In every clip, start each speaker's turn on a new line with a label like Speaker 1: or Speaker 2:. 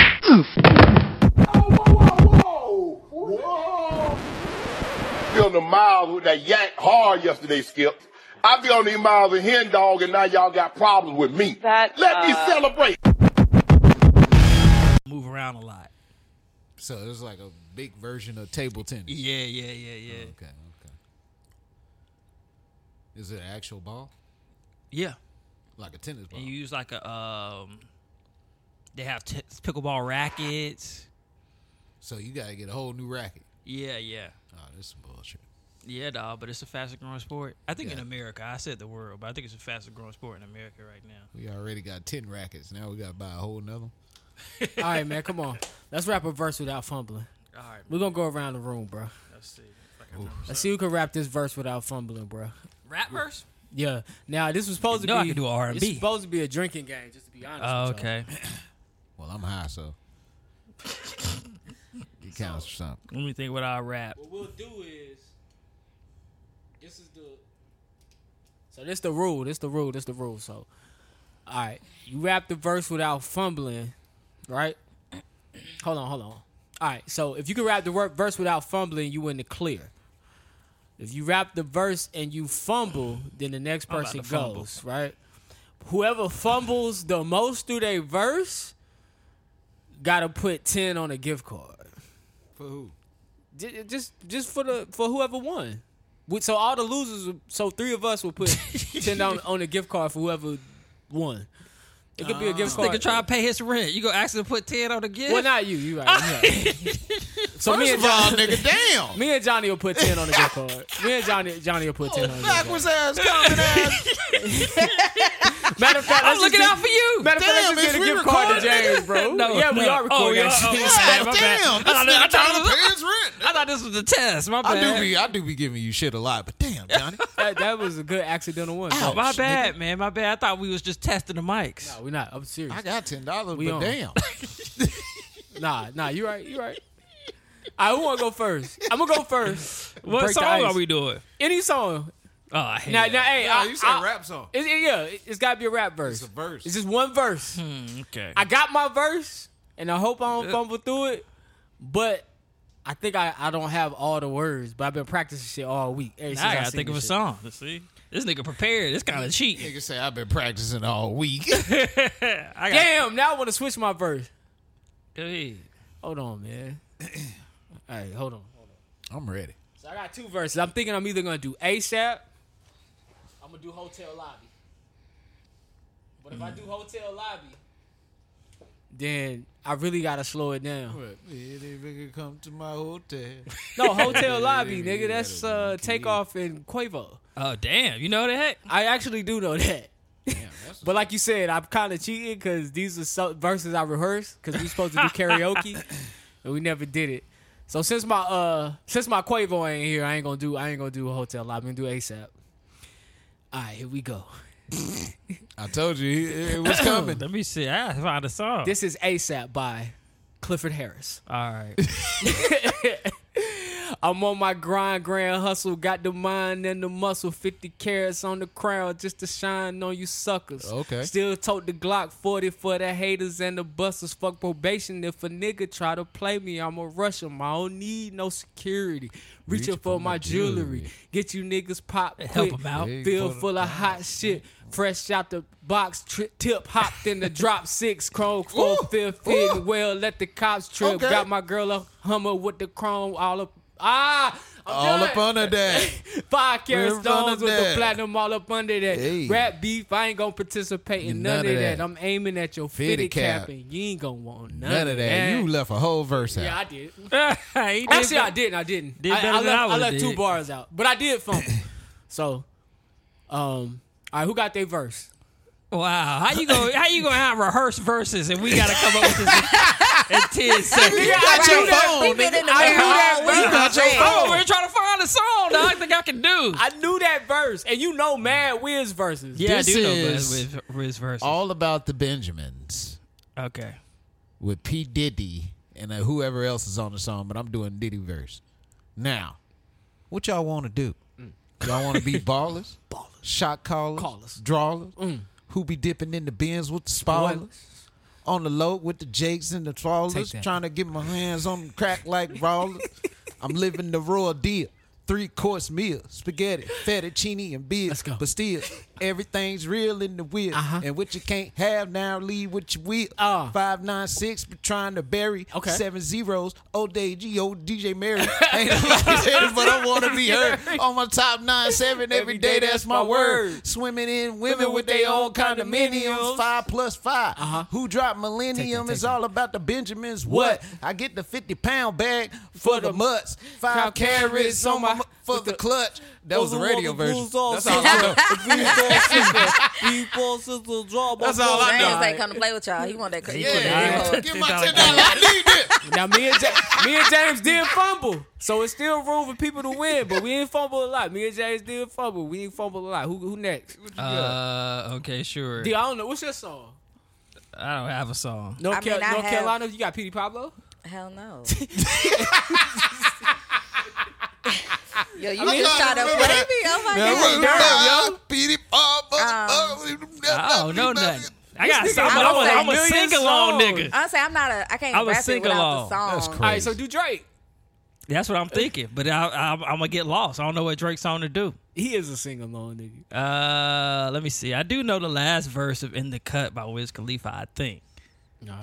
Speaker 1: truth.
Speaker 2: Whoa, whoa, whoa. Feeling the miles with that yank hard yesterday, Skip. I be on these miles of hen dog, and now y'all got problems with me.
Speaker 3: That,
Speaker 2: Let me
Speaker 3: uh,
Speaker 2: celebrate.
Speaker 1: Move around a lot.
Speaker 4: So it was like a big version of table tennis.
Speaker 1: Yeah, yeah, yeah, yeah.
Speaker 4: Okay, okay. Is it an actual ball?
Speaker 1: Yeah.
Speaker 4: Like a tennis ball?
Speaker 1: And you use like a um they have t- pickleball rackets.
Speaker 4: so you gotta get a whole new racket.
Speaker 1: Yeah, yeah.
Speaker 4: Oh, this is bullshit.
Speaker 1: Yeah, dog, but it's a faster growing sport. I think in
Speaker 4: Yeah.
Speaker 1: America, I said the world, but I think it's the fastest growing sport in America right now.
Speaker 4: We already got ten rackets. Now we gotta buy a whole nother. one.
Speaker 5: All right, man, come on. Let's wrap a verse without fumbling.
Speaker 1: All right,
Speaker 5: We're gonna go around the room, bro.
Speaker 1: let's see. If I can remember
Speaker 5: Let's see who can rap this verse without fumbling, bro.
Speaker 1: something. Rap verse?
Speaker 5: Yeah. Now this was supposed to
Speaker 1: You know I
Speaker 5: be
Speaker 1: can do a R&B.
Speaker 5: It's supposed to be a drinking game, just to be honest.
Speaker 1: Oh,
Speaker 5: with y'all.
Speaker 1: okay.
Speaker 4: Well, I'm high, so it counts for something.
Speaker 1: Let me think what I rap.
Speaker 5: What we'll do is this is the So this the rule, this the rule, this the rule. So Alright. You rap the verse without fumbling, right? Hold on, hold on. Alright, so if you can rap the wor- verse without fumbling, you in the clear. If you rap the verse and you fumble, then the next
Speaker 1: I'm about
Speaker 5: person
Speaker 1: to fumble.
Speaker 5: goes, right? Whoever fumbles the most through their verse gotta put ten on a gift card.
Speaker 4: For who?
Speaker 5: J- just just for the for whoever won. We, so all the losers, would- so three of us will put ten down on a gift card for whoever won. It could be a gift
Speaker 1: This nigga
Speaker 5: card.
Speaker 1: trying to pay his rent. You gonna ask him to put 10 on the gift?
Speaker 5: well, not you. You right. You right. so me
Speaker 4: First
Speaker 5: and
Speaker 4: of all,
Speaker 5: John,
Speaker 4: nigga, damn.
Speaker 5: me and Johnny will put ten on the gift card. Me and Johnny Johnny will put ten
Speaker 4: Oh,
Speaker 5: on the gift card.
Speaker 4: Backwards ass, common ass.
Speaker 5: Matter of fact,
Speaker 1: I'm
Speaker 5: let's
Speaker 1: looking
Speaker 5: just get-
Speaker 1: out for you.
Speaker 5: Matter of fact,
Speaker 4: Damn,
Speaker 5: let's just
Speaker 4: is
Speaker 5: get a
Speaker 4: we
Speaker 5: gift card to
Speaker 4: recording?
Speaker 5: James, bro.
Speaker 1: No,
Speaker 5: yeah, we
Speaker 1: no.
Speaker 5: are
Speaker 1: Oh, we
Speaker 5: recording.
Speaker 1: are?
Speaker 5: that
Speaker 1: Oh,
Speaker 5: shit.
Speaker 1: okay.
Speaker 4: God
Speaker 1: my bad. I thought that- I
Speaker 4: damn, this nigga
Speaker 1: thought
Speaker 4: trying to
Speaker 1: it was-
Speaker 4: pay his rent.
Speaker 1: I thought this was a test. My
Speaker 4: I
Speaker 1: bad.
Speaker 4: do be, I do be giving you shit a lot, but damn, Johnny.
Speaker 5: That, that was a good accidental one.
Speaker 4: Ow.
Speaker 1: My
Speaker 4: Shh,
Speaker 1: bad, man. My bad. I thought we was just testing the mics.
Speaker 5: No, we're not. I'm serious.
Speaker 4: I got ten dollars,
Speaker 5: We
Speaker 4: but
Speaker 5: on.
Speaker 4: damn.
Speaker 5: Nah, nah, you right, you right. I who wanna go first? I'm gonna go first.
Speaker 1: what
Speaker 5: Break the
Speaker 1: song
Speaker 5: ice.
Speaker 1: are we doing?
Speaker 5: Any song.
Speaker 1: Oh, I hate
Speaker 5: Now,
Speaker 1: it.
Speaker 5: now, hey, I,
Speaker 4: Yeah, you said
Speaker 5: I-
Speaker 4: rap song.
Speaker 5: It, it- yeah, it, has gotta be a rap verse.
Speaker 4: It's a verse.
Speaker 5: It's just one verse.
Speaker 1: Hmm. okay.
Speaker 5: I got my verse, and I hope I don't fumble through it. But I think I, I don't have all the words. But I've been practicing shit all week. ever since
Speaker 1: Now I gotta
Speaker 5: seen
Speaker 1: think of
Speaker 5: this
Speaker 1: a
Speaker 5: shit.
Speaker 1: song. Let's see. This nigga prepared. It's kind of cheating.
Speaker 4: Nigga say I've been practicing all week.
Speaker 1: I got
Speaker 5: Damn, now I want to switch my verse.
Speaker 1: Hey.
Speaker 5: Hold on, man. all right, hold on.
Speaker 4: I'm ready.
Speaker 5: So I got two verses. I'm thinking I'm either gonna do ASAP. I'm gonna do Hotel Lobby. But if I do Hotel Lobby, then I really gotta slow it down.
Speaker 4: come to my hotel.
Speaker 5: No, Hotel Lobby,
Speaker 4: Yeah,
Speaker 5: nigga. That's uh, Takeoff and Quavo.
Speaker 1: Oh damn! You know that?
Speaker 5: I actually do know that.
Speaker 4: Damn, that's
Speaker 5: But like you said, I'm kind of cheating because these are so- verses I rehearsed because we supposed to do karaoke and we never did it. So since my uh since my Quavo ain't here, I ain't gonna do I ain't gonna do a hotel lobby. I'm gonna do ASAP. All right, here we go.
Speaker 4: I told you it, it was coming.
Speaker 1: Let me see. I gotta find a song.
Speaker 5: This is ASAP by Clifford Harris.
Speaker 1: All right.
Speaker 5: I'm on my grind, grand hustle, got the mind and the muscle, 50 carats on the crown just to shine on you suckers.
Speaker 4: Okay.
Speaker 5: Still tote the Glock 40 for the haters and the busters. Fuck probation. If a nigga try to play me, I'ma rush him. I don't need no security. Reaching for, my jewelry.
Speaker 4: jewelry.
Speaker 5: Get you niggas pop quick.
Speaker 1: Help 'em out.
Speaker 4: Big
Speaker 5: Feel
Speaker 4: photo-
Speaker 5: full of hot shit. Fresh out the box, tri- tip hopped in the drop six, chrome four,
Speaker 4: Ooh.
Speaker 5: fifth,
Speaker 4: Ooh.
Speaker 5: fig, well, let the cops trip.
Speaker 4: Okay.
Speaker 5: Got my girl a Hummer with the chrome all up. Ah, I'm
Speaker 4: All
Speaker 5: done.
Speaker 4: up on her dad.
Speaker 5: Five
Speaker 4: We're
Speaker 5: carat
Speaker 4: in front of
Speaker 5: stones with the
Speaker 4: that.
Speaker 5: platinum all up under that.
Speaker 4: Hey.
Speaker 5: Rap beef, I ain't gonna participate in none, of that. I'm aiming at your
Speaker 4: Fitted
Speaker 5: fitted, cap.
Speaker 4: cap.
Speaker 5: and you ain't gonna want none,
Speaker 4: None of that. You left a whole verse out.
Speaker 5: yeah, I did.
Speaker 1: He did
Speaker 5: Actually,
Speaker 1: that.
Speaker 5: I didn't. I didn't.
Speaker 1: Did
Speaker 5: I,
Speaker 1: better
Speaker 5: I
Speaker 1: than
Speaker 5: left,
Speaker 1: I
Speaker 5: I
Speaker 1: would've
Speaker 5: left two
Speaker 1: did.
Speaker 5: bars out, but I did fumble. so, um, all right, who got their verse?
Speaker 1: Wow. How you gonna How you gonna have rehearsed verses and we gotta come up with this in ten
Speaker 5: Yeah,
Speaker 1: seconds?
Speaker 5: I
Speaker 4: got
Speaker 5: knew
Speaker 4: your
Speaker 5: that.
Speaker 4: phone,
Speaker 5: I knew
Speaker 4: nigga.
Speaker 5: that
Speaker 4: You got
Speaker 5: verse.
Speaker 4: your
Speaker 1: I'm over
Speaker 4: phone.
Speaker 1: here trying to find a song. Dog. I think I can do.
Speaker 5: I knew that verse, and you know Mad Wiz verses.
Speaker 1: yeah,
Speaker 4: This
Speaker 1: I do know
Speaker 4: is-
Speaker 1: Wiz, Wiz- Wiz verses.
Speaker 4: All about the Benjamins
Speaker 1: okay.
Speaker 4: with P Diddy and uh, whoever else is on the song, but I'm doing Diddy verse. Now, what y'all want to do? Y'all want to be ballers, Mm. ballers, shot callers,
Speaker 5: Callers.
Speaker 4: drawlers, who be dipping in the bins with the spoilers?
Speaker 5: Spoilers.
Speaker 4: on the low with the jakes and the trawlers,
Speaker 5: Take that.
Speaker 4: trying to get my hands on crack like brawlers. I'm living the raw deal. Three course meal, spaghetti, fettuccine, and beer.
Speaker 5: Let's go.
Speaker 4: But still, everything's real in the wheel.
Speaker 5: Uh-huh.
Speaker 4: And what you can't have now, leave what you will.
Speaker 5: Uh.
Speaker 4: Five nine six, but trying to bury
Speaker 5: Okay.
Speaker 4: seven zeros. Old day G, old DJ Mary. Ain't nobody's heard, but I wanna be heard. On my top nine seven every day. That's my word. Swimming in women women with their own condominiums. Five plus 5 Who dropped Millennium?
Speaker 5: take
Speaker 4: It's
Speaker 5: that.
Speaker 4: all about the Benjamins. What? I get the fifty pound bag for the mutts. Five
Speaker 5: Five
Speaker 4: carrots
Speaker 5: carrots
Speaker 4: on my
Speaker 5: with
Speaker 4: for
Speaker 5: the-
Speaker 4: the clutch. That was the radio version. That's all I know.
Speaker 5: That's
Speaker 1: That's all I know.
Speaker 3: James ain't come to play with y'all. He want that cookie.
Speaker 4: Yeah,
Speaker 3: Yeah.
Speaker 4: give my
Speaker 1: $10
Speaker 4: ten dollars. I need it.
Speaker 5: Now me and ja- me and James did fumble, so it's still room for people to win. But we didn't fumble a lot. Me and James did fumble. We didn't fumble a lot. Who who next?
Speaker 1: Uh, okay, sure.
Speaker 5: Dude, I don't know. What's your song?
Speaker 1: I don't have a song.
Speaker 5: North,
Speaker 3: I mean,
Speaker 5: Cal-
Speaker 3: I
Speaker 5: North
Speaker 3: have-
Speaker 5: Carolina. You got Petey Pablo.
Speaker 3: Hell no. Yo, you
Speaker 4: mean,
Speaker 3: just
Speaker 4: I
Speaker 3: try to
Speaker 4: remember
Speaker 3: play
Speaker 4: that.
Speaker 3: me. Oh my
Speaker 4: Man,
Speaker 3: god.
Speaker 4: look, look, beat him up, motherfucker.
Speaker 1: I don't know nothing. Oh, I got
Speaker 5: nigga
Speaker 1: something.
Speaker 3: knows
Speaker 1: I'm a,
Speaker 3: a
Speaker 1: I'm a
Speaker 5: million
Speaker 1: sing along
Speaker 5: songs.
Speaker 1: nigga.
Speaker 3: Honestly, I'm not a. I can't
Speaker 1: I was
Speaker 3: rap it without the
Speaker 1: sing-along.
Speaker 4: That's
Speaker 3: song.
Speaker 5: All right, so do Drake.
Speaker 1: That's what I'm thinking. But I, I, I'm gonna get lost. I don't know what Drake's song to do.
Speaker 5: He is a singer, long nigga.
Speaker 1: Uh, let me see. I do know the last verse of "In the Cut" by Wiz Khalifa. I think.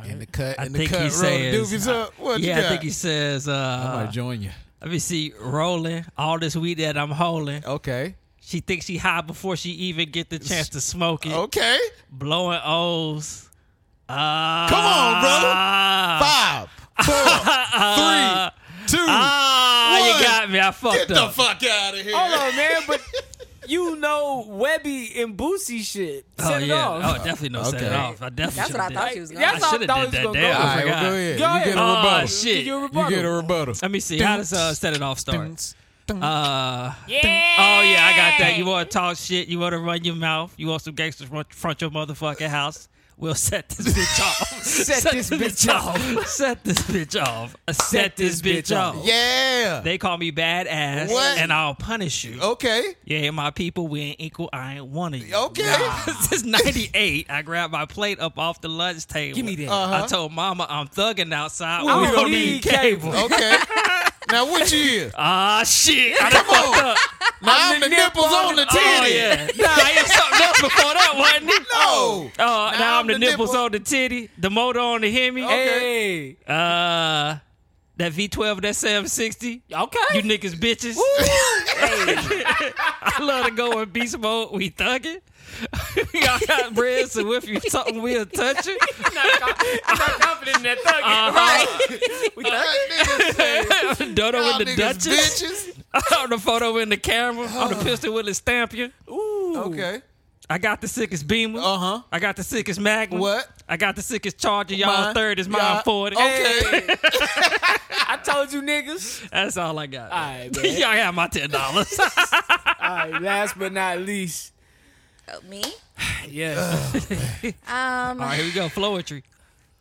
Speaker 4: In the cut,
Speaker 1: I
Speaker 4: in the
Speaker 1: think
Speaker 4: cut,
Speaker 1: he
Speaker 4: roll the
Speaker 1: says. uh,
Speaker 4: doobies up. What
Speaker 1: yeah,
Speaker 4: you got?
Speaker 1: I think he says.
Speaker 4: I
Speaker 1: Uh,
Speaker 4: might join you.
Speaker 1: let me see. Rolling all this weed that I'm holding.
Speaker 4: Okay,
Speaker 1: She thinks she high before she even get the chance to smoke it.
Speaker 4: okay.
Speaker 1: Blowing O's. Uh,
Speaker 4: Come on, brother.
Speaker 1: Ah,
Speaker 4: Five, four, three, two.
Speaker 1: Ah, you
Speaker 4: One.
Speaker 1: got me. I fucked
Speaker 4: Get the
Speaker 1: up.
Speaker 4: fuck out of here.
Speaker 5: Hold on, man. But you know Webby and Boosie shit.
Speaker 1: oh
Speaker 5: Set it
Speaker 1: yeah.
Speaker 5: off.
Speaker 1: Oh, definitely no set it
Speaker 4: Okay.
Speaker 1: off. I definitely.
Speaker 3: That's what I
Speaker 1: should've
Speaker 3: thought
Speaker 1: did.
Speaker 3: you was going.
Speaker 1: I
Speaker 5: That's all I
Speaker 1: should
Speaker 5: thought
Speaker 1: have
Speaker 5: it was
Speaker 1: did that.
Speaker 5: gonna
Speaker 1: Damn, I
Speaker 5: go.
Speaker 4: All right, well,
Speaker 1: forgot.
Speaker 4: go ahead.
Speaker 5: Go
Speaker 4: you
Speaker 5: ahead.
Speaker 4: get a
Speaker 5: Oh,
Speaker 4: rebuttal.
Speaker 1: shit.
Speaker 5: You
Speaker 4: You get a
Speaker 5: rebuttal.
Speaker 4: rebuttal.
Speaker 1: Let me see. How does uh, set it off start? Uh,
Speaker 5: Yeah.
Speaker 1: Oh yeah, I got that. You want to talk shit? You want to run your mouth? You want some gangsters run front your motherfucking house? We'll set this bitch off.
Speaker 5: Set this bitch
Speaker 1: set this bitch off. Set, this bitch off.
Speaker 4: Yeah.
Speaker 1: They call me badass,
Speaker 4: What? Oh.
Speaker 1: and I'll punish you.
Speaker 4: okay.
Speaker 1: Yeah, my people, we ain't equal. I ain't one of you.
Speaker 4: Okay.
Speaker 1: This is 98. I grabbed my plate up off the lunch table.
Speaker 5: Give me that.
Speaker 1: I told mama I'm thugging outside.
Speaker 5: I
Speaker 1: we
Speaker 5: don't
Speaker 1: don't
Speaker 5: need
Speaker 1: need cable.
Speaker 4: Okay. now what year?
Speaker 1: Ah, shit. I done fucked up.
Speaker 4: Now the, nipples on the titty.
Speaker 1: Oh, yeah. Nah, it was something else before that, wasn't it?
Speaker 4: No.
Speaker 1: Oh, now, I'm, the, nipples on the titty, the motor on the Hemi.
Speaker 5: Hey.
Speaker 1: Uh, that V12, that 760.
Speaker 5: Okay.
Speaker 1: You niggas bitches. I love to go in beast mode. We thugging. we all got bread, so if you something, we'll touch it.
Speaker 5: not confident in that thug.
Speaker 1: Dodo
Speaker 4: Y'all
Speaker 1: with the
Speaker 4: niggas
Speaker 1: Duchess.
Speaker 4: bitches.
Speaker 1: on the photo in the camera. on the pistol with the stamp you.
Speaker 4: Okay.
Speaker 1: I got the sickest Beamer.
Speaker 4: Uh-huh.
Speaker 1: I got the sickest Magnum.
Speaker 4: What?
Speaker 1: I got the sickest Charger. Y'all Oh,
Speaker 4: Mine.
Speaker 1: third is mine
Speaker 4: Y'all-
Speaker 1: 40.
Speaker 4: Okay.
Speaker 5: I told you niggas.
Speaker 1: That's all I got.
Speaker 5: All right, man.
Speaker 1: Y'all have my ten dollars.
Speaker 5: All right, last but not least.
Speaker 3: Uh, Me?
Speaker 5: Yes.
Speaker 3: Um.
Speaker 1: all right, here we go. Floetry.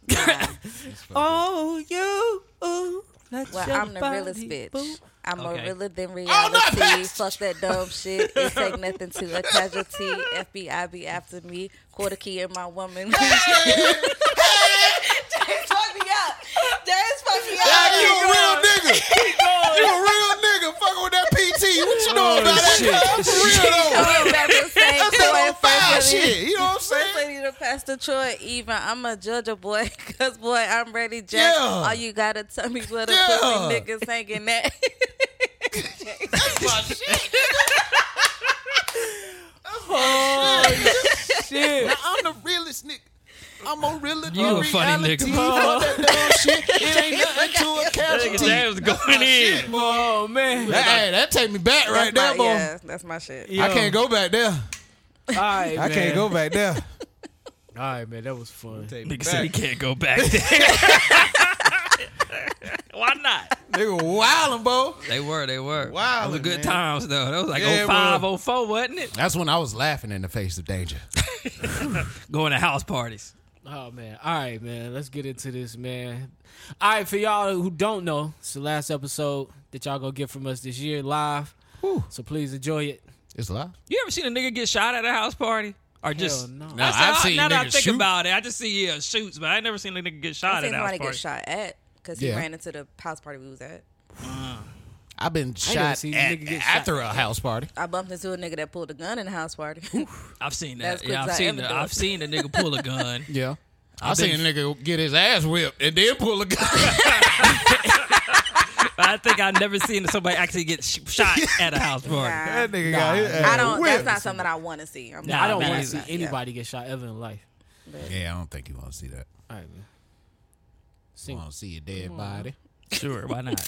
Speaker 5: oh, you. Ooh, let
Speaker 3: Well,
Speaker 5: your
Speaker 3: I'm the realest
Speaker 5: body
Speaker 3: bitch.
Speaker 5: move.
Speaker 3: I'm more
Speaker 1: Okay.
Speaker 3: realer than
Speaker 4: Oh,
Speaker 3: reality.
Speaker 4: not that.
Speaker 3: Fuck that dumb shit. It take nothing to a casualty. FBI be after me. Quarter key in my woman. James fuck me up. James fuck me
Speaker 4: Now you
Speaker 3: up.
Speaker 4: a real nigga. you a real nigga. Fucking with that PT. What you know about that? I'm for real though.
Speaker 3: Going back to the same
Speaker 4: That's that
Speaker 3: point,
Speaker 4: old foul
Speaker 3: fuck it.
Speaker 4: shit. You know what I'm
Speaker 3: First
Speaker 4: saying?
Speaker 3: lady to Pastor Troy, even I'm a Georgia boy, cause boy I'm ready, Jack.
Speaker 4: Yeah.
Speaker 3: All you gotta tell me where the
Speaker 4: Yeah.
Speaker 3: pussy niggas ain't getting that.
Speaker 5: Shit.
Speaker 4: I'm the realest nigga. I'm a realer
Speaker 1: You
Speaker 4: than
Speaker 1: a funny
Speaker 4: reality.
Speaker 1: nigga.
Speaker 4: Fuck that dumb shit. It ain't nothing to a
Speaker 1: Nigga,
Speaker 4: casualty.
Speaker 1: that was going in.
Speaker 5: Oh, man.
Speaker 4: That, hey, that take me back right there,
Speaker 3: that's my,
Speaker 4: boy.
Speaker 3: yeah, that's my shit.
Speaker 5: Yeah.
Speaker 4: I can't go back there.
Speaker 5: All right,
Speaker 4: I can't go back there.
Speaker 5: All right, man. That was fun.
Speaker 1: Nigga said he can't go back there. Why not?
Speaker 4: Nigga wildin', bo.
Speaker 1: They were, they were.
Speaker 4: Wildin',
Speaker 1: Those were good
Speaker 4: man.
Speaker 1: times though. That was like
Speaker 4: Yeah, it
Speaker 1: oh five,
Speaker 4: was.
Speaker 1: oh four, 05, 04, wasn't it?
Speaker 4: That's when I was laughing in the face of danger.
Speaker 1: Going to house parties.
Speaker 5: Oh man. All right, man. Let's get into this, man. All right, for y'all who don't know, it's the last episode that y'all gonna get from us this year live. So please enjoy it.
Speaker 4: It's live.
Speaker 1: You ever seen a nigga get shot at a house party? Or just
Speaker 5: no.
Speaker 1: That's
Speaker 4: I've
Speaker 1: how-
Speaker 4: seen
Speaker 1: now that I
Speaker 4: niggas
Speaker 1: think
Speaker 4: shoot.
Speaker 1: about it, I just see yeah shoots, but I ain't never seen a nigga get shot
Speaker 3: I
Speaker 1: at
Speaker 3: seen
Speaker 1: a house
Speaker 3: somebody
Speaker 1: party.
Speaker 3: get shot at because he
Speaker 4: Yeah.
Speaker 3: ran into the house party we was at.
Speaker 4: I've been shot
Speaker 5: seen a
Speaker 4: at,
Speaker 5: nigga get shot
Speaker 4: after a house party.
Speaker 3: I bumped into a nigga that pulled a gun in the house party.
Speaker 1: I've seen that.
Speaker 3: That's
Speaker 1: Yeah,
Speaker 3: quick
Speaker 1: I've
Speaker 3: as I
Speaker 1: seen
Speaker 3: ever
Speaker 1: the,
Speaker 3: do it.
Speaker 1: I've seen a nigga pull a gun.
Speaker 4: Yeah. I
Speaker 1: been-
Speaker 4: seen a nigga get his ass whipped and then pull a gun.
Speaker 1: I think I've never seen somebody actually get sh- shot at a house party.
Speaker 3: Nah.
Speaker 4: nigga got his
Speaker 3: I don't. That's not something I want to see. I'm
Speaker 1: Nah,
Speaker 5: I don't
Speaker 1: man,
Speaker 5: want to
Speaker 1: he's
Speaker 5: see
Speaker 1: not-
Speaker 5: anybody get shot ever in life.
Speaker 4: Yeah, I don't think you want to see that.
Speaker 5: All right, man.
Speaker 4: You want to see a dead body.
Speaker 1: Sure, why not?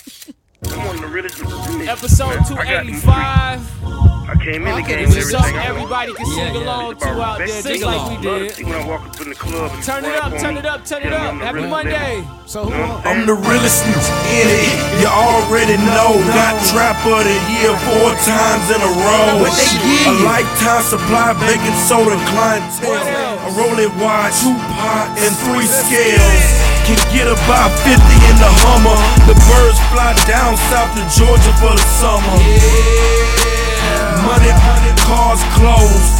Speaker 5: Episode 285.
Speaker 6: I came in the game and
Speaker 5: This is up.
Speaker 6: everything. I was-
Speaker 5: Everybody can sing
Speaker 1: yeah.
Speaker 5: along to out there just
Speaker 1: Sing
Speaker 5: like
Speaker 4: Oh,
Speaker 1: along.
Speaker 5: we
Speaker 6: Love to
Speaker 5: did.
Speaker 6: see when I walk up in the club. and
Speaker 5: Turn it
Speaker 6: walk
Speaker 5: up,
Speaker 6: on
Speaker 5: turn
Speaker 6: me.
Speaker 5: it up, turn it
Speaker 6: Tell me
Speaker 5: up.
Speaker 6: I'm the
Speaker 5: Happy
Speaker 6: real
Speaker 5: Monday.
Speaker 4: So who
Speaker 6: nigga. You know
Speaker 4: won?
Speaker 6: what
Speaker 7: I'm
Speaker 6: I'm
Speaker 7: the realest in it. You already know. Got trap of the year four times in a row. A lifetime supply baking soda clientele.
Speaker 5: else?
Speaker 7: A rolling wide, two pot and three scales. Can get about 50 in the Hummer. The birds fly down south to Georgia for the summer. Money, money, cars closed.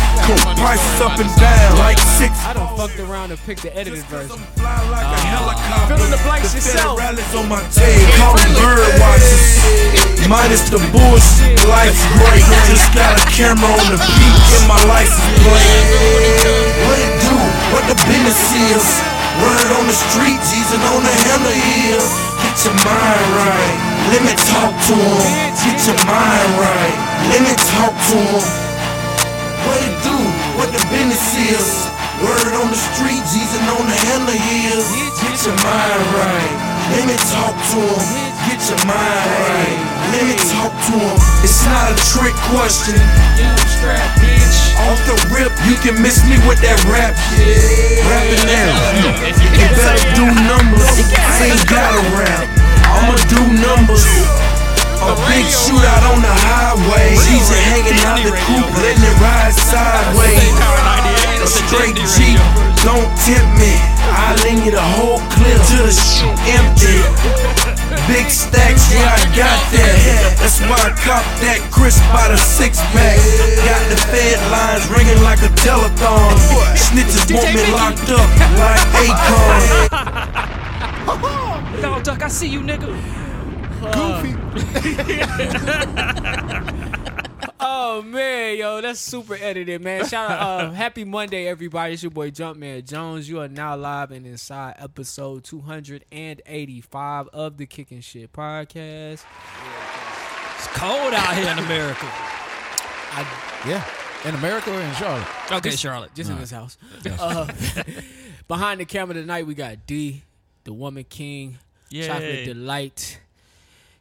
Speaker 7: Prices up and down like six
Speaker 5: I done fucked around and picked the edited version.
Speaker 7: Fill
Speaker 5: Fill in the blanks yourself.
Speaker 7: Rallies on my tail. Call me bird watchers. Minus the bullshit, life's great. Just got a camera on the beat and my life is playing. What it do? What the business is? Running on the street, Jesus on the handle is. Get your mind right. Let me talk to him. Get your mind right. Let me talk to him. What it do? What the business is? Word on the street, Jesus on the handle is. Get your mind right. Let me talk to him. Get your mind right. Let me talk to him. It's not a trick question. Off the rip, you can miss me with that rap shit. Rapping now. You better do numbers. I ain't gotta rap. I'ma do numbers. A big shootout on the highway. Jesus hanging out the coupe, letting it ride sideways. A straight Jeep, don't tempt me. I lean you the whole clip till the shoe empty. Big stacks, yeah, I got that. That's why I cop that crisp by the six pack. Got the fed lines ringing like a telethon. Snitches want me locked up like Akon.
Speaker 1: Dog Duck, I see you, nigga.
Speaker 5: Oh man, yo, that's super edited, man. Shout out, uh, happy Monday, everybody. It's your boy Jumpman Jones. You are now live and inside episode 285 of the Kicking Shit Podcast.
Speaker 1: It's cold out here in America.
Speaker 4: Yeah. In America or in Charlotte?
Speaker 1: Okay, Charlotte.
Speaker 5: Just in this house. Uh, behind the camera tonight, we got D, the woman king,
Speaker 1: Yay.
Speaker 5: chocolate delight.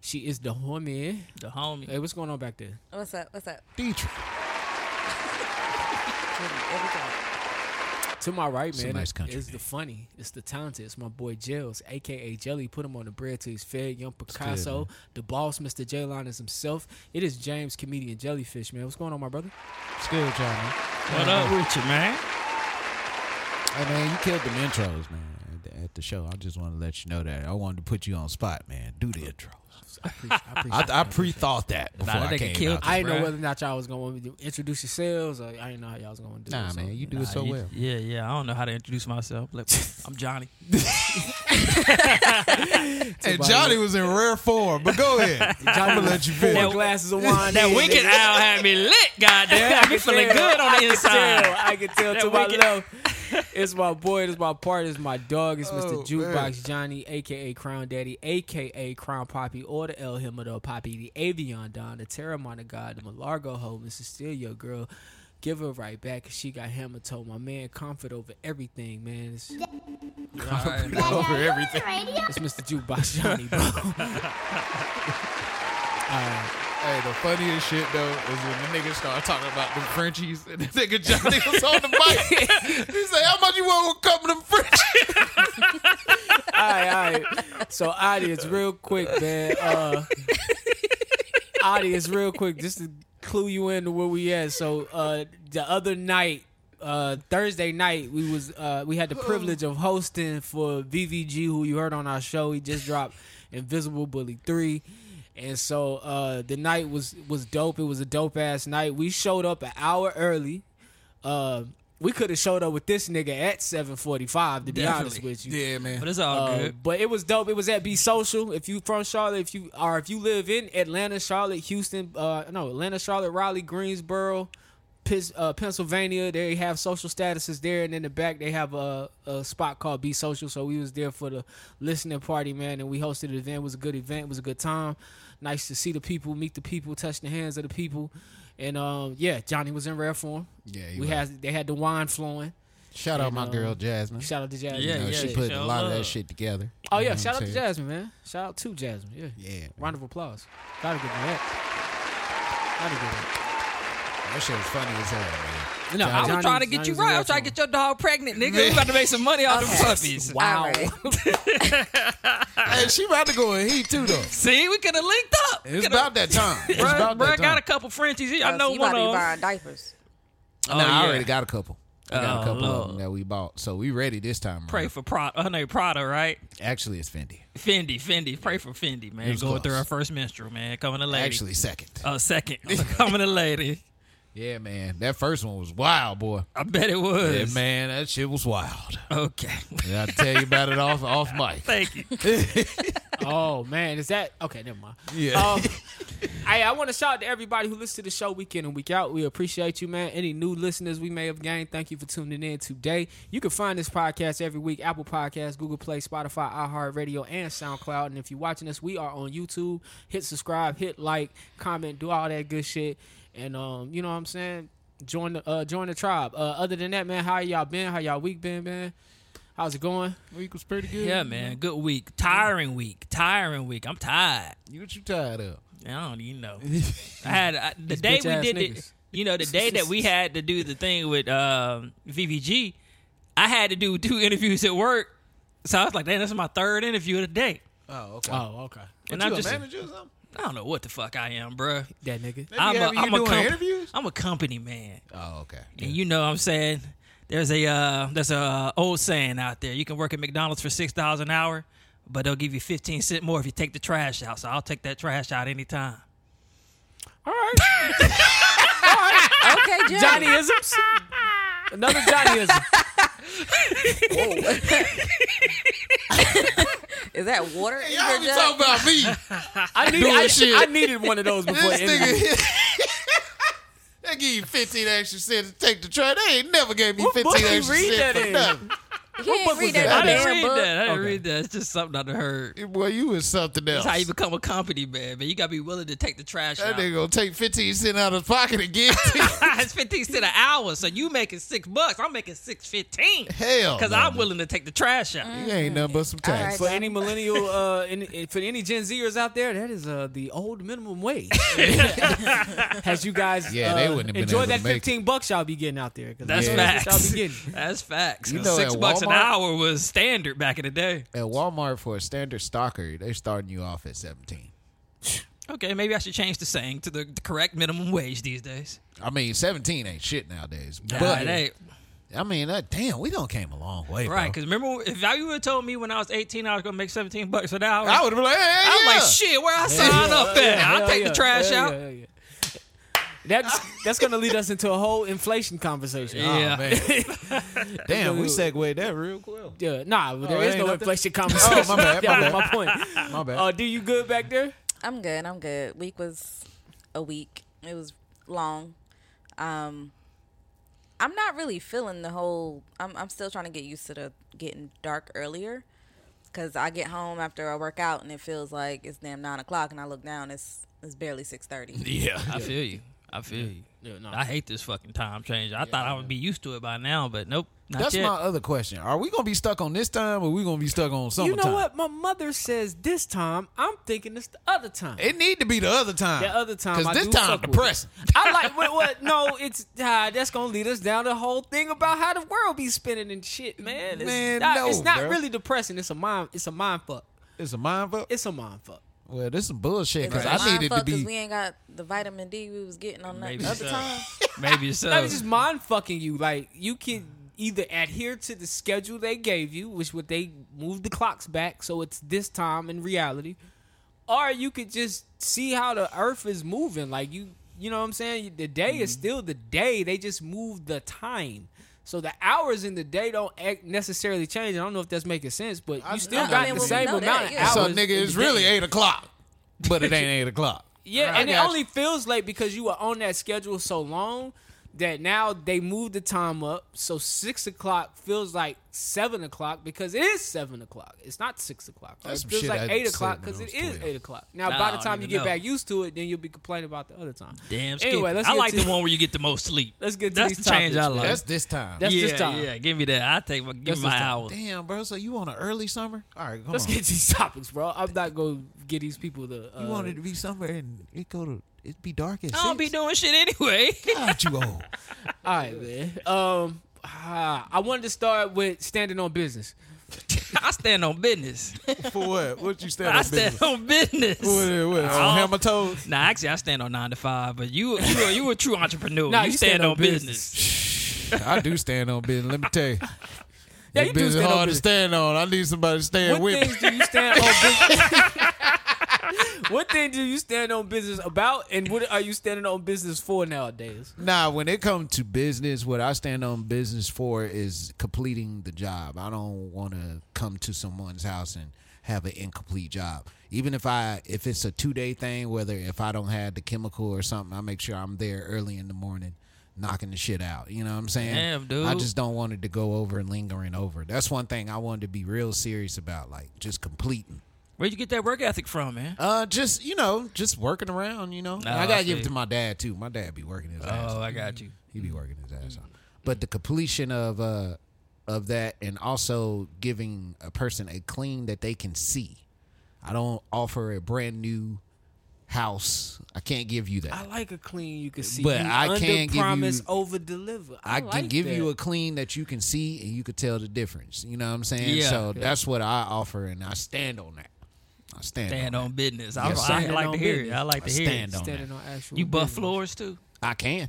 Speaker 5: She is the homie.
Speaker 1: The homie.
Speaker 5: Hey, what's going on back there?
Speaker 3: What's up? What's up?
Speaker 4: Detroit.
Speaker 5: To my right,
Speaker 4: a
Speaker 5: man,
Speaker 4: nice country
Speaker 5: it's the
Speaker 4: name.
Speaker 5: funny, it's the talented, it's my boy Jails, aka Jelly. Put him on the bread till he's fed. Young Picasso, the boss, Mr. J-Line is himself. It is James, comedian Jellyfish, man. What's going on, my brother?
Speaker 4: It's good, y'all, man.
Speaker 1: What up with you, man?
Speaker 4: Hey, man, you killed them intros, man, at the, at the show. I just want to let you know that. I wanted to put you on spot, man. Do the intros.
Speaker 5: I appreciate, I appreciate
Speaker 4: I, I pre-thought that before
Speaker 1: that
Speaker 4: I
Speaker 1: nigga
Speaker 4: came
Speaker 1: killed
Speaker 4: out.
Speaker 1: you.
Speaker 5: I didn't know
Speaker 1: Bruh.
Speaker 5: whether or not y'all was going to want me to introduce yourselves. Or I didn't know how y'all was going to do
Speaker 4: Nah,
Speaker 5: it. so-
Speaker 4: man, you do it so
Speaker 1: You-
Speaker 4: well.
Speaker 1: Yeah, yeah. I don't know how to introduce myself. Like, I'm Johnny.
Speaker 4: And Johnny was in rare form, but go ahead.
Speaker 5: Johnny
Speaker 4: I'ma let you finish.
Speaker 5: Four glasses of wine.
Speaker 1: That
Speaker 5: in,
Speaker 1: wicked
Speaker 5: nigga.
Speaker 1: owl had me lit, goddamn. I be feeling
Speaker 5: tell.
Speaker 1: good on the
Speaker 5: I can
Speaker 1: inside.
Speaker 5: tell. I can tell
Speaker 1: That
Speaker 5: to my
Speaker 1: wicked-
Speaker 5: left. It's my boy. It's my partner. It's my dog. It's Mr.
Speaker 4: Oh,
Speaker 5: Jukebox
Speaker 4: man.
Speaker 5: Johnny, aka Crown Daddy, aka Crown Poppy, or the El Him of the Poppy, the Avion Don, the Terramana God, the Malargo Ho, Mrs. Steal Your Girl. Give her right back 'cause she got hammer toe. My man, comfort over everything, man. It's,
Speaker 4: over everything.
Speaker 5: it's Mr. Jukebox Johnny, bro.
Speaker 4: Hey, the funniest shit though is when the niggas start talking about them Frenchies and the nigga Johnny was on the mic. he say, "How much you want to come to them Frenchies?"
Speaker 5: all right, all right. So audience, real quick, man. Uh, audience, real quick, just to clue you in to where we at. So uh, the other night, uh, Thursday night, we was uh, we had the privilege of hosting for VVG, who you heard on our show. He just dropped Invisible Bully Three. And so uh, the night was was dope. It was a dope ass night. We showed up an hour early. Uh, we could have showed up with this nigga at 7:45 to be honest
Speaker 1: Definitely.
Speaker 5: with you.
Speaker 4: Yeah, man. Um,
Speaker 1: But it's all
Speaker 5: Uh,
Speaker 1: good.
Speaker 5: but it was dope. It was at Be Social. If you from Charlotte, if you or if you live in Atlanta, Charlotte, Houston, uh, no Atlanta, Charlotte, Raleigh, Greensboro, Pis, uh, Pennsylvania, they have social statuses there, and in the back they have a, a spot called Be Social. So we was there for the listening party, man, and we hosted the event. It was a good event. It was a good time. Nice to see the people, meet the people, touch the hands of the people, and um, yeah, Johnny was in rare form.
Speaker 4: Yeah, he
Speaker 5: we
Speaker 4: was.
Speaker 5: had they had the wine flowing.
Speaker 4: Shout out
Speaker 5: And,
Speaker 4: my
Speaker 5: um,
Speaker 4: girl Jasmine.
Speaker 5: Shout out to Jasmine.
Speaker 1: Yeah,
Speaker 4: You know,
Speaker 1: yeah,
Speaker 4: she put a
Speaker 1: show
Speaker 4: lot of
Speaker 1: love.
Speaker 4: that shit together.
Speaker 5: Oh
Speaker 4: You
Speaker 5: yeah,
Speaker 4: know
Speaker 5: shout
Speaker 4: what
Speaker 5: out
Speaker 4: I'm
Speaker 5: to
Speaker 4: saying?
Speaker 5: Jasmine, man. Shout out to Jasmine. Yeah.
Speaker 4: Yeah, man.
Speaker 5: Round of applause. Gotta give them that. Gotta give them
Speaker 4: That shit was funny as hell, man.
Speaker 5: that. No,
Speaker 1: I was trying to get you right. I was trying to get your dog pregnant, nigga. We about to make some money off them
Speaker 3: Okay.
Speaker 1: puppies.
Speaker 5: Wow.
Speaker 3: All right.
Speaker 4: Uh, Hey, she about to go in heat too, though.
Speaker 1: See, we could have linked up.
Speaker 4: It's about that time. It's
Speaker 1: Bruh,
Speaker 4: about
Speaker 1: bruh,
Speaker 4: that
Speaker 1: I got a
Speaker 4: time.
Speaker 1: couple Frenchies. here. I know
Speaker 3: you
Speaker 1: one
Speaker 3: about to
Speaker 1: of
Speaker 3: be
Speaker 1: them.
Speaker 3: buying diapers.
Speaker 1: Oh,
Speaker 4: nah, I
Speaker 1: yeah.
Speaker 4: already got a couple. I got
Speaker 1: Oh,
Speaker 4: a couple
Speaker 1: Lord.
Speaker 4: of them that we bought, so we ready this time. around.
Speaker 1: Pray for Prada. Her name Prada, right?
Speaker 4: Actually, it's Fendi.
Speaker 1: Fendi, Fendi. Pray for Fendi, man.
Speaker 4: It was
Speaker 1: Going through
Speaker 4: close.
Speaker 1: her first menstrual, man. Coming to lady.
Speaker 4: Actually, second.
Speaker 1: uh, second. Coming to lady.
Speaker 4: Yeah, man. That first one was wild, boy.
Speaker 1: I bet it
Speaker 4: Yeah,
Speaker 1: was.
Speaker 4: man, that shit was wild.
Speaker 1: Okay.
Speaker 4: Yeah, I'll tell you about it off off mic.
Speaker 1: Thank you.
Speaker 5: Oh man, is that okay? Never mind.
Speaker 4: Yeah.
Speaker 5: Um, hey, I want to shout out to everybody who listens to the show week in and week out. We appreciate you, man. Any new listeners we may have gained, thank you for tuning in today. You can find this podcast every week: Apple Podcasts, Google Play, Spotify, iHeartRadio, and SoundCloud. And if you're watching us, we are on YouTube. Hit subscribe, hit like, comment, do all that good shit, and um, you know what I'm saying. Join the uh, join the tribe. Uh, other than that, man, how y'all been? How y'all week been, man? How's it going?
Speaker 4: Week was pretty good.
Speaker 1: Yeah, man. Good week. Tiring week. Tiring week. I'm tired.
Speaker 4: You what you tired of?
Speaker 1: I don't even know. I had I, the day we
Speaker 5: bitch-ass
Speaker 1: did
Speaker 5: niggas.
Speaker 1: it. You know, the day that we had to do the thing with um, VVG, I had to do two interviews at work. So I was like, "Damn, this is my third interview of the day."
Speaker 4: Oh, okay.
Speaker 5: Oh, okay.
Speaker 1: And
Speaker 4: you
Speaker 1: I'm
Speaker 4: a
Speaker 1: just,
Speaker 4: manager or something?
Speaker 1: I don't know what the fuck I am, bruh.
Speaker 5: That
Speaker 4: Maybe
Speaker 5: nigga.
Speaker 4: you have- you doing
Speaker 1: comp-
Speaker 4: interviews?
Speaker 1: I'm a company man,
Speaker 4: Oh, okay.
Speaker 1: and you know what I'm saying there's a uh, there's a uh, old saying out there. You can work at McDonald's for six dollars an hour, but they'll give you fifteen cent more if you take the trash out. So I'll take that trash out anytime.
Speaker 5: All right.
Speaker 3: Okay, Johnny.
Speaker 5: Johnnyisms. Another Johnnyism.
Speaker 3: Is that water? in
Speaker 4: Y'all
Speaker 3: your
Speaker 4: be
Speaker 3: jug?
Speaker 4: talking about me.
Speaker 5: I needed,
Speaker 4: Doing
Speaker 5: I,
Speaker 4: shit.
Speaker 5: I needed one of those before.
Speaker 4: this
Speaker 5: interview.
Speaker 4: nigga. They give you 15 extra cents to take the train. They ain't never gave me
Speaker 5: What
Speaker 4: 15
Speaker 5: book you
Speaker 4: extra
Speaker 5: read that
Speaker 4: cents for
Speaker 5: in?
Speaker 4: nothing.
Speaker 3: He ain't
Speaker 5: book was
Speaker 3: read
Speaker 5: that?
Speaker 3: that no
Speaker 1: I didn't
Speaker 3: damn
Speaker 1: read
Speaker 3: book.
Speaker 1: that. I didn't
Speaker 5: Okay.
Speaker 1: read that. It's just something I heard.
Speaker 4: Boy, you was something else.
Speaker 1: That's how you become a company man, man. You gotta be willing to take the trash
Speaker 4: that
Speaker 1: out.
Speaker 4: nigga gonna take 15 cents out of his pocket and give it to you.
Speaker 1: it's fifteen cent an hour, so you making six bucks. I'm making six fifteen.
Speaker 4: Hell
Speaker 1: Because
Speaker 4: no, Mm.
Speaker 1: I'm
Speaker 4: dude.
Speaker 1: willing to take the trash out.
Speaker 4: You ain't nothing but some
Speaker 3: right.
Speaker 4: tax.
Speaker 5: For any millennial, uh, any, for any Gen Zers out there, that is uh, the old minimum wage. Has you guys
Speaker 4: Yeah,
Speaker 5: uh,
Speaker 4: they wouldn't have been
Speaker 5: enjoyed
Speaker 4: able
Speaker 5: that
Speaker 4: to make it.
Speaker 5: fifteen bucks y'all be getting out there? 'cause
Speaker 1: That's
Speaker 5: what
Speaker 1: facts.
Speaker 5: Y'all be getting.
Speaker 1: That's facts.
Speaker 4: You know
Speaker 1: Six
Speaker 4: at
Speaker 1: bucks an
Speaker 4: Walmart-
Speaker 1: hour was standard back in the day.
Speaker 4: At Walmart for a standard stalker, they're starting you off at 17.
Speaker 1: Okay, maybe I should change the saying to the, the correct minimum wage these days.
Speaker 4: I mean, 17 ain't shit nowadays. But,
Speaker 1: Nah, it ain't.
Speaker 4: I mean, uh, damn, we done came a long way,
Speaker 1: right?
Speaker 4: bro.
Speaker 1: Because remember, if you would have told me when I was 18 I was gonna make 17 bucks an hour,
Speaker 4: I would have been like, hey,
Speaker 1: I was
Speaker 4: yeah.
Speaker 1: like, shit, where I sign up at? I'll
Speaker 5: Hell
Speaker 1: take
Speaker 5: yeah,
Speaker 1: the trash
Speaker 5: hell
Speaker 1: out.
Speaker 5: yeah, hell yeah. That's that's gonna lead us into a whole inflation conversation.
Speaker 1: Yeah.
Speaker 4: Oh, man. Damn, we segued that real quick.
Speaker 5: Yeah, nah, there
Speaker 4: Oh,
Speaker 5: is
Speaker 4: ain't
Speaker 5: no
Speaker 4: nothing?
Speaker 5: inflation conversation.
Speaker 4: Oh, my bad, my
Speaker 5: Yeah,
Speaker 4: bad.
Speaker 5: my point.
Speaker 4: My bad.
Speaker 5: Uh, do you good back there?
Speaker 3: I'm good. I'm good. Week was a week. It was long. Um, I'm not really feeling the whole. I'm I'm still trying to get used to the getting dark earlier, because I get home after I work out and it feels like it's damn nine o'clock and I look down it's it's barely six thirty.
Speaker 1: Yeah, I feel you. I feel you.
Speaker 5: Yeah, no.
Speaker 1: I hate this fucking time change. I thought I would be used to it by now, but nope, not
Speaker 4: That's
Speaker 1: yet.
Speaker 4: my other question. Are we gonna be stuck on this time, or we gonna be stuck on
Speaker 5: You
Speaker 4: summertime?
Speaker 5: know what? My mother says this time. I'm thinking it's the other time.
Speaker 4: It need to be the other time.
Speaker 5: The other time, I
Speaker 4: because this
Speaker 5: do
Speaker 4: time
Speaker 5: fuck with
Speaker 4: depressing.
Speaker 5: I like what? what no, it's ah, that's gonna lead us down the whole thing about how the world be spinning and shit, man. It's
Speaker 4: Man,
Speaker 5: not,
Speaker 4: no,
Speaker 5: it's not
Speaker 4: bro.
Speaker 5: really depressing. It's a mind. It's a mind fuck.
Speaker 4: It's a mind fuck.
Speaker 5: It's a mind fuck.
Speaker 4: Well, this is bullshit because
Speaker 3: It's a
Speaker 4: I needed to
Speaker 3: mindfuck 'cause
Speaker 4: be.
Speaker 3: we ain't got the vitamin D we was getting on that
Speaker 1: Maybe
Speaker 3: other
Speaker 1: so.
Speaker 3: time.
Speaker 1: Maybe uh, so.
Speaker 5: Not just mind fucking you. Like you can either adhere to the schedule they gave you, which would they move the clocks back so it's this time in reality, or you could just see how the Earth is moving. Like you, you know what I'm saying. The day is still the day. They just move the time. So the hours in the day don't act necessarily change. I don't know if that's making sense, but you still
Speaker 3: I
Speaker 5: got
Speaker 3: mean,
Speaker 5: the
Speaker 3: well, we
Speaker 5: same
Speaker 3: know
Speaker 5: amount
Speaker 3: that,
Speaker 5: of
Speaker 3: yeah.
Speaker 5: hours.
Speaker 4: So nigga,
Speaker 5: in
Speaker 4: it's
Speaker 5: the day.
Speaker 4: really eight o'clock, but it ain't eight o'clock.
Speaker 5: Yeah,
Speaker 4: Right.
Speaker 5: and
Speaker 4: I
Speaker 5: it
Speaker 4: got
Speaker 5: only feels late because you were on that schedule so long that now they moved the time up. So six o'clock feels like seven o'clock because it is seven o'clock. It's not six o'clock. Right?
Speaker 4: That's
Speaker 5: It
Speaker 4: some
Speaker 5: feels
Speaker 4: shit
Speaker 5: like
Speaker 4: I
Speaker 5: eight
Speaker 4: said
Speaker 5: o'clock
Speaker 4: when I
Speaker 5: because it
Speaker 4: was
Speaker 5: is
Speaker 4: 12.
Speaker 5: eight o'clock. Now,
Speaker 1: Nah,
Speaker 5: by
Speaker 1: I
Speaker 5: the
Speaker 1: don't
Speaker 5: time you
Speaker 1: even
Speaker 5: get
Speaker 1: know.
Speaker 5: back used to it, then you'll be complaining about the other time.
Speaker 1: Damn skip.
Speaker 5: Anyway, let's
Speaker 1: I
Speaker 5: get
Speaker 1: like
Speaker 5: to-
Speaker 1: the one where you get the most sleep.
Speaker 5: Let's get to
Speaker 1: That's
Speaker 5: these
Speaker 1: the change I
Speaker 5: topics, man.
Speaker 1: like.
Speaker 4: That's this time.
Speaker 5: That's
Speaker 1: yeah,
Speaker 5: this time.
Speaker 1: yeah. Give me that. I take my give
Speaker 5: That's
Speaker 1: me my
Speaker 5: this time.
Speaker 1: hours.
Speaker 4: Damn, bro. So you on an early summer? All right, come
Speaker 5: Let's
Speaker 4: on.
Speaker 5: get to these topics, bro. I'm not gonna get these people to. Uh,
Speaker 4: you wanted to be somewhere and it go to it be dark at
Speaker 1: I don't be
Speaker 4: six.
Speaker 1: doing shit anyway.
Speaker 4: God, you old.
Speaker 5: uh, All right, man. Um, ah, I wanted to start with standing on business.
Speaker 1: I stand on business.
Speaker 4: For what? What you stand
Speaker 1: I stand on business.
Speaker 4: on
Speaker 1: Oh.
Speaker 4: hammer toes?
Speaker 1: Nah, actually, I stand on nine to five. But you, you, are, you a true entrepreneur.
Speaker 5: Nah,
Speaker 1: Oh, you, stand, on business.
Speaker 4: I do stand on business. Let me tell you.
Speaker 5: Yeah,
Speaker 4: This
Speaker 5: you do
Speaker 4: business
Speaker 5: stand on
Speaker 4: hard
Speaker 5: business.
Speaker 4: to stand on. I need somebody to stand
Speaker 5: What
Speaker 4: with me.
Speaker 5: things do you stand on business? what thing do you stand on business about, and what are you standing on business for nowadays?
Speaker 4: Nah, when it comes to business, what I stand on business for is completing the job. I don't want to come to someone's house and have an incomplete job. Even if I if it's a two day thing, whether if I don't have the chemical or something, I make sure I'm there early in the morning, knocking the shit out. You know what I'm saying?
Speaker 1: Damn, dude.
Speaker 4: I just don't want it to go over and lingering over. That's one thing I wanted to be real serious about, like just completing.
Speaker 1: Where'd you get that work ethic from, man?
Speaker 4: Uh, just you know, just working around. You know, And
Speaker 1: Oh,
Speaker 4: I gotta
Speaker 1: I
Speaker 4: give
Speaker 1: see.
Speaker 4: it to my dad too. My dad be working his ass.
Speaker 1: Oh,
Speaker 4: off.
Speaker 1: I got you.
Speaker 4: He be working his ass off. But the completion of uh of that and also giving a person a clean that they can see. I don't offer a brand new house. I can't give you that.
Speaker 5: I
Speaker 4: I,
Speaker 5: like a clean you can see,
Speaker 4: But
Speaker 5: You
Speaker 4: I can give
Speaker 5: promise,
Speaker 4: you-
Speaker 5: over deliver. I,
Speaker 4: can
Speaker 5: like
Speaker 4: give
Speaker 5: that.
Speaker 4: you a clean that you can see and you can tell the difference. You know what I'm saying?
Speaker 1: Yeah.
Speaker 4: so that's what I offer and I stand on that. I stand,
Speaker 1: Stand
Speaker 4: on,
Speaker 1: on business. I,
Speaker 4: Yes,
Speaker 1: I,
Speaker 5: sir.
Speaker 1: like to
Speaker 5: Stand
Speaker 1: hear
Speaker 5: on
Speaker 1: it. I like to
Speaker 4: I
Speaker 1: hear
Speaker 4: stand
Speaker 1: it.
Speaker 4: on
Speaker 5: standing on actual.
Speaker 1: You buff
Speaker 5: business.
Speaker 1: floors too?
Speaker 4: that. I can.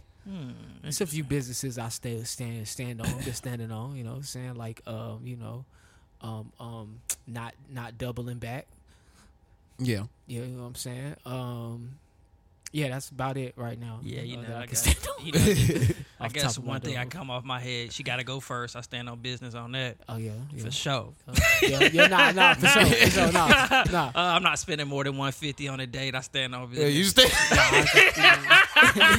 Speaker 5: It's a few businesses I stay stand stand on. Just standing on. You know, what I'm saying like um, you know, um, um, not not doubling back.
Speaker 4: Yeah.
Speaker 5: You know what I'm saying? Um, yeah, that's about it right now.
Speaker 1: Yeah, you
Speaker 5: uh,
Speaker 1: know,
Speaker 5: that
Speaker 1: Oh, I,
Speaker 5: I can
Speaker 1: got-
Speaker 5: stand on.
Speaker 1: you know, I
Speaker 5: Off top
Speaker 1: guess
Speaker 5: of my
Speaker 1: one thing I
Speaker 5: dome.
Speaker 1: come off my head. She got to go first. I stand on business on that
Speaker 5: Oh yeah, yeah.
Speaker 1: for sure.
Speaker 5: yeah, yeah, nah, nah, for sure, for sure, nah, nah.
Speaker 1: Uh, I'm not spending more than 150 on a date. I stand on business.
Speaker 4: stand.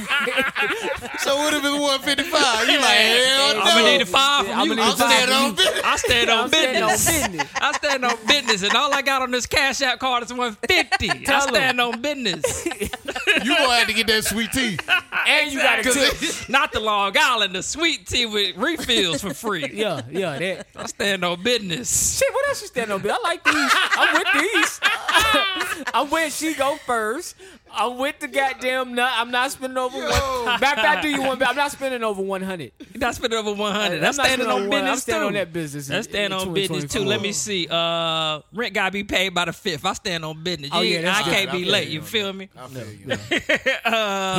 Speaker 4: so would have been 155. You like hell
Speaker 1: I'm gonna need a five from
Speaker 5: I'm
Speaker 1: you.
Speaker 5: gonna need
Speaker 1: I
Speaker 5: a five
Speaker 1: stand
Speaker 5: from
Speaker 1: on
Speaker 5: you.
Speaker 1: business. I stand on
Speaker 5: standing on
Speaker 1: business.
Speaker 5: business.
Speaker 1: I stand on business, and all I got on this cash app card is 150. I
Speaker 5: Tell 'em.
Speaker 1: stand on business,
Speaker 4: You gonna have to get that sweet tea.
Speaker 5: and you got a tip.
Speaker 1: not the Long Island, the sweet tea with refills for free.
Speaker 5: Yeah, yeah, that.
Speaker 1: I stand on business.
Speaker 5: Shit, what else you stand on? Bill? I like these. I'm with these. I'm with she go first. I'm with the goddamn nut. I'm not spending over one. Back back do you one. but I'm not spending over one hundred.
Speaker 1: You're not spending over 100.
Speaker 5: I'm
Speaker 1: I'm,
Speaker 5: not
Speaker 1: standing
Speaker 5: spending
Speaker 1: on
Speaker 5: over
Speaker 1: business
Speaker 5: 100. I'm standing
Speaker 1: too.
Speaker 5: on that business in-
Speaker 1: I stand
Speaker 5: in
Speaker 1: on business too.
Speaker 5: 2024.
Speaker 1: Let me see. Uh, rent gotta be paid by the fifth. I stand on business.
Speaker 5: Oh,
Speaker 1: You
Speaker 5: yeah,
Speaker 1: ain't-
Speaker 5: that's
Speaker 1: I
Speaker 5: good.
Speaker 1: can't
Speaker 5: I
Speaker 1: be
Speaker 5: feel
Speaker 1: late.
Speaker 5: you
Speaker 1: You
Speaker 5: on
Speaker 1: feel me?
Speaker 4: I feel you.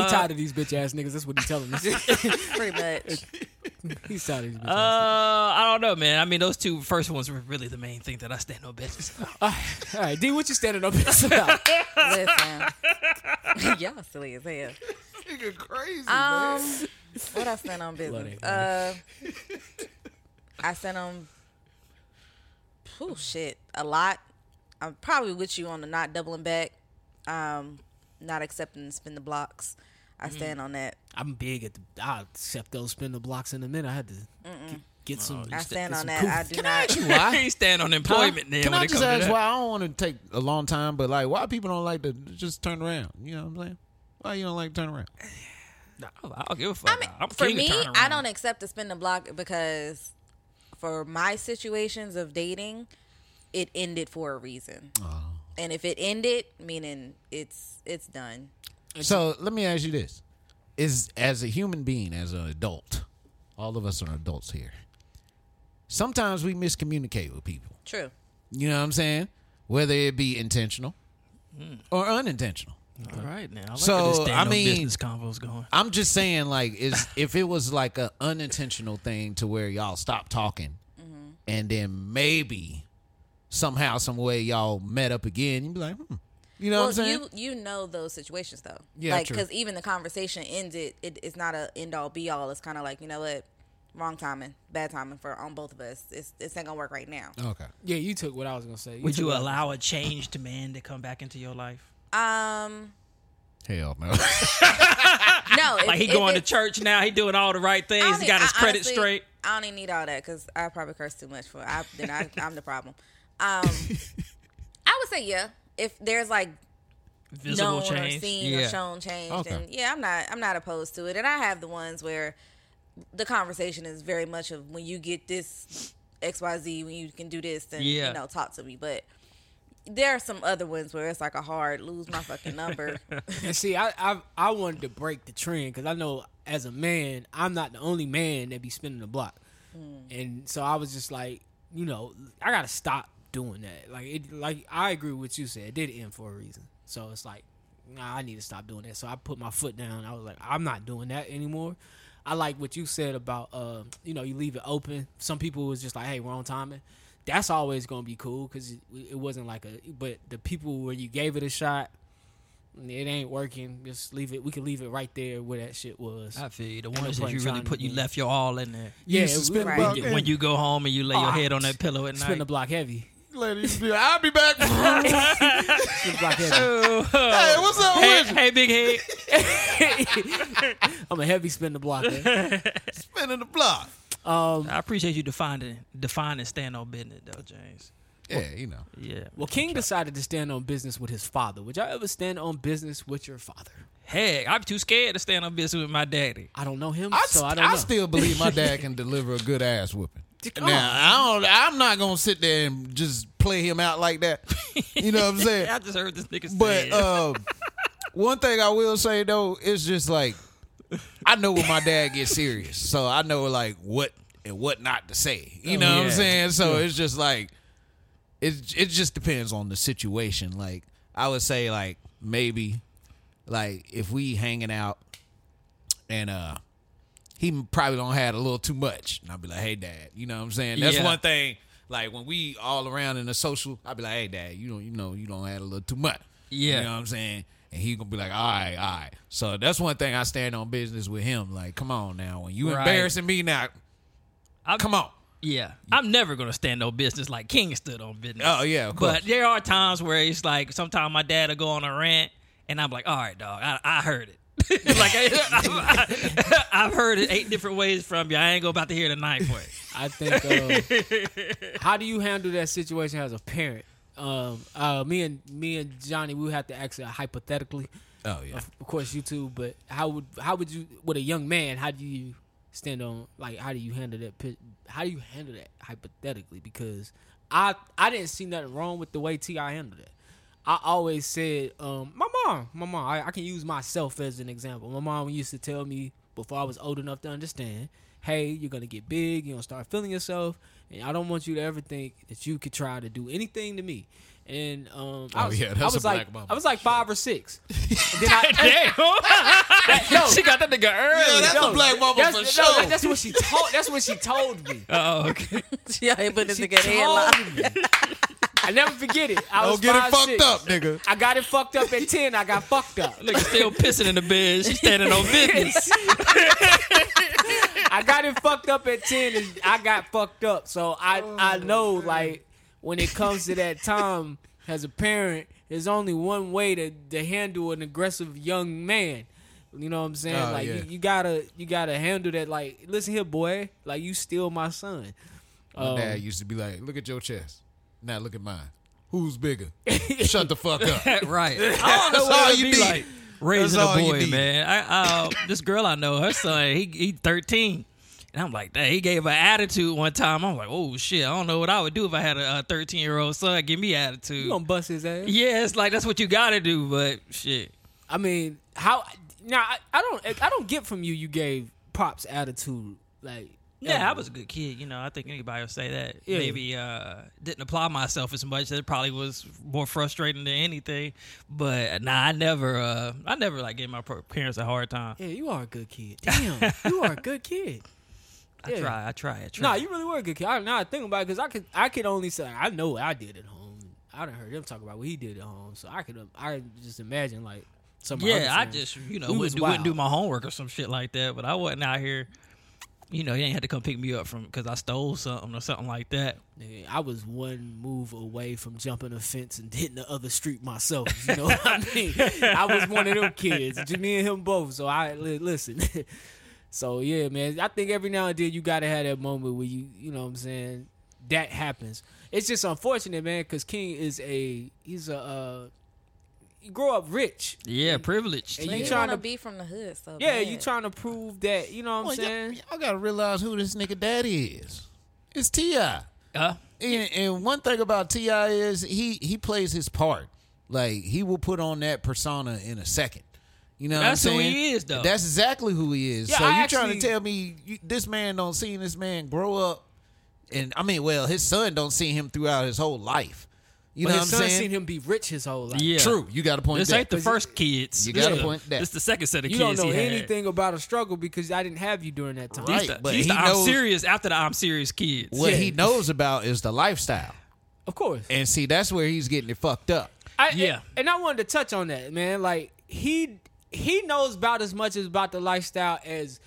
Speaker 5: he tired of these bitch ass niggas. That's what he telling us.
Speaker 3: Pretty much.
Speaker 5: He's tired of these bitch
Speaker 1: Uh,
Speaker 5: ass.
Speaker 1: I don't know, man. I mean, those two first ones were really the main thing that I stand on business. about.
Speaker 5: All right, D, what you standing on business about?
Speaker 3: Listen. Y'all silly as hell.
Speaker 4: crazy.
Speaker 3: Um, what I stand on
Speaker 5: Bloody
Speaker 3: business? Uh, I stand on. Oh shit, a lot. I'm probably with you on the not doubling back, um, not accepting to spin the blocks. I
Speaker 5: Mm-hmm.
Speaker 3: stand on that.
Speaker 5: I'm big at the. I'll accept those spin the blocks in a minute. I had to get, get some.
Speaker 3: I stand on
Speaker 5: get some
Speaker 3: that.
Speaker 5: coof.
Speaker 3: I do not.
Speaker 1: he stand on employment then
Speaker 4: Can
Speaker 1: when
Speaker 4: I
Speaker 1: it comes
Speaker 4: just
Speaker 1: to
Speaker 4: ask
Speaker 1: that.
Speaker 4: why I don't want to take a long time, but like why people don't like to just turn around? You know what I'm saying? Why you don't like to turn around?
Speaker 1: No, I don't give a fuck.
Speaker 3: I mean,
Speaker 1: am
Speaker 3: for me, I don't accept to spin the block because for my situations of dating, it ended for a reason.
Speaker 4: Oh.
Speaker 3: And if it ended, meaning it's it's done.
Speaker 4: So let me ask you this: Is as a human being, as an adult, all of us are adults here. Sometimes we miscommunicate with people.
Speaker 3: True.
Speaker 4: You know what I'm saying? Whether it be intentional
Speaker 1: Hmm.
Speaker 4: or unintentional.
Speaker 1: All right now. I like
Speaker 4: So,
Speaker 1: where this stand
Speaker 4: I
Speaker 1: on
Speaker 4: mean-
Speaker 1: business convo's going.
Speaker 4: I'm just saying, like, is if it was like an unintentional thing to where y'all stop talking, and then maybe somehow, some way, y'all met up again, you'd be like, hmm. you know what I'm
Speaker 3: Well,
Speaker 4: saying?
Speaker 3: you you know those situations though,
Speaker 4: Yeah,
Speaker 3: like
Speaker 4: true.
Speaker 3: because even the conversation ended. It, it's not a end all be all. It's kind of like you know what, Wrong timing, bad timing for on both of us. It's this ain't gonna work right now.
Speaker 4: Okay.
Speaker 5: Yeah, you took what I was gonna say.
Speaker 1: Would
Speaker 5: took
Speaker 1: you
Speaker 5: what I-
Speaker 1: allow a changed man to come back into your life?
Speaker 3: Um,
Speaker 4: Hell no.
Speaker 3: no, if-
Speaker 1: Like he
Speaker 3: if
Speaker 1: going to
Speaker 3: it-
Speaker 1: church now, he doing all the right
Speaker 3: I
Speaker 1: things,
Speaker 3: don't
Speaker 1: he got
Speaker 3: need-
Speaker 1: his
Speaker 3: I
Speaker 1: credit
Speaker 3: honestly-
Speaker 1: straight.
Speaker 3: I don't even need all that because I probably curse too much for. I then I, I'm the problem. Um, I would say yeah. If there's like
Speaker 1: Visible
Speaker 3: known or
Speaker 1: change.
Speaker 3: seen or
Speaker 1: Yeah.
Speaker 3: shown change,
Speaker 4: Okay.
Speaker 3: and yeah, I'm not I'm not opposed to it. And I have the ones where the conversation is very much of when you get this X Y Z, when you can do this, then
Speaker 1: Yeah.
Speaker 3: you know talk to me. But there are some other ones where it's like a hard lose my fucking number.
Speaker 5: And see, I, I I wanted to break the trend because I know as a man, I'm not the only man that be spinning the block, and so I was just like, you know, I gotta stop doing that. Like, it, like I agree with what you said. It did end for a reason, so it's like, nah, I need to stop doing that. So I put my foot down. I was like, I'm not doing that anymore. I like what you said about, uh, you know, you leave it open. Some people was just like, hey, wrong timing. That's always gonna be cool because it, it wasn't like a. But the people where you gave it a shot, it ain't working. Just leave it. We can leave it right there where that shit was.
Speaker 1: I feel you. The
Speaker 5: no
Speaker 1: ones that
Speaker 5: point
Speaker 1: you really
Speaker 5: trying to
Speaker 1: put, you
Speaker 5: be-
Speaker 1: left your all in there.
Speaker 5: yeah,
Speaker 4: used to
Speaker 5: we-
Speaker 4: spin
Speaker 3: right.
Speaker 4: the block.
Speaker 1: When you go home and you lay
Speaker 5: Oh,
Speaker 1: your
Speaker 5: I-
Speaker 1: head on that pillow at
Speaker 5: spin
Speaker 1: night.
Speaker 5: the block heavy.
Speaker 4: Ladies be like, I'll be back. hey,
Speaker 5: Spin the block heavy.
Speaker 4: what's up
Speaker 1: hey,
Speaker 4: with you?
Speaker 1: hey, big head.
Speaker 5: I'm a heavy spin the block. man.
Speaker 4: Spinning the block.
Speaker 5: Um,
Speaker 1: I appreciate you defining defining stand on business though, James.
Speaker 4: Yeah, you know.
Speaker 1: Yeah.
Speaker 5: well, King decided to stand on business with his father. Would y'all ever stand on business with your father?
Speaker 1: Heck, I'm too scared to stand on business with my daddy.
Speaker 5: I don't know him,
Speaker 4: I,
Speaker 5: so I
Speaker 4: st-
Speaker 5: don't
Speaker 4: I
Speaker 5: know.
Speaker 4: still believe my dad can deliver a good ass whooping.
Speaker 5: Come
Speaker 4: Now I don't. I'm not gonna sit there and just play him out like that. You know what I'm saying?
Speaker 1: I just heard this nigga say
Speaker 4: But
Speaker 1: it.
Speaker 4: uh, one thing I will say though is just like I know when my dad gets serious, so I know like what and what not to say. You know what
Speaker 1: yeah.
Speaker 4: I'm saying? So it's just like it. It just depends on the situation. Like I would say, like maybe like if we hanging out and uh he probably don't had a little too much and i'll be like hey dad you know what i'm saying that's
Speaker 1: Yeah.
Speaker 4: one thing like when we all around in the social i'll be like hey dad you don't you know you don't have a little too much
Speaker 1: Yeah.
Speaker 4: you know what i'm saying and he gonna be like all right all right so that's one thing i stand on business with him like come on now when you
Speaker 1: Right.
Speaker 4: embarrassing me now
Speaker 1: I'm-
Speaker 4: come on
Speaker 1: Yeah, I'm never gonna stand no business like King stood on business.
Speaker 4: Oh, yeah, of course.
Speaker 1: But there are times where it's like sometimes my dad will go on a rant, and I'm like, all right, dog, I, I heard it. like I, I, have heard it eight different ways from you. I ain't go about to hear the ninth way.
Speaker 5: I think. Uh, how do you handle that situation as a parent? Um, uh, me and me and Johnny, we would have to ask uh, hypothetically.
Speaker 4: oh yeah
Speaker 5: Of, of course, you too. But how would how would you with a young man? How do you stand on like how do you handle that? pi- How do you handle that hypothetically? Because I I didn't see nothing wrong with the way Ti handled it. I always said, um, my mom, my mom. I, I can use myself as an example. My mom used to tell me before I was old enough to understand, "Hey, you're gonna get big. You're gonna start feeling yourself, and I don't want you to ever think that you could try to do anything to me." And um,
Speaker 4: Oh,
Speaker 5: I was,
Speaker 4: yeah, that's
Speaker 5: I
Speaker 4: a
Speaker 5: was like,
Speaker 4: black mama.
Speaker 5: I was like five or six. And then I,
Speaker 1: Damn, she got that nigga early.
Speaker 4: that's
Speaker 5: no,
Speaker 4: a black mama
Speaker 5: that's,
Speaker 4: for
Speaker 5: no,
Speaker 4: sure
Speaker 5: that- that's what she told. That's what she told me.
Speaker 1: Oh, okay.
Speaker 3: yeah, he put this
Speaker 5: She
Speaker 3: nigga in headlock.
Speaker 5: told me. I never forget it. I was
Speaker 4: don't get it
Speaker 5: five,
Speaker 4: fucked
Speaker 5: six.
Speaker 4: up nigga
Speaker 5: I got it fucked up at ten. I got fucked up.
Speaker 1: Nigga still pissing in the bed. She's standing on business.
Speaker 5: I got it fucked up at ten, and I got fucked up. So I
Speaker 4: Oh
Speaker 5: I know like when it comes to that time as a parent, there's only one way to to handle an aggressive young man. You know what I'm saying?
Speaker 4: Oh,
Speaker 5: like
Speaker 4: yeah.
Speaker 5: you, you gotta you gotta handle that. Like listen here, boy. Like you still my son.
Speaker 4: my dad used to be like look at your chest now look at mine who's bigger shut the fuck up
Speaker 1: right. I don't know
Speaker 4: That's
Speaker 1: what
Speaker 4: all
Speaker 1: it'd
Speaker 4: you
Speaker 1: be
Speaker 4: need.
Speaker 1: like raising
Speaker 4: That's
Speaker 1: a
Speaker 4: all you
Speaker 1: boy,
Speaker 4: need.
Speaker 1: man. I, uh, this girl I know, her son, he he thirteen, and I'm like, dang, he gave her attitude one time. I'm like, oh shit, I don't know what I would do if I had a thirteen year old son give me attitude.
Speaker 5: You gonna bust his ass?
Speaker 1: yeah, it's like that's what you gotta do, but shit.
Speaker 5: I mean, how? Now I, I don't I don't get from you. You gave props attitude like.
Speaker 1: Yeah, I
Speaker 5: ever.
Speaker 1: was a good kid. You know, I think anybody would say that.
Speaker 5: Yeah.
Speaker 1: Maybe uh, didn't apply myself as much. That probably was more frustrating than anything. But nah, I never, uh, I never like gave my pro- parents a hard time.
Speaker 5: Yeah, you are a good kid. Damn, you are a good kid.
Speaker 1: I
Speaker 5: Yeah.
Speaker 1: try, I try, I try.
Speaker 5: Nah, you really were a good kid. I, now I think about it, because I could I could only say I know what I did at home. I done heard him talk about what he did at home, so I could I just imagine like some. of my
Speaker 1: Yeah,
Speaker 5: other
Speaker 1: I
Speaker 5: friends.
Speaker 1: just you know
Speaker 5: We was
Speaker 1: wouldn't do, wouldn't do
Speaker 5: wild.
Speaker 1: my homework or some shit like that. But I wasn't out here you know, he ain't had to come pick me up from because I stole something or something like that.
Speaker 5: Nigga, I was one move away from jumping a fence and hitting the other street myself. You know what I mean? I was one of them kids. Just me and him both. So I li- listen. so yeah, man. I think every now and then you gotta have that moment where you, you know, what I'm saying that happens. It's just unfortunate, man, because King is a he's a uh, you grow up rich.
Speaker 1: Yeah, privileged.
Speaker 5: And
Speaker 3: But
Speaker 5: you
Speaker 3: you
Speaker 5: trying
Speaker 3: trying
Speaker 5: to-
Speaker 3: to be from the hood, so
Speaker 5: Yeah,
Speaker 3: bad.
Speaker 5: you trying to prove that. You know what I'm
Speaker 4: Well, y'all,
Speaker 5: saying?
Speaker 4: y'all gotta realize who this nigga daddy is. It's Ti.
Speaker 1: Uh,
Speaker 4: And, and one thing about Ti is he he plays his part. Like he will put on that persona in a second. You know,
Speaker 1: That's who
Speaker 4: what I'm saying?
Speaker 1: he is, though.
Speaker 4: That's exactly who he is.
Speaker 5: Yeah,
Speaker 4: so
Speaker 5: I
Speaker 4: you trying to
Speaker 5: actually-
Speaker 4: tell me you, this man don't see this man grow up, and I mean, well, his son don't see him throughout his whole life. You
Speaker 5: But
Speaker 4: know
Speaker 5: his
Speaker 4: what I'm
Speaker 5: son
Speaker 4: saying?
Speaker 5: seen him be rich his whole life.
Speaker 1: yeah,
Speaker 4: True, you got a point.
Speaker 1: This
Speaker 4: there.
Speaker 1: ain't the first kids.
Speaker 4: You
Speaker 1: This
Speaker 4: gotta
Speaker 1: the-
Speaker 4: point that.
Speaker 1: This the second set of
Speaker 5: You don't
Speaker 1: kids.
Speaker 5: know
Speaker 1: he had.
Speaker 5: anything about a struggle because I didn't have you during that time.
Speaker 4: Right.
Speaker 1: He's the,
Speaker 4: but
Speaker 1: he's
Speaker 4: he
Speaker 1: the I'm
Speaker 4: knows-
Speaker 1: serious after the I'm serious kids.
Speaker 4: what
Speaker 5: Yeah.
Speaker 4: he knows about is the lifestyle,
Speaker 5: Of course.
Speaker 4: and see that's where he's getting it fucked up.
Speaker 5: I,
Speaker 1: Yeah.
Speaker 5: And I wanted to touch on that, man. Like he he knows about as much as about the lifestyle as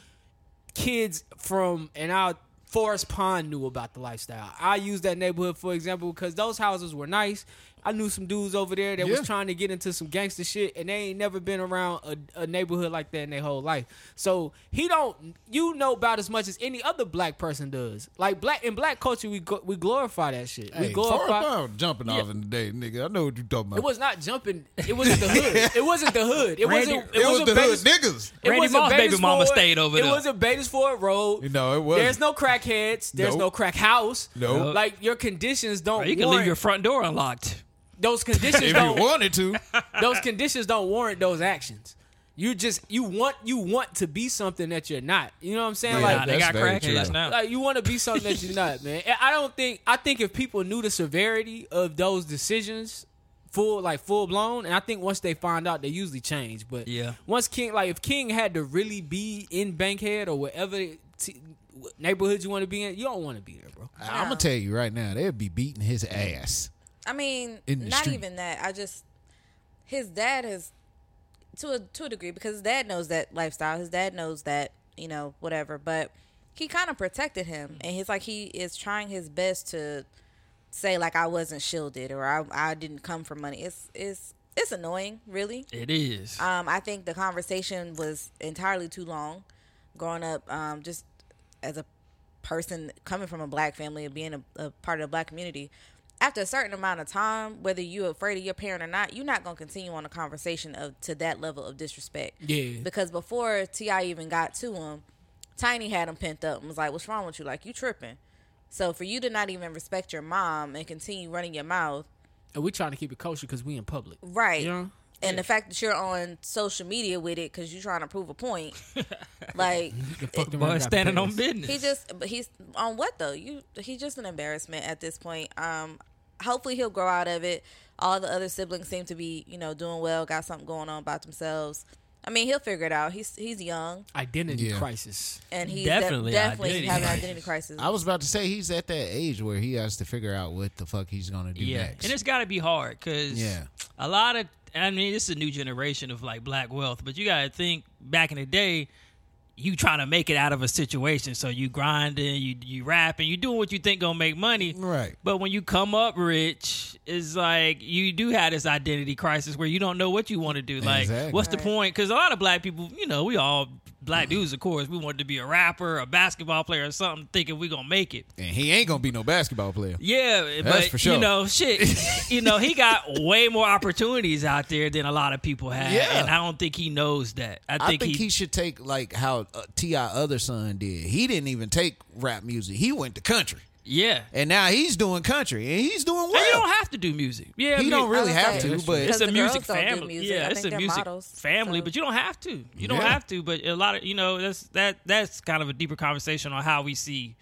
Speaker 5: kids from and our Forest Pond knew about the lifestyle. I use that neighborhood for example because those houses were nice. I knew some dudes over there that
Speaker 4: Yeah.
Speaker 5: was trying to get into some gangster shit, and they ain't never been around a, a neighborhood like that in their whole life. So he don't, you know, about as much as any other black person does. Like black in black culture, we go, we glorify that shit. we glorify.
Speaker 4: jumping off in the day, nigga. I know what you talking about.
Speaker 5: It was not jumping. It wasn't the hood. It wasn't the hood. It
Speaker 1: Randy-
Speaker 5: wasn't.
Speaker 4: It was
Speaker 5: wasn't
Speaker 4: the hood
Speaker 5: Bates-
Speaker 4: niggas.
Speaker 5: it
Speaker 1: Randy
Speaker 5: wasn't
Speaker 1: Moss baby
Speaker 5: Bates
Speaker 1: mama
Speaker 5: Ford.
Speaker 1: stayed over
Speaker 5: it
Speaker 1: there.
Speaker 5: It wasn't Batesford Road.
Speaker 4: No, it wasn't.
Speaker 5: There's no crackheads. There's
Speaker 4: Nope.
Speaker 5: no crack house.
Speaker 4: Nope.
Speaker 5: Like your conditions don't.
Speaker 1: you can
Speaker 5: warrant,
Speaker 1: leave your front door unlocked.
Speaker 5: those conditions
Speaker 4: If you
Speaker 5: don't.
Speaker 4: wanted to,
Speaker 5: those conditions don't warrant those actions. You just you want you want to be something that you're not. You know what I'm saying?
Speaker 4: Yeah,
Speaker 5: like
Speaker 1: Nah, they
Speaker 4: that's
Speaker 1: got
Speaker 4: very
Speaker 1: crackheads
Speaker 4: true.
Speaker 1: now.
Speaker 5: like you want to be something that you're not, man. And I don't think I think if people knew the severity of those decisions, full like full blown, and I think once they find out, they usually change. But
Speaker 1: Yeah.
Speaker 5: once King, like if King had to really be in Bankhead or whatever t- neighborhood you want to be in, you don't want to be there, bro.
Speaker 4: I'm gonna tell you right now, they'd be beating his ass.
Speaker 3: I mean,
Speaker 4: in the
Speaker 3: not
Speaker 4: street.
Speaker 3: even that. I just his dad has to a to a degree because his dad knows that lifestyle. His dad knows that you know whatever, but he kind of protected him, and he's like he is trying his best to say like I wasn't shielded or I I didn't come for money. It's it's it's annoying, really.
Speaker 1: It is.
Speaker 3: Um, I think the conversation was entirely too long. Growing up, um, just as a person coming from a black family and being a, a part of the black community, after a certain amount of time, whether you're afraid of your parent or not, you're not going to continue on a conversation of to that level of disrespect.
Speaker 5: Yeah.
Speaker 3: Because before Ti even got to him, Tiny had him pent up and was like, "What's wrong with you? Like you tripping." So for you to not even respect your mom and continue running your mouth,
Speaker 5: And we trying to keep it kosher because we in public.
Speaker 3: Right.
Speaker 5: You know?
Speaker 3: And the fact that you're on social media with it because you're trying to prove a point, like
Speaker 5: Fuck them
Speaker 1: Eh, Boy,
Speaker 5: around, got
Speaker 1: standing on
Speaker 5: pissed.
Speaker 1: business.
Speaker 3: he just, but he's on what though? You, he's just an embarrassment at this point. Um, hopefully he'll grow out of it. All the other siblings seem to be, you know, doing well, got something going on about themselves. I mean, he'll figure it out. He's he's young
Speaker 5: identity
Speaker 4: Yeah.
Speaker 5: crisis.
Speaker 3: and he's definitely
Speaker 1: Definitely
Speaker 3: definitely
Speaker 1: identity
Speaker 3: having
Speaker 1: crisis.
Speaker 3: identity crisis.
Speaker 4: I was about to say he's at that age where he has to figure out what the fuck he's gonna do
Speaker 1: yeah,
Speaker 4: next.
Speaker 1: and it's got to be hard because
Speaker 4: Yeah.
Speaker 1: a lot of I mean, this is a new generation of like black wealth, but you got to think back in the day, you trying to make it out of a situation, so you grinding, you you rapping, you doing what you think gonna make money,
Speaker 4: Right.
Speaker 1: But when you come up rich, it's like you do have this identity crisis where you don't know what you want to do. Like,
Speaker 4: Exactly.
Speaker 1: what's the point? Because a lot of black people, you know, we all black dudes, of course, we wanted to be a rapper, a basketball player, or something, thinking we gonna make it.
Speaker 4: and he ain't gonna be no basketball player.
Speaker 1: Yeah,
Speaker 4: That's
Speaker 1: but
Speaker 4: for sure.
Speaker 1: you know, shit, you know, he got way more opportunities out there than a lot of people have,
Speaker 4: Yeah.
Speaker 1: and I don't think he knows that. I
Speaker 4: I
Speaker 1: think,
Speaker 4: think he,
Speaker 1: he,
Speaker 4: should take like how uh, Ti other son did. He didn't even take rap music. He went to country,
Speaker 1: yeah,
Speaker 4: and now he's doing country, and he's doing
Speaker 1: and you don't
Speaker 4: well.
Speaker 1: have to do music. Yeah,
Speaker 4: He
Speaker 1: mu-
Speaker 4: don't really
Speaker 3: I was
Speaker 4: have
Speaker 3: saying,
Speaker 4: to,
Speaker 3: that's
Speaker 4: but
Speaker 1: It's
Speaker 3: Because
Speaker 1: a
Speaker 3: the
Speaker 1: music
Speaker 3: girls don't do
Speaker 1: family.
Speaker 3: music.
Speaker 1: Yeah,
Speaker 3: I
Speaker 1: it's
Speaker 3: think
Speaker 1: a
Speaker 3: they're
Speaker 1: music
Speaker 3: models,
Speaker 1: family,
Speaker 3: so-
Speaker 1: but you don't have to. You don't
Speaker 4: Yeah.
Speaker 1: have to. But a lot of you know that's that that's kind of a deeper conversation on how we see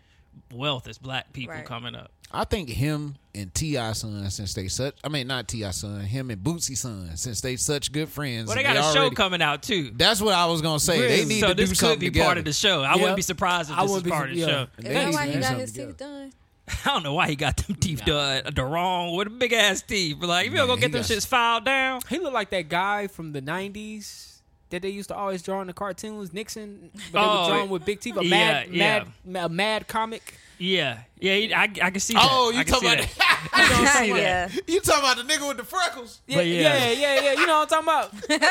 Speaker 1: wealth as black people
Speaker 3: Right.
Speaker 1: coming up.
Speaker 4: I think him and Ti son since they such. I mean, not Ti son. Him and Bootsy son since they such good friends.
Speaker 1: Well, they
Speaker 4: and
Speaker 1: got a show
Speaker 4: already-
Speaker 1: coming out too.
Speaker 4: That's what I was gonna say. They need
Speaker 1: so
Speaker 4: to
Speaker 1: this
Speaker 4: do
Speaker 1: could
Speaker 4: something
Speaker 1: be
Speaker 4: together.
Speaker 1: part of the show. I
Speaker 5: Yeah.
Speaker 1: wouldn't be surprised if
Speaker 5: I
Speaker 1: this is
Speaker 5: wouldn't be
Speaker 1: part of the
Speaker 5: su- yeah.
Speaker 1: show.
Speaker 4: And
Speaker 3: Is
Speaker 4: they
Speaker 3: that
Speaker 4: need
Speaker 3: why
Speaker 4: to
Speaker 3: he
Speaker 4: do
Speaker 3: got
Speaker 4: something
Speaker 3: his teeth
Speaker 4: together.
Speaker 3: done?
Speaker 1: I don't know why he got them teeth done the wrong with a big ass teeth. But like, if you don't
Speaker 4: Man,
Speaker 1: go
Speaker 4: he
Speaker 1: get them
Speaker 4: got-
Speaker 1: shits filed down,
Speaker 5: He looked like that guy from the '90s that they used to always draw in the cartoons, Nixon. But they
Speaker 1: Oh,
Speaker 5: were drawn with Big Teeth, a
Speaker 1: yeah,
Speaker 5: mad,
Speaker 1: yeah.
Speaker 5: mad, ma- a mad comic.
Speaker 1: Yeah, yeah, he- I, I can see that.
Speaker 4: Oh, you
Speaker 1: I can
Speaker 4: talking
Speaker 1: see
Speaker 4: about
Speaker 1: that.
Speaker 3: yeah.
Speaker 4: you talking about the nigga with the freckles?
Speaker 5: Yeah,
Speaker 1: yeah.
Speaker 5: yeah, yeah, yeah. You know what I'm talking about.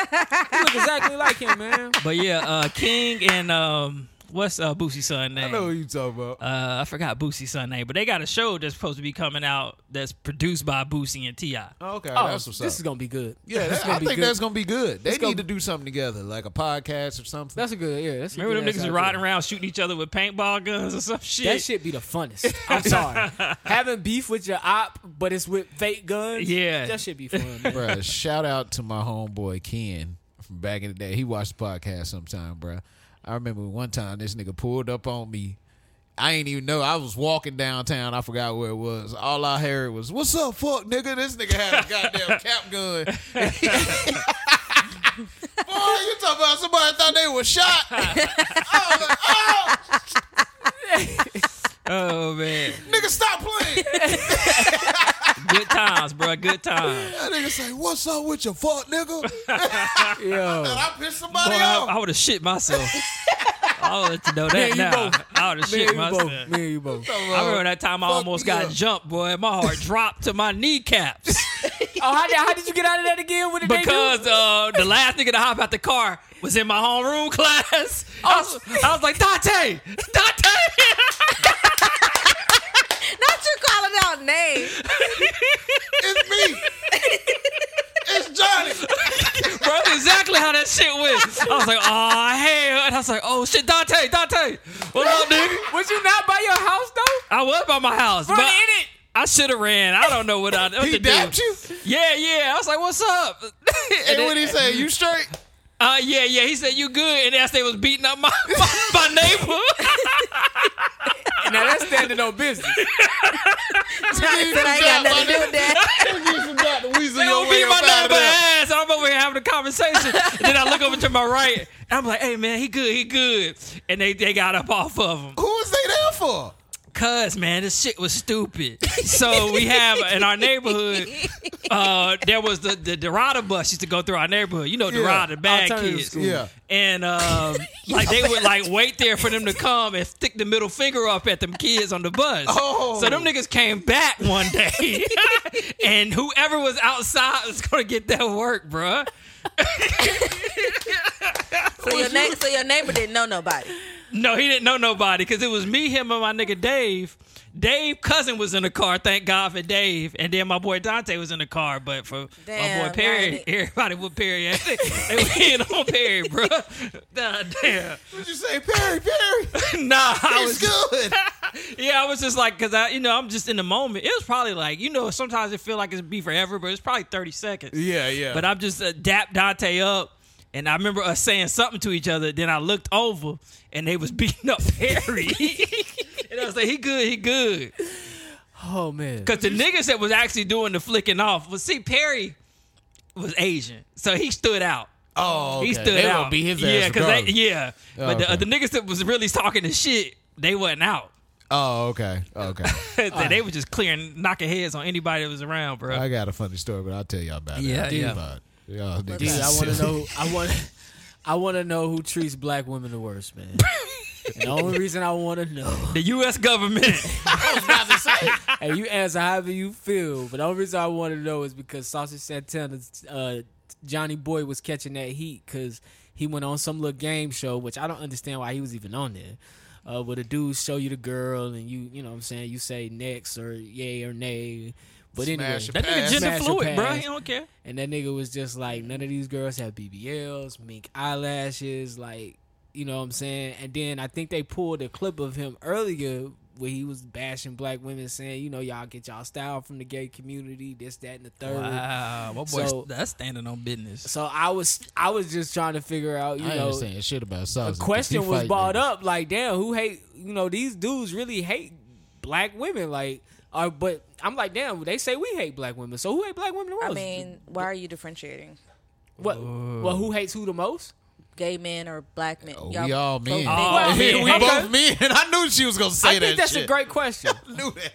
Speaker 5: you look exactly like him, man.
Speaker 1: But yeah, uh, King and um, what's uh, Boosie's son name?
Speaker 4: I know what you talking about.
Speaker 1: uh, I forgot Boosie's son name, but they got a show that's supposed to be coming out that's produced by Boosie and Ti.
Speaker 4: Okay,
Speaker 5: Oh,
Speaker 4: that's what's
Speaker 5: this
Speaker 4: up.
Speaker 5: is gonna be good.
Speaker 4: yeah,
Speaker 5: this
Speaker 4: that,
Speaker 5: is gonna
Speaker 4: I
Speaker 5: be
Speaker 4: think
Speaker 5: good.
Speaker 4: that's gonna be good. They need
Speaker 5: gonna
Speaker 4: to do something together, like a podcast or something.
Speaker 5: That's a good. Yeah, that's a
Speaker 1: Remember them
Speaker 5: good ass
Speaker 1: niggas was
Speaker 5: idea.
Speaker 1: riding around shooting each other with paintball guns or some shit.
Speaker 5: That shit be the funnest. I'm sorry. Having beef with your op, but it's with fake guns.
Speaker 1: Yeah.
Speaker 5: that should be fun. Man.
Speaker 4: bruh, shout out to my homeboy Ken from back in the day. He watched the podcast sometime, bruh. I remember one time this nigga pulled up on me. I ain't even know. I was walking downtown. I forgot where it was. All I heard was, What's up, fuck nigga? This nigga had a goddamn cap gun. Boy, you talking about somebody thought they were shot. I was like, oh,
Speaker 1: Oh man,
Speaker 4: nigga, stop playing.
Speaker 1: good times, bro. Good times.
Speaker 4: That nigga say, What's up with your fuck nigga? And
Speaker 5: Yo,
Speaker 4: I pissed somebody
Speaker 1: Boy, I,
Speaker 4: off.
Speaker 1: would have shit myself. I would let you know that
Speaker 5: you
Speaker 1: now.
Speaker 5: both.
Speaker 1: I would have
Speaker 5: me
Speaker 1: shit
Speaker 5: and you
Speaker 1: myself.
Speaker 5: both. Me and you both. Oh,
Speaker 1: I remember that time I
Speaker 4: Fuck
Speaker 1: almost
Speaker 4: me
Speaker 1: got
Speaker 4: up.
Speaker 1: jumped, boy. My heart dropped to my kneecaps
Speaker 5: Oh, how did, how did you get out of that again? What did they do?
Speaker 1: because uh, the last nigga to hop out the car was in my homeroom class. I was, I was like, Dante, Dante.
Speaker 3: Not you calling out names.
Speaker 4: It's me. it's Johnny.
Speaker 1: Bro, that's exactly how that shit went. I was like, oh hell, and I was like, oh shit, Dante, Dante, what up, nigga?
Speaker 5: Was you not by your house though?
Speaker 1: I was by my house,
Speaker 5: Run
Speaker 1: but
Speaker 5: in it.
Speaker 1: I should have ran. I don't know what I what
Speaker 4: He
Speaker 1: to do.
Speaker 4: dapped you?
Speaker 1: Yeah, yeah. I was like, what's up? and
Speaker 4: And
Speaker 1: then-
Speaker 4: what he say? You straight?
Speaker 1: Uh, yeah, yeah. He said you good, and as they was beating up my my, my neighbor,
Speaker 5: Now that's standing on business.
Speaker 4: Johnny
Speaker 3: But I ain't got nothing to do with that.
Speaker 1: they were beating my neighbor ass. I'm over here having a conversation, and then I look over to my right, and I'm like, hey man, he good, he good, and they they got up off of him.
Speaker 4: Who was they there for?
Speaker 1: Cause man, this shit was stupid. So we have in our neighborhood, uh, there was the the Dorada bus used to go through our neighborhood. You know, Dorada bad
Speaker 5: Alternative
Speaker 1: kids.
Speaker 5: school.
Speaker 4: Yeah.
Speaker 1: And um, like they would like wait there for them to come and stick the middle finger up at them kids on the bus.
Speaker 4: Oh.
Speaker 1: So them niggas came back one day, and whoever was outside was gonna get that work, bruh.
Speaker 3: So your, na- so your neighbor didn't know nobody.
Speaker 1: No, he didn't know nobody because it was me, him, and my nigga Dave. Dave cousin was in the car. Thank God for Dave. And then my boy Dante was in the car. But for my
Speaker 3: Damn,
Speaker 1: boy Perry,
Speaker 3: right.
Speaker 1: everybody with Perry, at. they they were in on Perry, bro. Nah, damn.
Speaker 4: What'd you say, Perry? Perry,
Speaker 1: Nah, I was
Speaker 4: it's good.
Speaker 1: yeah, I was just like, cause I, you know, I'm just in the moment. It was probably like, you know, sometimes it feel like it's be forever, but it's probably 30 seconds.
Speaker 4: Yeah, yeah.
Speaker 1: But I'm just uh, dap Dante up, and I remember us saying something to each other. Then I looked over, and they was beating up Perry, and I was like, "He good, he good."
Speaker 5: Oh man.
Speaker 1: Because the niggas that was actually doing the flicking off was see Perry was Asian, so he stood out.
Speaker 4: oh, okay.
Speaker 1: He stood
Speaker 4: they
Speaker 1: out.
Speaker 4: gonna beat his
Speaker 1: yeah,
Speaker 4: ass
Speaker 1: they,
Speaker 4: regardless.
Speaker 1: yeah. but the,
Speaker 4: okay.
Speaker 1: uh, the niggas that was really talking the shit, they wasn't out.
Speaker 4: Oh, okay, okay.
Speaker 1: they were just clearing, knocking heads on anybody that was around, bro.
Speaker 4: I got a funny story, but I'll tell y'all about it.
Speaker 1: Yeah, yeah.
Speaker 4: About it. Y'all niggas
Speaker 5: Dude, I
Speaker 4: is
Speaker 5: want to
Speaker 4: silly.
Speaker 5: know. I want. I want to know who treats black women the worst, man. And the only reason I want to know.
Speaker 1: the U.S. government.
Speaker 5: Hey, you answer however you feel. But the only reason I want to know is because Sausage Santana's uh, Johnny Boy was catching that heat because he went on some little game show, which I don't understand why he was even on there. Uh, where the dudes show you the girl and you, you know what I'm saying, you say next or yay or nay. But
Speaker 4: Smash
Speaker 5: anyway,
Speaker 4: your
Speaker 1: that nigga
Speaker 4: Pass.
Speaker 1: gender
Speaker 5: Smash your
Speaker 1: fluid, bro.
Speaker 5: pass.
Speaker 1: He don't care.
Speaker 5: and that nigga was just like, none of these girls have BBLs, mink eyelashes, like, you know what I'm saying? And then I think they pulled a clip of him earlier where he was bashing black women, saying, you know, y'all get y'all style from the gay community, this, that, and the third.
Speaker 1: Wow, Uh, my boy,
Speaker 5: So-
Speaker 1: that's standing on business.
Speaker 5: So I was, I was just trying to figure out, you
Speaker 4: I ain't
Speaker 5: know,
Speaker 4: saying shit about sausage.
Speaker 5: the question was brought up, like, damn, who hate? You know, these dudes really hate black women, like. Uh, but I'm like, damn, they say we hate black women. So who hate black women the most?
Speaker 3: I mean, why are you differentiating?
Speaker 5: what? Well, who hates who the most?
Speaker 3: Gay men or black men?
Speaker 4: Oh, We all men.
Speaker 1: Oh,
Speaker 4: we
Speaker 1: man.
Speaker 4: both men. I knew she was gonna say
Speaker 5: I think
Speaker 4: that.
Speaker 5: that's
Speaker 4: shit.
Speaker 5: a great question.
Speaker 4: I knew that.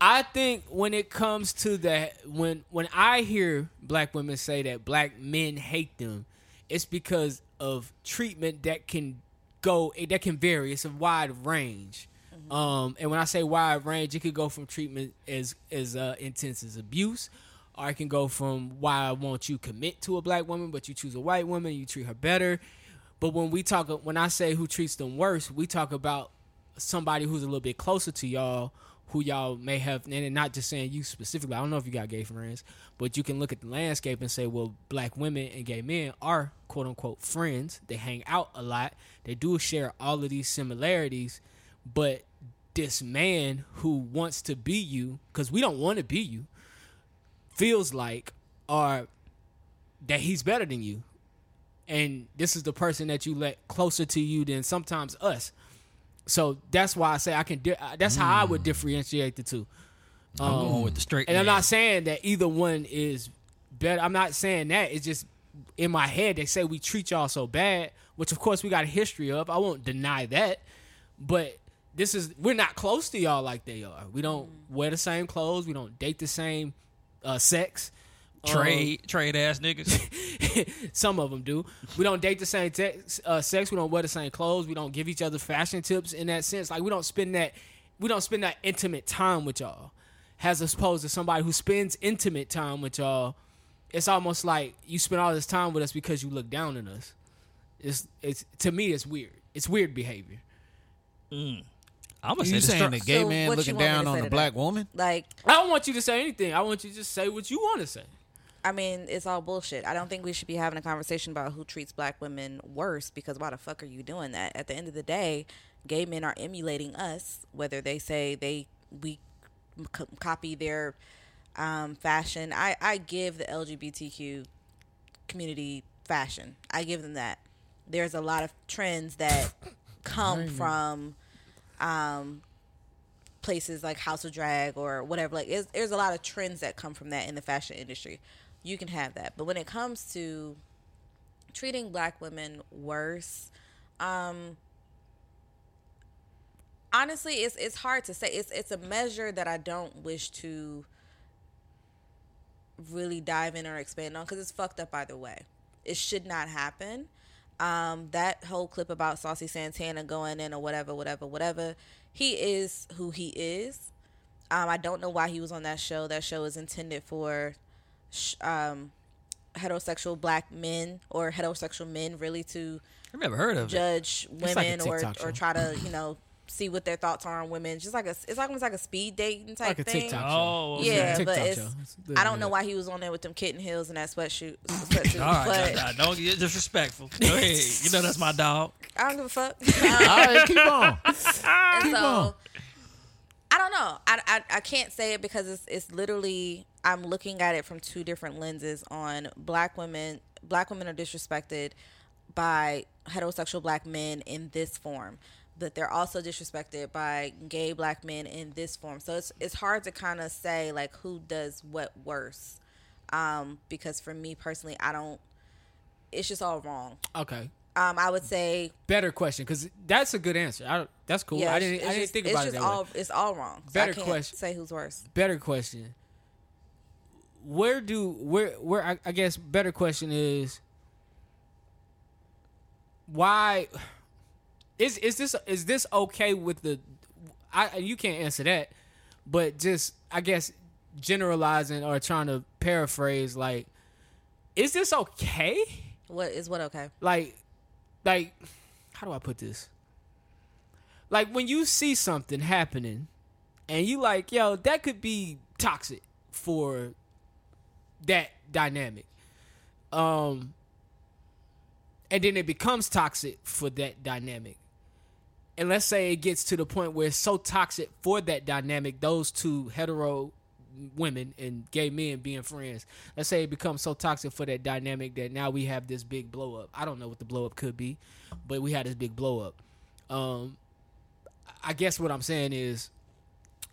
Speaker 5: I think when it comes to that, when when I hear black women say that black men hate them, It's because of treatment that can go that can vary. It's a wide range. Um, and when I say wide range, it could go from treatment as as uh, intense as abuse, or it can go from why won't you commit to a black woman, but you choose a white woman, you treat her better. But when we talk, when I say who treats them worse, we talk about somebody who's a little bit closer to y'all, who y'all may have, and not just saying you specifically. I don't know if you got gay friends, but you can look at the landscape and say, well, black women and gay men are quote unquote friends. They hang out a lot. They do share all of these similarities, but this man who wants to be you, because we don't want to be you, feels like are that he's better than you and this is the person that you let closer to you than sometimes us. So that's why I say I can. Di- uh, that's how I would differentiate the two.
Speaker 1: I'm going with the straight.
Speaker 5: And I'm
Speaker 1: man.
Speaker 5: not saying that either one is better. I'm not saying that. It's just in my head they say we treat y'all so bad, which of course we got a history of. I won't deny that, but this is we're not close to y'all like they are. We don't wear the same clothes. We don't date the same uh, sex. Um,
Speaker 1: trade trade ass niggas.
Speaker 5: some of them do. We don't date the same te- uh, sex. We don't wear the same clothes. We don't give each other fashion tips in that sense. Like we don't spend that we don't spend that intimate time with y'all. As opposed to somebody who spends intimate time with y'all, it's almost like you spend all this time with us because you look down on us. It's it's to me it's weird. It's weird behavior.
Speaker 1: I'm gonna say
Speaker 4: You
Speaker 1: the
Speaker 4: saying
Speaker 1: stri-
Speaker 4: the gay
Speaker 3: So
Speaker 4: man
Speaker 3: what you
Speaker 4: looking
Speaker 3: want me to
Speaker 4: down
Speaker 3: say
Speaker 4: on a
Speaker 3: to
Speaker 4: black
Speaker 3: that?
Speaker 4: woman?
Speaker 3: Like,
Speaker 5: I don't want you to say anything. I want you to just say what you want to say.
Speaker 3: I mean, it's all bullshit. I don't think we should be having a conversation about who treats black women worse because why the fuck are you doing that? At the end of the day, gay men are emulating us, whether they say they we c- copy their um, fashion. I I give the LGBTQ community fashion. I give them that. There's a lot of trends that come from um, places like House of Drag or whatever. Like, it's, there's a lot of trends that come from that in the fashion industry. You can have that, but when it comes to treating black women worse, um, honestly, it's it's hard to say. It's it's a measure that I don't wish to really dive in or expand on because it's fucked up either way. It should not happen. Um, that whole clip about Saucy Santana going in or whatever, whatever, whatever. He is who he is. Um, I don't know why he was on that show. That show is intended for sh- um, heterosexual black men or heterosexual men really to
Speaker 1: I've never heard of it.
Speaker 3: judge
Speaker 5: like a
Speaker 3: women
Speaker 5: TikTok
Speaker 3: or, or
Speaker 5: show.
Speaker 3: try to you know see what their thoughts are on women. Just like a it's like almost like a speed dating type
Speaker 5: Like a
Speaker 3: thing.
Speaker 5: TikTok
Speaker 1: Oh, okay.
Speaker 5: Yeah,
Speaker 3: Yeah, but
Speaker 5: TikTok
Speaker 3: it's,
Speaker 5: show. It's
Speaker 3: I don't know
Speaker 5: literally-
Speaker 3: why he was on there with them kitten heels and that sweatshirt. sweatsuit,
Speaker 1: All
Speaker 3: but
Speaker 1: right, nah, nah, don't get disrespectful. Go ahead. You know that's my dog.
Speaker 3: I don't give a fuck. Um,
Speaker 4: All right, keep on.
Speaker 3: And
Speaker 4: Keep
Speaker 3: so,
Speaker 4: on.
Speaker 3: I don't know. I, I I can't say it because it's it's literally I'm looking at it from two different lenses on black women. Black women are disrespected by heterosexual black men in this form, but they're also disrespected by gay black men in this form. So it's it's hard to kind of say like who does what worse. Um, because for me personally, I don't. It's just all wrong.
Speaker 5: Oh. Okay.
Speaker 3: Um, I would say
Speaker 5: Better question because that's a good answer. I, that's cool.
Speaker 3: yeah,
Speaker 5: I
Speaker 3: it's-
Speaker 5: didn't.
Speaker 3: it's
Speaker 5: I didn't
Speaker 3: just-
Speaker 5: think
Speaker 3: it's
Speaker 5: about it
Speaker 3: just
Speaker 5: that way.
Speaker 3: all, It's all wrong. So
Speaker 5: Better
Speaker 3: I can't
Speaker 5: question.
Speaker 3: Say who's worse.
Speaker 5: better question where do where where I, I guess better question is why is is this is this okay with the I and you can't answer that but just I guess generalizing or trying to paraphrase like is this okay
Speaker 3: What is what? Okay.
Speaker 5: like like how do I put this? Like when you see something happening and you like, yo, that could be toxic for that dynamic. Um and then it becomes toxic for that dynamic. And let's say it gets to the point where it's so toxic for that dynamic, those two hetero women and gay men being friends. Let's say it becomes so toxic for that dynamic that now we have this big blow up. I don't know what the blow up could be, but we had this big blow up. Um, I guess what I'm saying is,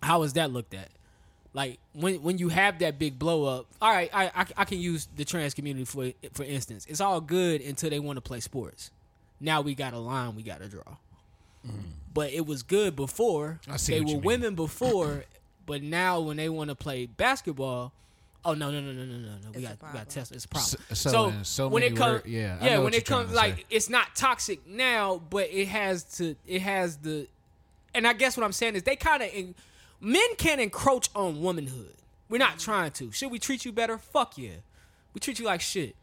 Speaker 5: how is that looked at? Like when when you have that big blow up, all right, I I, I can use the trans community for for instance. It's all good until they want to play sports. Now we got a line we got to draw. But it was good before.
Speaker 4: Mm-hmm. I see
Speaker 5: they
Speaker 4: what
Speaker 5: were
Speaker 4: you mean.
Speaker 5: women before, but now when they want to play basketball, Oh no no no no no no no!
Speaker 3: It's
Speaker 5: We
Speaker 3: a
Speaker 5: got we
Speaker 3: problem.
Speaker 5: got Tesla. It's a problem.
Speaker 4: So- so in so many
Speaker 5: come-
Speaker 4: word- yeah, I
Speaker 5: yeah,
Speaker 4: know
Speaker 5: when
Speaker 4: what
Speaker 5: it
Speaker 4: you're trying
Speaker 5: comes
Speaker 4: to
Speaker 5: like
Speaker 4: say.
Speaker 5: it's not toxic now, but it has to. It has the, and I guess what I'm saying is they kind of men can encroach on womanhood. We're not trying to. Should we treat you better? Fuck yeah, we treat you like shit.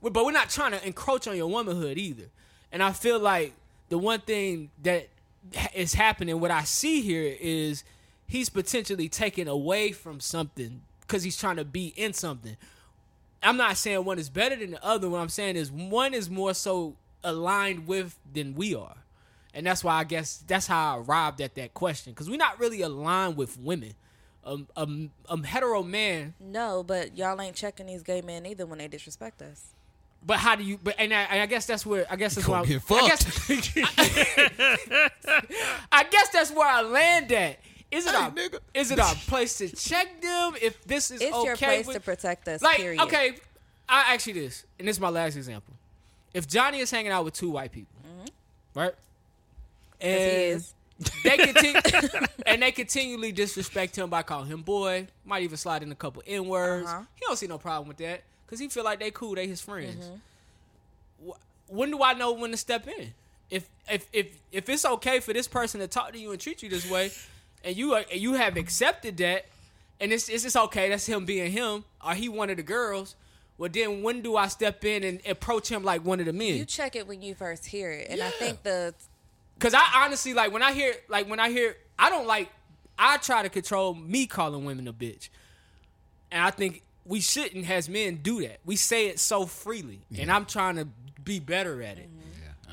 Speaker 5: We- But we're not trying to encroach on your womanhood either. And I feel like the one thing that ha- is happening, what I see here is he's potentially taken away from something because he's trying to be in something. I'm not saying one is better than the other. What I'm saying is one is more so aligned with than we are. And that's why I guess that's how I arrived at that question because we're not really aligned with women. Um, um, um, hetero man
Speaker 3: No, but y'all ain't checking these gay men either when they disrespect us.
Speaker 5: But how do you? But and I, and I guess that's where I guess that's where
Speaker 4: gonna
Speaker 5: I,
Speaker 4: get
Speaker 5: I guess I guess that's where I land at. Is it
Speaker 4: Hey,
Speaker 5: our
Speaker 4: nigga.
Speaker 5: is it our place to check them if this is
Speaker 3: It's
Speaker 5: okay?
Speaker 3: your place
Speaker 5: with-
Speaker 3: to protect us.
Speaker 5: like
Speaker 3: period.
Speaker 5: okay, I ask you this, and this is my last example. If Johnny is hanging out with two white people, right? And
Speaker 3: Mm-hmm. is.
Speaker 5: they continue and they continually disrespect him by calling him boy. Might even slide in a couple n words.
Speaker 3: Uh-huh.
Speaker 5: He don't see no problem with that because he feel like they cool. They his friends. Wh- When do I know when to step in? If if if if it's okay for this person to talk to you and treat you this way, and you are, and you have accepted that, and it's it's just okay. That's him being him, or he one of the girls. Well, then when do I step in and approach him like one of the men?
Speaker 3: You check it when you first hear it, and I think the
Speaker 5: Cause I honestly like when I hear like when I hear I don't like I try to control me calling women a bitch, and I think we shouldn't as men do that. We say it so freely, and I'm trying to be better at it.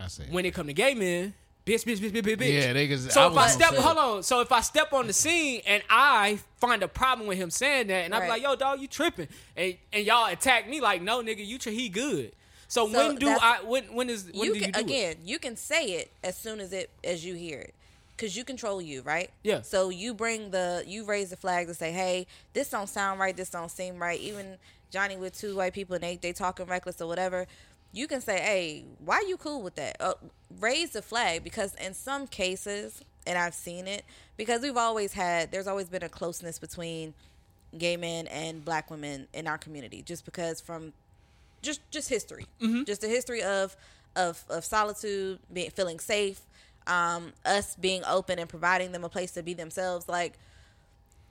Speaker 4: I see.
Speaker 5: When it come to gay men, bitch, bitch, bitch, bitch, bitch, bitch.
Speaker 4: Yeah, they can-
Speaker 5: So
Speaker 4: I
Speaker 5: if
Speaker 4: was
Speaker 5: I
Speaker 4: gonna
Speaker 5: step,
Speaker 4: say
Speaker 5: hold
Speaker 4: it.
Speaker 5: on. So if I step on the scene and I find a problem with him saying that, and I'm
Speaker 3: Right.
Speaker 5: like, yo, dog, you tripping, and and y'all attack me like, no, nigga, you tri- he good. So,
Speaker 3: So
Speaker 5: when do
Speaker 3: that's-
Speaker 5: I when when is when
Speaker 3: you
Speaker 5: do
Speaker 3: can
Speaker 5: you do it?
Speaker 3: again you can say it as soon as it as you hear it because you control you right
Speaker 5: Yeah.
Speaker 3: so you bring the you raise the flag and say hey this don't sound right this don't seem right even johnny with two white people and they they talking reckless or whatever you can say hey why you cool with that uh, raise the flag because in some cases and i've seen it because we've always had there's always been a closeness between gay men and black women in our community just because from just just history just the history of of of solitude being feeling safe um us being open and providing them a place to be themselves like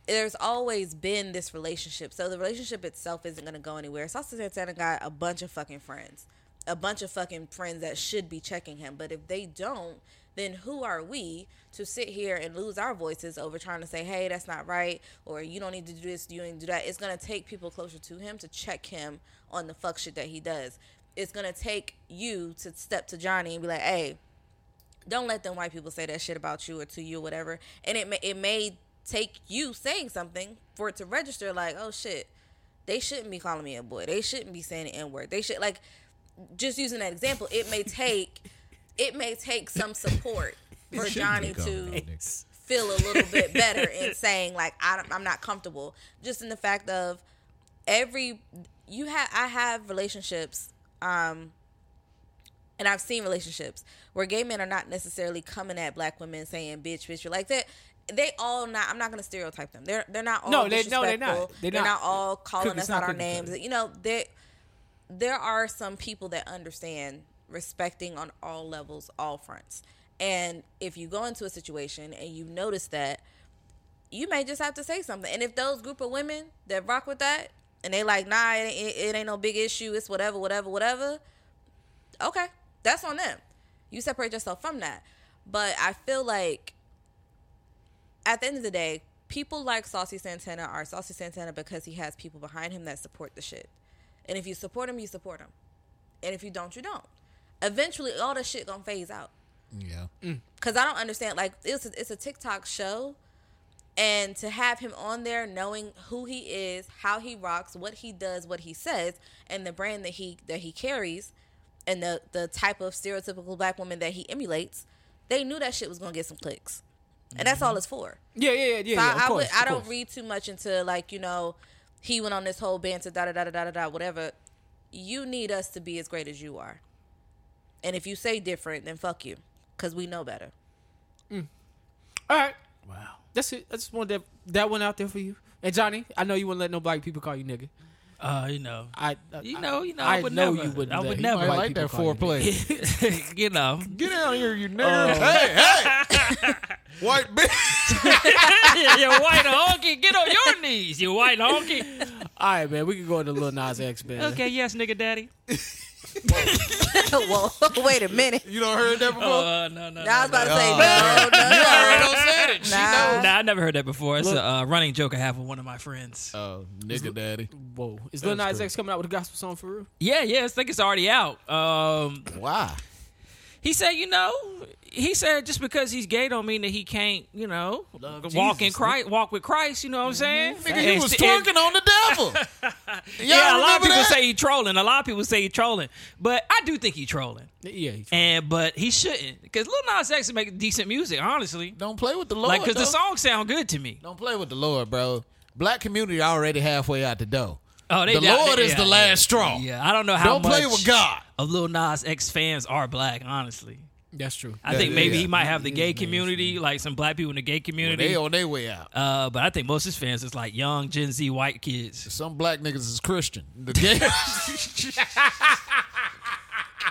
Speaker 3: there's always been this relationship so the relationship itself isn't going to go anywhere salsa santana got a bunch of fucking friends a bunch of fucking friends that should be checking him but if they don't then who are we to sit here and lose our voices over trying to say hey that's not right or you don't need to do this you ain't do that it's going to take people closer to him to check him on the fuck shit that he does it's going to take you to step to johnny and be like hey don't let them white people say that shit about you or to you or whatever. And it may it may take you saying something for it to register like, oh shit, they shouldn't be calling me a boy. They shouldn't be saying the N word. They should like just using that example, it may take it may take some support for Johnny to feel a little bit better in saying like I don't, I'm not comfortable. Just in the fact of every you have I have relationships um, and I've seen relationships where gay men are not necessarily coming at black women saying bitch, bitch, you're like that. They all not. I'm not gonna stereotype them. They're they're not all.
Speaker 5: No, they- no,
Speaker 3: disrespectful.
Speaker 5: they're not. They're
Speaker 3: They're,
Speaker 5: not.
Speaker 3: not. all calling
Speaker 5: Cookies
Speaker 3: us
Speaker 5: not
Speaker 3: out our
Speaker 5: cookie
Speaker 3: names.
Speaker 5: cutter.
Speaker 3: You know, there there are some people that understand respecting on all levels, all fronts. And if you go into a situation and you notice that, you may just have to say something. And if those group of women that rock with that and they like, nah, it, it, it ain't no big issue. It's whatever, whatever, whatever okay, that's on them. You separate yourself from that. But I feel like at the end of the day, people like Saucy Santana are Saucy Santana because he has people behind him that support the shit. And if you support him, you support him. And if you don't, you don't. Eventually, all the shit gonna phase out.
Speaker 4: yeah.
Speaker 3: Cause I don't understand. Like it's a, it's a TikTok show, and to have him on there, knowing who he is, how he rocks, what he does, what he says, and the brand that he that he carries, and the the type of stereotypical black woman that he emulates, they knew that shit was gonna get some clicks, and that's all it's for.
Speaker 5: Yeah, yeah, yeah, yeah.
Speaker 3: So
Speaker 5: yeah, of
Speaker 3: I, I,
Speaker 5: course,
Speaker 3: would, I
Speaker 5: of
Speaker 3: don't
Speaker 5: course.
Speaker 3: read too much into like you know, he went on this whole banter da da da da da da da whatever. You need us to be as great as you are, and if you say different, then fuck you, cause we know better.
Speaker 5: All right. Wow. That's it. I just wanted that, that one out there for you. And Johnny, I know you wouldn't let no black people call you nigga.
Speaker 1: Uh, you know,
Speaker 5: I, I
Speaker 1: you know, you know. I,
Speaker 5: I,
Speaker 1: would
Speaker 5: know
Speaker 1: never,
Speaker 5: you wouldn't.
Speaker 1: I
Speaker 5: let
Speaker 1: would
Speaker 5: you
Speaker 1: never.
Speaker 5: white
Speaker 4: like
Speaker 5: people
Speaker 4: that
Speaker 5: call you nigga.
Speaker 4: foreplay.
Speaker 1: you know,
Speaker 4: Get down here, you nigga.
Speaker 5: Oh.
Speaker 4: hey, hey, white bitch.
Speaker 1: you white honky, get on your knees, you white honky.
Speaker 5: All right, man, we can go into Lil Nas X, man.
Speaker 1: Okay, yes, nigga, daddy.
Speaker 3: well, wait a minute.
Speaker 4: You don't heard that before?
Speaker 1: Uh, no, no,
Speaker 3: I
Speaker 1: no.
Speaker 3: was about to say, no, no,
Speaker 4: you
Speaker 3: no.
Speaker 4: already done said it. She
Speaker 3: Nah.
Speaker 4: knows.
Speaker 1: Nah, I never heard that before. It's a uh, running joke I have with one of my friends.
Speaker 4: Oh, nigga, daddy.
Speaker 5: Whoa, is Lil Nas X coming out with a gospel song for real?
Speaker 1: Yeah, yeah, I think it's already out. Um,
Speaker 4: Why?
Speaker 1: he said, you know, he said just because he's gay don't mean that he can't, you know, walk in Christ, walk with Christ. You know what I'm saying?
Speaker 4: Mm-hmm. Nigga, you
Speaker 1: And
Speaker 4: was
Speaker 1: st- and-
Speaker 4: twerking on the devil. Y'all
Speaker 1: Yeah, a lot of
Speaker 4: remember
Speaker 1: people
Speaker 4: that?
Speaker 1: say he trolling. A lot of people say he trolling, but I do think he trolling.
Speaker 5: Yeah, he-
Speaker 1: And but he shouldn't, because Lil Nas X is making decent music, honestly.
Speaker 4: Don't play with the Lord.
Speaker 1: Like, because the
Speaker 4: though.
Speaker 1: songs sound good to me.
Speaker 4: Don't play with the Lord, bro. Black community already halfway out the door.
Speaker 1: Oh, they
Speaker 4: the
Speaker 1: yeah,
Speaker 4: Lord
Speaker 1: they-
Speaker 4: is
Speaker 1: yeah,
Speaker 4: the
Speaker 1: yeah.
Speaker 4: last straw.
Speaker 1: Yeah, I don't know how
Speaker 4: Don't
Speaker 1: much
Speaker 4: play with God.
Speaker 1: of Lil Nas X fans are black. Honestly,
Speaker 5: that's true.
Speaker 1: I think maybe
Speaker 4: yeah.
Speaker 1: he might have the gay community, like some black people in the gay community.
Speaker 4: They on their way out.
Speaker 1: uh, but I think most of his fans is like young Gen Z white kids.
Speaker 4: Some black niggas is Christian. The gay-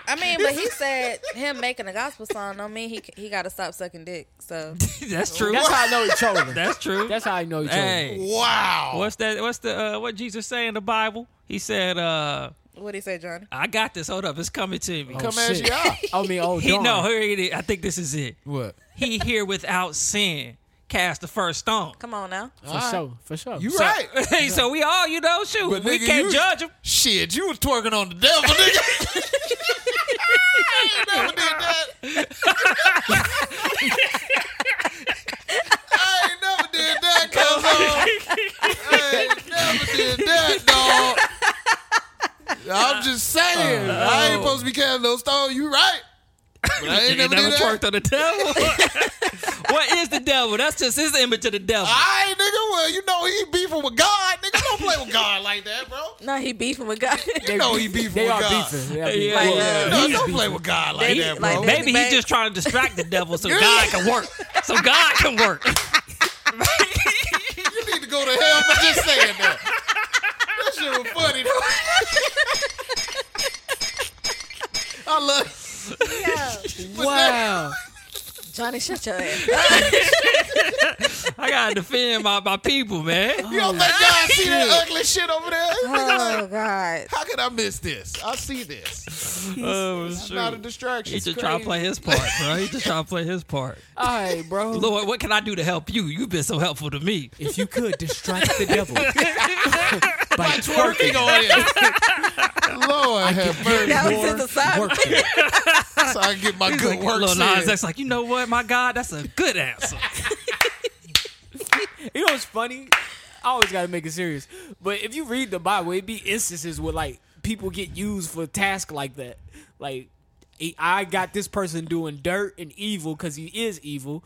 Speaker 3: I mean, but he said him making a gospel song don't mean he he got to stop sucking dick. So
Speaker 1: That's true.
Speaker 5: That's how I know he trolling.
Speaker 1: That's true.
Speaker 5: That's how I know he trolling.
Speaker 1: hey,
Speaker 4: wow.
Speaker 1: what's that? What's the uh, what Jesus say in the Bible? He said, uh,
Speaker 3: what he say, Johnny?
Speaker 1: "I got this. Hold up, it's coming to me."
Speaker 4: Come
Speaker 5: Oh,
Speaker 4: as
Speaker 5: shit.
Speaker 4: you are.
Speaker 5: I mean, oh,
Speaker 1: he
Speaker 5: darn.
Speaker 1: no, here it is. I think this is it.
Speaker 4: What?
Speaker 1: He here without sin cast the first stone.
Speaker 3: Come on now.
Speaker 5: for sure, for sure.
Speaker 4: You
Speaker 1: So-
Speaker 4: right.
Speaker 1: Hey, so we all, you know, shoot,
Speaker 4: But
Speaker 1: we
Speaker 4: nigga,
Speaker 1: can't
Speaker 4: you-
Speaker 1: judge him.
Speaker 4: Shit, you was twerking on the devil, nigga. you never did that. I ain't never did that, cuz I ain't never did that, dog. I'm just saying. I ain't supposed to be carrying no stone. You right. But I ain't
Speaker 1: You
Speaker 4: never, did that.
Speaker 1: twerked on the devil. what is the devil? That's just his image of the devil.
Speaker 4: I ain't, nigga. Well, you know he beefing with God. Nigga, don't play with God like that, bro.
Speaker 3: No, he beefing with God.
Speaker 4: You know he beefing
Speaker 5: they
Speaker 4: with
Speaker 5: are
Speaker 4: God.
Speaker 5: beefing. They are beefing.
Speaker 1: Yeah.
Speaker 3: Like,
Speaker 4: Yeah,
Speaker 3: uh,
Speaker 4: no, don't play with God like
Speaker 3: They-
Speaker 4: that, bro.
Speaker 3: like that.
Speaker 1: Maybe he's
Speaker 3: Back.
Speaker 1: just trying to distract the devil so God can work. So God can work.
Speaker 4: You need to go to hell for just saying that. That shit was funny. I love
Speaker 5: Wow.
Speaker 3: Johnny, shut your ass. up.
Speaker 1: I gotta defend my, my people, man.
Speaker 4: you. Don't let God see that ugly shit over there.
Speaker 3: Oh God.
Speaker 4: How could I miss this? I see this.
Speaker 1: Oh,
Speaker 4: It's not a
Speaker 1: shoot.
Speaker 4: distraction.
Speaker 1: He just trying to play his part, bro. He just trying to play his part.
Speaker 5: All right, bro.
Speaker 1: Lord, what can I do to help you? You've been so helpful to me.
Speaker 5: if you could distract the devil by
Speaker 4: Twerking on it. Lord have mercy.
Speaker 3: That was his assignment.
Speaker 4: So I can get my good
Speaker 1: Like,
Speaker 4: works
Speaker 1: Lil Nas
Speaker 4: in.
Speaker 1: X, like, you know what, my God, that's a good answer.
Speaker 5: You know what's funny? I always gotta make it serious. But if you read the Bible, it be instances where like people get used for tasks like that. Like I got this person doing dirt and evil because he is evil,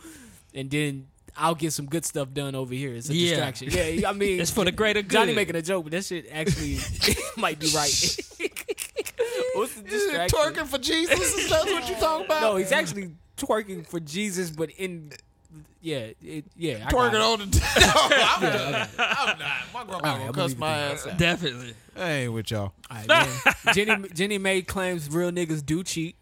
Speaker 5: and then I'll get some good stuff done over here. It's a
Speaker 1: Yeah.
Speaker 5: distraction. Yeah, I mean
Speaker 1: It's for the greater good.
Speaker 5: Johnny making a joke, but that shit actually might be right. What's
Speaker 4: Is
Speaker 5: the
Speaker 4: it
Speaker 5: distraction?
Speaker 4: twerking for Jesus? That's what you talking about?
Speaker 5: No, he's actually twerking for Jesus, but in yeah, it, yeah, I got it.
Speaker 4: twerking on the. No, I'm not. I'm not. My grandma
Speaker 5: right,
Speaker 4: gonna
Speaker 5: I'm
Speaker 4: cuss
Speaker 5: leaving
Speaker 4: my
Speaker 5: it
Speaker 4: ass out.
Speaker 1: Definitely.
Speaker 4: I ain't with y'all.
Speaker 5: Alright, yeah. Jenny Jenny May claims real niggas do cheat.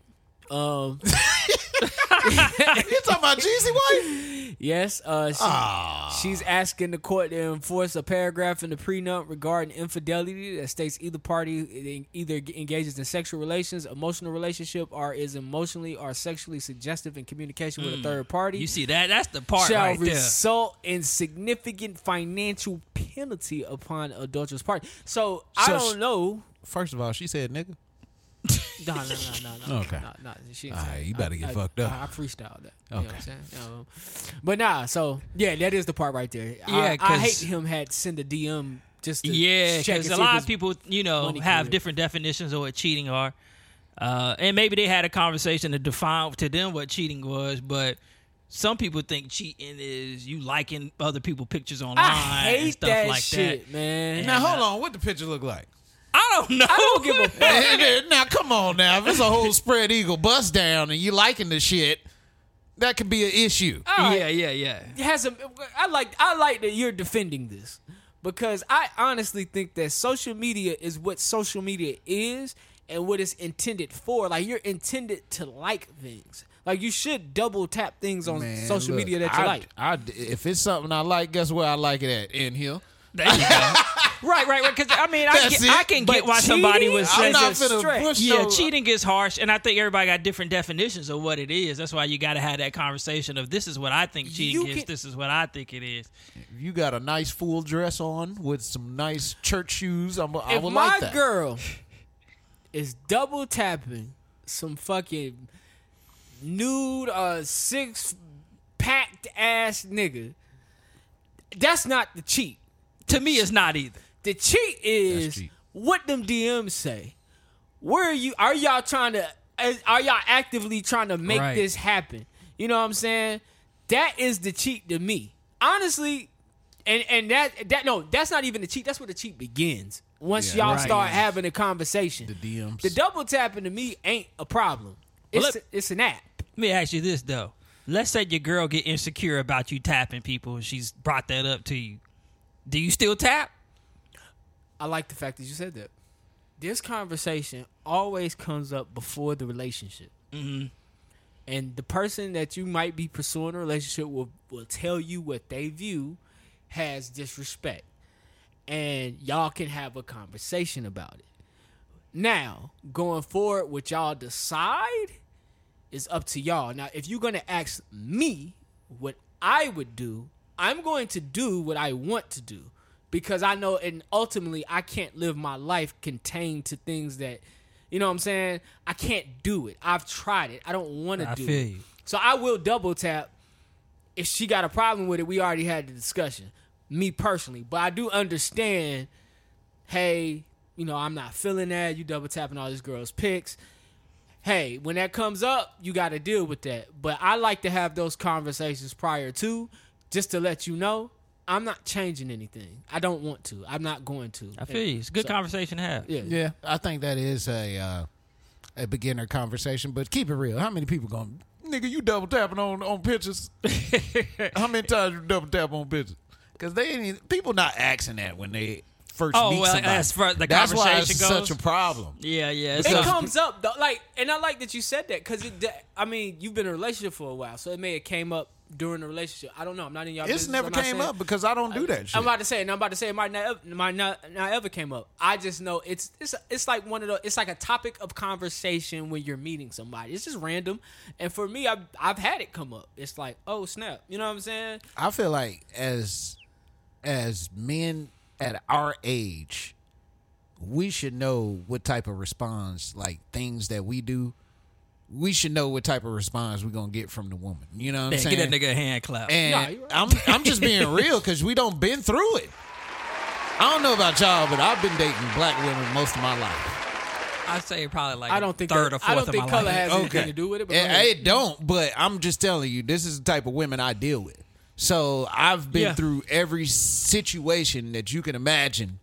Speaker 5: Um,
Speaker 4: You talking about Jeezy White?
Speaker 5: yes, uh, she,
Speaker 4: Ah.
Speaker 5: she's asking the court to enforce a paragraph in the prenup regarding infidelity that states either party either engages in sexual relations, emotional relationship, or is emotionally or sexually suggestive in communication with a third party.
Speaker 1: Hmm. You see that? That's the part
Speaker 5: shall
Speaker 1: right there.
Speaker 5: result in significant financial penalty upon adulterous party. So, I
Speaker 4: So
Speaker 5: don't
Speaker 4: sh-
Speaker 5: know.
Speaker 4: First of all, she said nigga.
Speaker 5: No, no, no, no, no.
Speaker 4: Okay.
Speaker 5: No, no, she didn't
Speaker 4: All
Speaker 5: say
Speaker 4: right,
Speaker 5: that.
Speaker 4: you better
Speaker 5: I-
Speaker 4: get
Speaker 5: I-
Speaker 4: fucked up.
Speaker 5: I, I freestyled that. You know what
Speaker 4: Okay.
Speaker 5: I'm saying? Um, but nah, so yeah, that is the part right there.
Speaker 1: Yeah,
Speaker 5: I, I
Speaker 1: 'cause-
Speaker 5: hate him had send a DM just to
Speaker 1: Yeah,
Speaker 5: check and
Speaker 1: because
Speaker 5: see
Speaker 1: a
Speaker 5: if
Speaker 1: lot
Speaker 5: it's-
Speaker 1: of people, you know,
Speaker 5: money
Speaker 1: have
Speaker 5: career.
Speaker 1: different definitions of what cheating are, uh, and maybe they had a conversation to define to them what cheating was. But some people think cheating is you liking other people pictures online
Speaker 5: I
Speaker 1: and
Speaker 5: hate
Speaker 1: stuff
Speaker 5: that
Speaker 1: like
Speaker 5: shit,
Speaker 1: that.
Speaker 5: man.
Speaker 4: Now hold on, what the picture look like?
Speaker 1: I don't know. I
Speaker 5: don't give a fuck.
Speaker 4: now come on, now if it's a whole spread eagle bust down and you liking the shit, that
Speaker 5: Oh,
Speaker 4: could be an issue.
Speaker 5: All right.
Speaker 1: yeah, yeah, yeah.
Speaker 5: It has a, I like I like that you're defending this, because I honestly think that social media is what social media is and what it's intended for. Like you're intended to like things. Like you should double tap things on
Speaker 4: Man,
Speaker 5: social
Speaker 4: look,
Speaker 5: media that you
Speaker 4: I-
Speaker 5: like.
Speaker 4: I, if it's something I like, guess where I like it at? In here.
Speaker 1: There you go. right, right, right. Because I mean, I,
Speaker 4: That's
Speaker 1: get,
Speaker 4: it.
Speaker 1: I can
Speaker 5: But
Speaker 1: get why somebody
Speaker 5: cheating?
Speaker 1: would
Speaker 5: I'm
Speaker 1: say
Speaker 5: not
Speaker 1: this.
Speaker 5: finna stretch.
Speaker 4: push
Speaker 1: Yeah,
Speaker 4: no-
Speaker 1: cheating is harsh, and I think everybody got different definitions of what it is. That's why you got to have that conversation of this is what I think cheating
Speaker 5: You
Speaker 1: is.
Speaker 5: can-
Speaker 1: This is what I think it is.
Speaker 4: You got a nice full dress on with some nice church shoes. I'm, I
Speaker 5: if
Speaker 4: would
Speaker 5: my
Speaker 4: like that.
Speaker 5: girl is double tapping some fucking nude uh six packed ass nigga, that's not the cheat.
Speaker 1: To me, it's not either.
Speaker 5: The cheat is
Speaker 4: cheat.
Speaker 5: what them DMs say. Where are you? Are y'all trying to? is- Are y'all actively trying to make
Speaker 1: Right.
Speaker 5: this happen? You know what I'm saying? That is the cheat to me, honestly. And and that that no, that's not even the cheat. That's where the cheat begins. Once
Speaker 4: Yeah.
Speaker 5: y'all
Speaker 4: Right.
Speaker 5: start having a conversation,
Speaker 4: The DMs.
Speaker 5: the double tapping to me ain't a problem. It's
Speaker 1: let-
Speaker 5: it's an app.
Speaker 1: Let me ask you this though. Let's say your girl get insecure about you tapping people, and she's brought that up to you. Do you still tap?
Speaker 5: I like the fact that you said that. This conversation always comes up before the relationship. Mm-hmm. And the person that you might be pursuing a relationship will, will tell you what they view has disrespect. And y'all can have a conversation about it. Now, going forward, what y'all decide is up to y'all. Now, if you're going to ask me what I would do, I'm going to do what I want to do because I know, and ultimately, I can't live my life contained to things that, you know what I'm saying? I can't do it. I've tried it. I don't want to
Speaker 1: I
Speaker 5: do
Speaker 1: feel
Speaker 5: it.
Speaker 1: you.
Speaker 5: So I will double tap. If she got a problem with it, we already had the discussion, me personally. But I do understand, hey, you know, I'm not feeling that. You double tapping all this girl's pics hey, when that comes up, you got to deal with that. But I like to have those conversations prior to, just to let you know I'm not changing anything. I don't want to. I'm not going to.
Speaker 1: I feel you. It's a good conversation to have.
Speaker 5: Yeah.
Speaker 4: Yeah, I think that is a uh, a beginner conversation. But keep it real. How many people going? Nigga, you double tapping on on pictures. How many times you double tap on pictures? Because they ain't even, people not asking that when they first
Speaker 1: Oh,
Speaker 4: meet
Speaker 1: well,
Speaker 4: somebody.
Speaker 1: as far as the
Speaker 4: That's why it's
Speaker 1: conversation goes.
Speaker 4: such a problem.
Speaker 1: Yeah, yeah.
Speaker 5: It
Speaker 1: so-
Speaker 5: comes up though, like, and I like that you said that because it. that- I mean, you've been in a relationship for a while, so it may have came up during the relationship. I don't know. I'm not in y'all.
Speaker 4: It's
Speaker 5: business.
Speaker 4: never
Speaker 5: I'm not
Speaker 4: came
Speaker 5: saying-
Speaker 4: up because I don't do that shit.
Speaker 5: I'm about to say, and I'm about to say, it might not, ev- might not, not ever came up. I just know it's it's it's like one of the it's like a topic of conversation when you're meeting somebody. It's just random, and for me, I've I've had it come up. It's like, oh snap, you know what I'm saying?
Speaker 4: I feel like as as men at our age, we should know what type of response, like things that we do. We should know what type of response we're gonna get from the woman. You know what
Speaker 1: Man,
Speaker 4: I'm
Speaker 1: get
Speaker 4: saying?
Speaker 1: that nigga a hand clap.
Speaker 4: And
Speaker 5: Nah, you're right.
Speaker 4: I'm I'm just being real because we don't been through it. I don't know about y'all, but I've been dating black women most of my life.
Speaker 1: I say probably like
Speaker 5: I don't think
Speaker 1: third
Speaker 5: that-
Speaker 1: or fourth
Speaker 5: I don't
Speaker 1: of
Speaker 5: think
Speaker 1: my
Speaker 5: color
Speaker 1: life.
Speaker 5: has anything to do with it. But go
Speaker 4: And
Speaker 5: ahead.
Speaker 4: it don't, but I'm just telling you, this is the type of women I deal with. So I've been
Speaker 1: Yeah.
Speaker 4: through every situation that you can imagine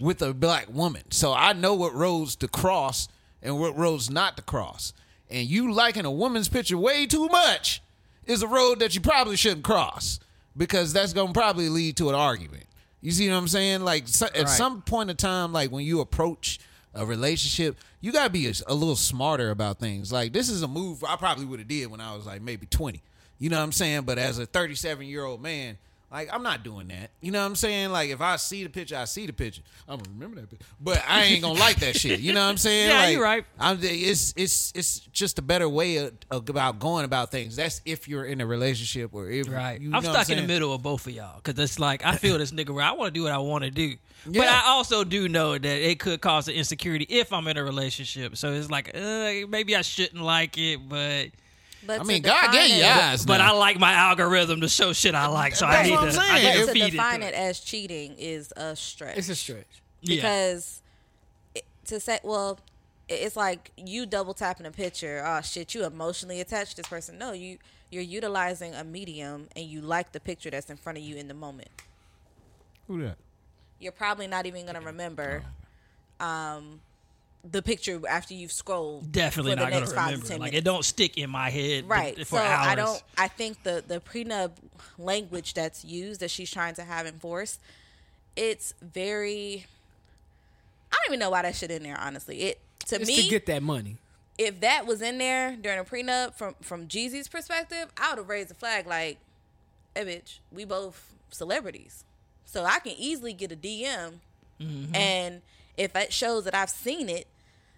Speaker 4: with a black woman. So I know what roads to cross and what roads not to cross. And you liking a woman's picture way too much is a road that you probably shouldn't cross because that's going to probably lead to an argument. You see what I'm saying? Like so, at some point in time, like when you approach a relationship, you got to be a, a little smarter about things. Like this is a move I probably would have did when I was like maybe 20. You know what I'm saying? But as a 37 year old man, like I'm not doing that. You know what I'm saying? Like if I see the picture, I see the picture. I'm gonna remember that picture, but I ain't gonna like that shit. You know what I'm saying?
Speaker 1: Yeah,
Speaker 4: Like,
Speaker 1: you're right.
Speaker 4: I'm, it's it's it's just a better way of, of- about going about things. That's if you're in a relationship or if
Speaker 1: Right.
Speaker 4: You
Speaker 1: I'm
Speaker 4: know what
Speaker 1: stuck in the
Speaker 4: saying?
Speaker 1: middle of both of y'all because it's like I feel this nigga where I want to do what I want to do, but
Speaker 4: Yeah.
Speaker 1: I also do know that it could cause an insecurity if I'm in a relationship. So it's like uh, maybe I shouldn't like it, but
Speaker 3: But
Speaker 4: I
Speaker 3: to
Speaker 4: mean,
Speaker 3: define
Speaker 4: God gave you
Speaker 3: it-
Speaker 4: eyes,
Speaker 1: but
Speaker 4: now.
Speaker 1: I like my algorithm to show shit I like, so I
Speaker 4: That's
Speaker 1: need
Speaker 4: what I'm
Speaker 1: to, I
Speaker 4: saying.
Speaker 1: need
Speaker 4: But
Speaker 1: to
Speaker 3: But to
Speaker 1: feed
Speaker 3: define it
Speaker 1: it.
Speaker 3: as cheating is a stretch.
Speaker 5: It's a stretch.
Speaker 1: Yeah.
Speaker 3: because it, to say well i- it's like you double tapping a picture oh shit you emotionally attached to this person no you you're utilizing a medium and you like the picture that's in front of you in the moment
Speaker 4: Who that?
Speaker 3: you're probably not even going to remember um the picture after you've scrolled
Speaker 1: Definitely
Speaker 3: for the
Speaker 1: not gonna
Speaker 3: next five to
Speaker 1: remember.
Speaker 3: ten
Speaker 1: Like it
Speaker 3: minutes.
Speaker 1: don't stick in my head,
Speaker 3: right
Speaker 1: th-
Speaker 3: so
Speaker 1: For hours.
Speaker 3: i don't i think the the prenup language that's used that she's trying to have enforced it's very. I don't even know why that shit in there. Honestly, it to
Speaker 5: Just
Speaker 3: me
Speaker 5: to get that money.
Speaker 3: if that was in there during a prenup from from Jeezy's perspective, I would have raised the flag like, "Hey, bitch, we both celebrities, so I can easily get a DM, and if it shows that I've seen it,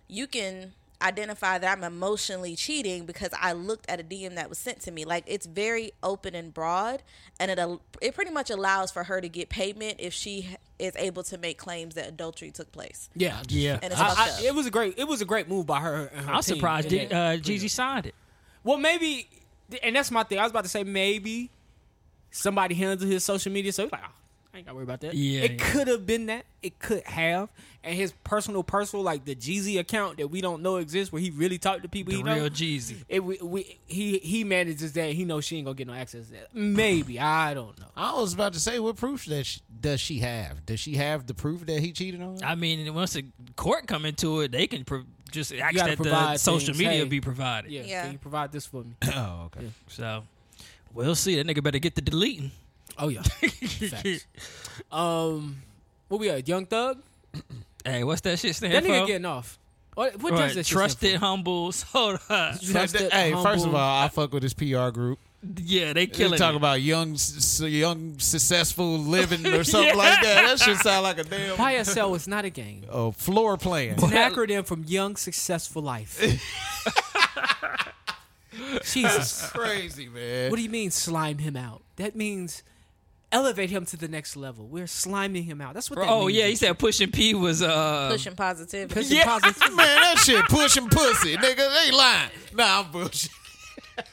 Speaker 3: you can identify that I'm emotionally cheating because I looked at a DM that was sent to me. Like it's very open and broad, and it al- it pretty much allows for her to get payment if she h- is able to make claims that adultery took place.
Speaker 5: Yeah,
Speaker 1: Yeah.
Speaker 3: And it's
Speaker 5: I-
Speaker 3: fucked
Speaker 5: I-
Speaker 3: up.
Speaker 5: it was a great. It was a great move by her. and her
Speaker 1: I'm
Speaker 5: team.
Speaker 1: surprised
Speaker 5: Yeah.
Speaker 1: did, uh, Jeezy signed it.
Speaker 5: Well, maybe, and that's my thing. I was about to say maybe somebody handled his social media, so he's like, oh, I ain't gotta worry about that.
Speaker 1: Yeah,
Speaker 5: it
Speaker 1: yeah.
Speaker 5: could have been that. It could have, and his personal, personal, like the Jeezy account that we don't know exists, where he really talked to people.
Speaker 1: The
Speaker 5: he know.
Speaker 1: real Jeezy.
Speaker 5: It, we, we, he he manages that. He knows she ain't gonna get no access to that. Maybe I don't know.
Speaker 4: I was about to say, what proof that she, does she have? Does she have the proof that he cheated on her?
Speaker 1: I mean, once the court come into it, they can pro- just ask
Speaker 5: gotta
Speaker 1: that the
Speaker 5: provide
Speaker 1: social
Speaker 5: things,
Speaker 1: media
Speaker 5: hey.
Speaker 1: be provided.
Speaker 5: Yeah,
Speaker 3: Yeah.
Speaker 5: Can you provide this for me?
Speaker 4: Oh, okay.
Speaker 1: So we'll see. That nigga better get the deleting.
Speaker 5: oh yeah. Facts. Um, what we at? Young Thug.
Speaker 1: Hey, what's that shit stand
Speaker 5: That
Speaker 1: for?
Speaker 5: nigga getting off. What, what
Speaker 1: Right,
Speaker 5: does this shit stand
Speaker 1: trusted,
Speaker 5: for?
Speaker 1: humble. Hold up.
Speaker 5: Trusted,
Speaker 4: hey, first of
Speaker 5: humble-
Speaker 4: all, I fuck with his PR group.
Speaker 1: Yeah, they
Speaker 4: They
Speaker 1: killing.
Speaker 4: talk
Speaker 1: it.
Speaker 4: about young, s- young, successful living or something like that. That should sound like a damn
Speaker 5: YSL is not a game.
Speaker 4: uh, floor plan.
Speaker 5: It's an acronym from Young Successful Life. Jesus.
Speaker 4: Crazy man.
Speaker 5: What do you mean slime him out? That means elevate him to the next level. We're sliming him out. That's what that
Speaker 1: Oh
Speaker 5: means.
Speaker 1: yeah, he said pushing P was uh.
Speaker 3: Pushing positivity.
Speaker 5: Pushing positive-
Speaker 4: Man, that shit pushing pussy, nigga. They lying. Nah, I'm bullshit.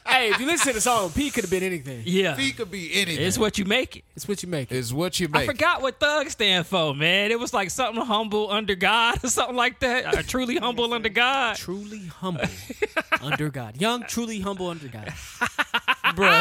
Speaker 5: hey, if you listen to the song, P could have been anything.
Speaker 1: Yeah,
Speaker 4: He could be anything.
Speaker 1: it's what you make it.
Speaker 5: It's what you make. it.
Speaker 4: It's what you
Speaker 1: I
Speaker 4: make.
Speaker 1: forgot what thug stand for, man. It was like something humble under God or something like that. Uh, truly humble under God.
Speaker 5: Truly humble under God. Young, truly humble under God.
Speaker 4: bro.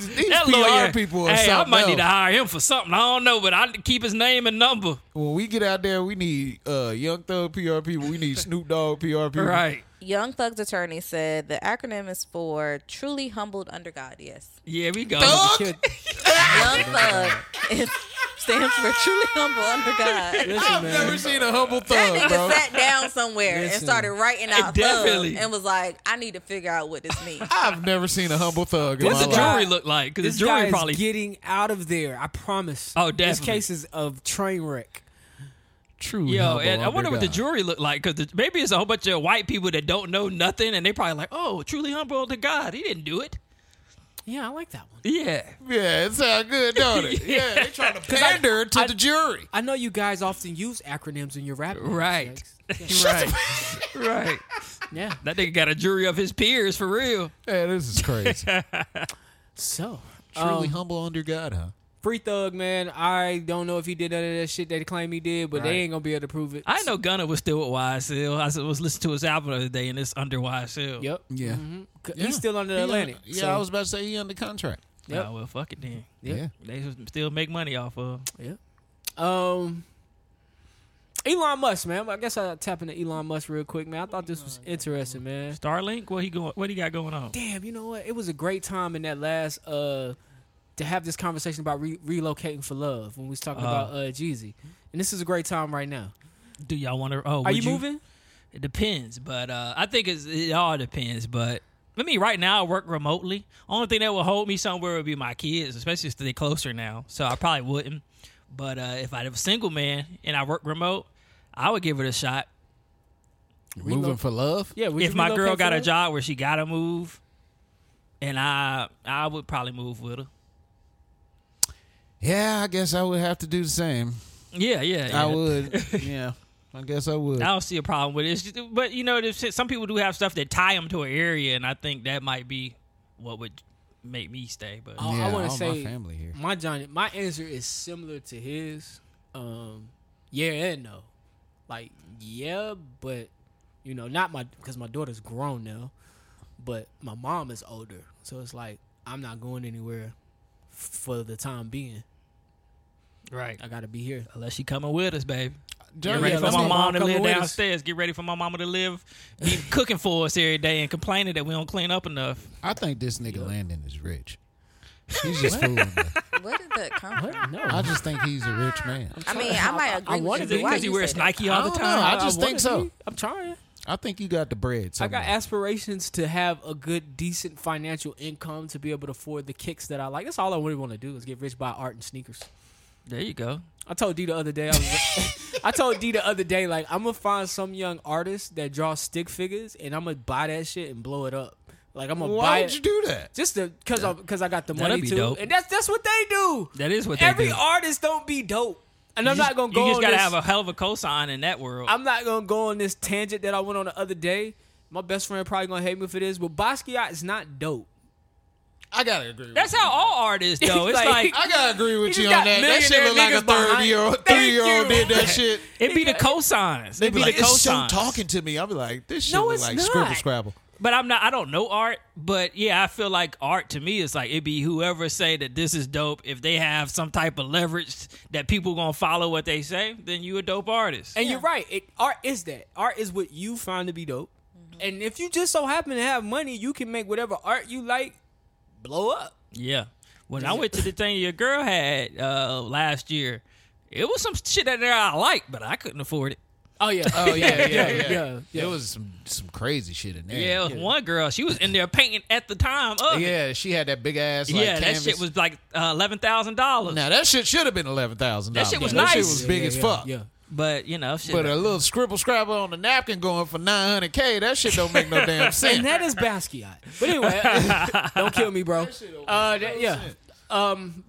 Speaker 4: These, these
Speaker 1: Ah, That
Speaker 4: PR
Speaker 1: lawyer,
Speaker 4: people are
Speaker 1: hey, I
Speaker 4: something
Speaker 1: might need to
Speaker 4: else.
Speaker 1: hire him for something. I don't know, but I keep his name and number.
Speaker 4: When we get out there, we need uh, Young Thug PR people. We need Snoop Dogg PR people.
Speaker 1: Right.
Speaker 3: Young Thug's attorney said the acronym is for truly humbled under God. Yes.
Speaker 1: Yeah, we go.
Speaker 4: Thug?
Speaker 5: Kid,
Speaker 3: Young Thug is, stands for truly humble under God.
Speaker 5: listen,
Speaker 4: I've
Speaker 5: man.
Speaker 4: never seen a humble
Speaker 3: That
Speaker 4: thug,
Speaker 3: nigga
Speaker 4: bro.
Speaker 3: sat down somewhere and
Speaker 5: Listen.
Speaker 3: started writing out thug
Speaker 1: definitely.
Speaker 3: and was like, I need to figure out what this means.
Speaker 4: I've never seen a humble thug. in
Speaker 5: What's
Speaker 4: my
Speaker 1: What's the
Speaker 5: a
Speaker 4: life.
Speaker 5: guy-
Speaker 1: jury look like? Because
Speaker 5: This
Speaker 1: the
Speaker 5: guy
Speaker 1: jury
Speaker 5: is
Speaker 1: probably
Speaker 5: getting out of there. I promise.
Speaker 1: Oh,
Speaker 5: This
Speaker 1: definitely.
Speaker 5: case is of train wreck.
Speaker 4: Truly
Speaker 1: Yo,
Speaker 4: humble
Speaker 1: and I
Speaker 4: under
Speaker 1: wonder what the
Speaker 4: God.
Speaker 1: jury looked like because maybe it's a whole bunch of white people that don't know nothing, and they probably like, "Oh, truly humble to God, he didn't do it."
Speaker 5: Yeah, I like that one.
Speaker 1: Yeah,
Speaker 4: Yeah, it sounds good, don't it? yeah. they trying to pander to
Speaker 5: I-
Speaker 4: the jury.
Speaker 5: I know you guys often use acronyms in your rap. names,
Speaker 1: Right.
Speaker 5: like-
Speaker 1: right, right.
Speaker 5: Yeah.
Speaker 1: That nigga got a jury of his peers for real.
Speaker 4: Yeah, this is crazy.
Speaker 5: So,
Speaker 4: Truly
Speaker 5: um,
Speaker 4: humble under God, huh?
Speaker 5: Free Thug, man. I don't know if he did none of that shit they claim he did, but they ain't gonna be able to prove it.
Speaker 1: I didn't know Gunna was still with YSL. I was- was listening to his album the other day, and it's under YSL.
Speaker 5: Yep.
Speaker 4: Yeah.
Speaker 5: C-
Speaker 4: Yeah.
Speaker 5: He's still under
Speaker 4: He
Speaker 5: the Atlantic.
Speaker 4: under- yeah,
Speaker 5: so-
Speaker 4: I was about to say he under contract.
Speaker 1: Yeah,
Speaker 5: Yep.
Speaker 1: well, fuck it then.
Speaker 5: Yep.
Speaker 4: Yeah.
Speaker 1: They still make money off of.
Speaker 5: Um. Elon Musk, man. I guess I tap into Elon Musk real quick, man. I thought this was interesting, man.
Speaker 1: Starlink, what he going? What he got going on?
Speaker 5: Damn, you know what? It was a great time in that last uh to have this conversation about re- relocating for love when we was talking
Speaker 1: Uh.
Speaker 5: about uh Jeezy, and this is a great time right now.
Speaker 1: Do y'all want to? Oh,
Speaker 5: Are
Speaker 1: would
Speaker 5: you moving?
Speaker 1: It depends, but uh, I think it's, it all depends. But I mean, right now I work remotely. Only thing that would hold me somewhere would be my kids, especially if they're closer now. So I probably wouldn't. But uh, if I was a single man and I work remote, I would give it a shot.
Speaker 4: Moving for love?
Speaker 5: Yeah. Would
Speaker 1: if
Speaker 5: you
Speaker 1: my
Speaker 5: relocate
Speaker 1: girl
Speaker 5: for
Speaker 1: got a
Speaker 5: love?
Speaker 1: job where she gotta move, and I I would probably move with her.
Speaker 4: Yeah, I guess I would have to do the same.
Speaker 1: Yeah, yeah, yeah.
Speaker 4: I would. yeah. I guess I would.
Speaker 1: I don't see a problem with it. It's just- but you know, there's- some people do have stuff that tie them to an area, and I think that might be what would make me stay. But
Speaker 5: Oh,
Speaker 4: yeah,
Speaker 5: I want to
Speaker 4: all
Speaker 5: say
Speaker 4: my family here.
Speaker 5: my Johnny, my answer is similar to his. Um, yeah and no, like yeah, but you know, not my because my daughter's grown now, but my mom is older, so it's like I'm not going anywhere for the time being.
Speaker 1: right,
Speaker 5: I gotta be here.
Speaker 1: Unless she coming with us, baby. Get
Speaker 5: Yeah,
Speaker 1: ready for
Speaker 5: that's
Speaker 1: my
Speaker 5: it.
Speaker 1: mom to
Speaker 5: Coming
Speaker 1: live
Speaker 5: with us.
Speaker 1: downstairs. Get ready for my mama to live, be cooking for us every day and complaining that we don't clean up enough.
Speaker 4: I think this nigga Landon is rich. He's just fooling me.
Speaker 3: Where did that come from?
Speaker 5: No,
Speaker 4: I just think he's a rich man.
Speaker 3: I mean, I might agree
Speaker 5: wanted
Speaker 3: with
Speaker 5: to
Speaker 3: you.
Speaker 5: be-
Speaker 3: but Why
Speaker 1: Because he
Speaker 3: you
Speaker 1: wears
Speaker 3: said that?
Speaker 1: Nike all the
Speaker 4: I don't know.
Speaker 1: time.
Speaker 4: I just
Speaker 5: wanna
Speaker 4: think so.
Speaker 5: be. I'm trying.
Speaker 4: I think you got the bread.
Speaker 5: I got
Speaker 4: somewhere.
Speaker 5: aspirations to have a good, decent financial income to be able to afford the kicks that I like. That's all I really want to do is get rich by art and sneakers.
Speaker 1: There you go.
Speaker 5: I told D the other day. I, was, I told D the other day, like I'm gonna find some young artist that draws stick figures, and I'm gonna buy that shit and blow it up. Like I'm gonna buy
Speaker 4: Why would
Speaker 5: it
Speaker 4: you do that?
Speaker 5: just to because because I got the
Speaker 1: That'd
Speaker 5: money
Speaker 1: be
Speaker 5: to.
Speaker 1: dope.
Speaker 5: And that's that's what they do.
Speaker 1: That is what they
Speaker 5: Every
Speaker 1: do.
Speaker 5: artist don't be dope. And I'm not gonna go.
Speaker 1: You just
Speaker 5: on
Speaker 1: gotta
Speaker 5: this-
Speaker 1: have a hell of a cosign in that world.
Speaker 5: I'm not gonna go on this tangent that I went on the other day. My best friend probably gonna hate me for this, but Basquiat is not dope.
Speaker 4: I gotta agree. With
Speaker 1: That's how all artists though. It's like,
Speaker 5: Like-
Speaker 4: I gotta agree with
Speaker 5: He
Speaker 4: you
Speaker 5: just
Speaker 4: on
Speaker 5: got
Speaker 4: that. That shit look like a
Speaker 5: millionaire niggas
Speaker 4: thirty year old,
Speaker 5: behind. Thank
Speaker 4: three year old
Speaker 5: you.
Speaker 4: did that shit.
Speaker 1: it be the cosigns.
Speaker 4: They
Speaker 1: It
Speaker 4: be like, it's so talking to me. I'll be like, this shit
Speaker 5: No,
Speaker 4: look
Speaker 5: it's
Speaker 4: like
Speaker 5: not.
Speaker 4: scribble scrabble.
Speaker 1: But I'm not. I don't know art. But yeah, I feel like art to me is like it be whoever say that this is dope. If they have some type of leverage that people gonna follow what they say, then you a dope artist.
Speaker 5: And you're right. It, art is that. Art is what you find to be dope. And if you just so happen to have money, you can make whatever art you like blow up.
Speaker 1: yeah. When I went to the thing your girl had uh, last year, it was some shit in there I liked, but I couldn't afford it.
Speaker 5: Oh yeah. Oh yeah. yeah. Yeah. yeah,
Speaker 4: There was some some crazy shit in there.
Speaker 1: Yeah, it was one girl. She was in there painting at the time. Of it.
Speaker 4: yeah. She had that big ass. Like,
Speaker 1: yeah,
Speaker 4: canvas.
Speaker 1: that shit was like uh, eleven thousand dollars.
Speaker 4: Now that shit should have been eleven thousand.
Speaker 1: That shit was
Speaker 4: That shit
Speaker 1: nice.
Speaker 4: was big
Speaker 5: Yeah,
Speaker 4: as
Speaker 5: yeah,
Speaker 4: fuck.
Speaker 5: Yeah.
Speaker 1: But you know, shit.
Speaker 4: But a little scribble scrabble on the napkin going for nine hundred k. That shit don't make no damn sense.
Speaker 5: And that is Basquiat. But anyway, don't kill me, bro. Uh, that- yeah. Um,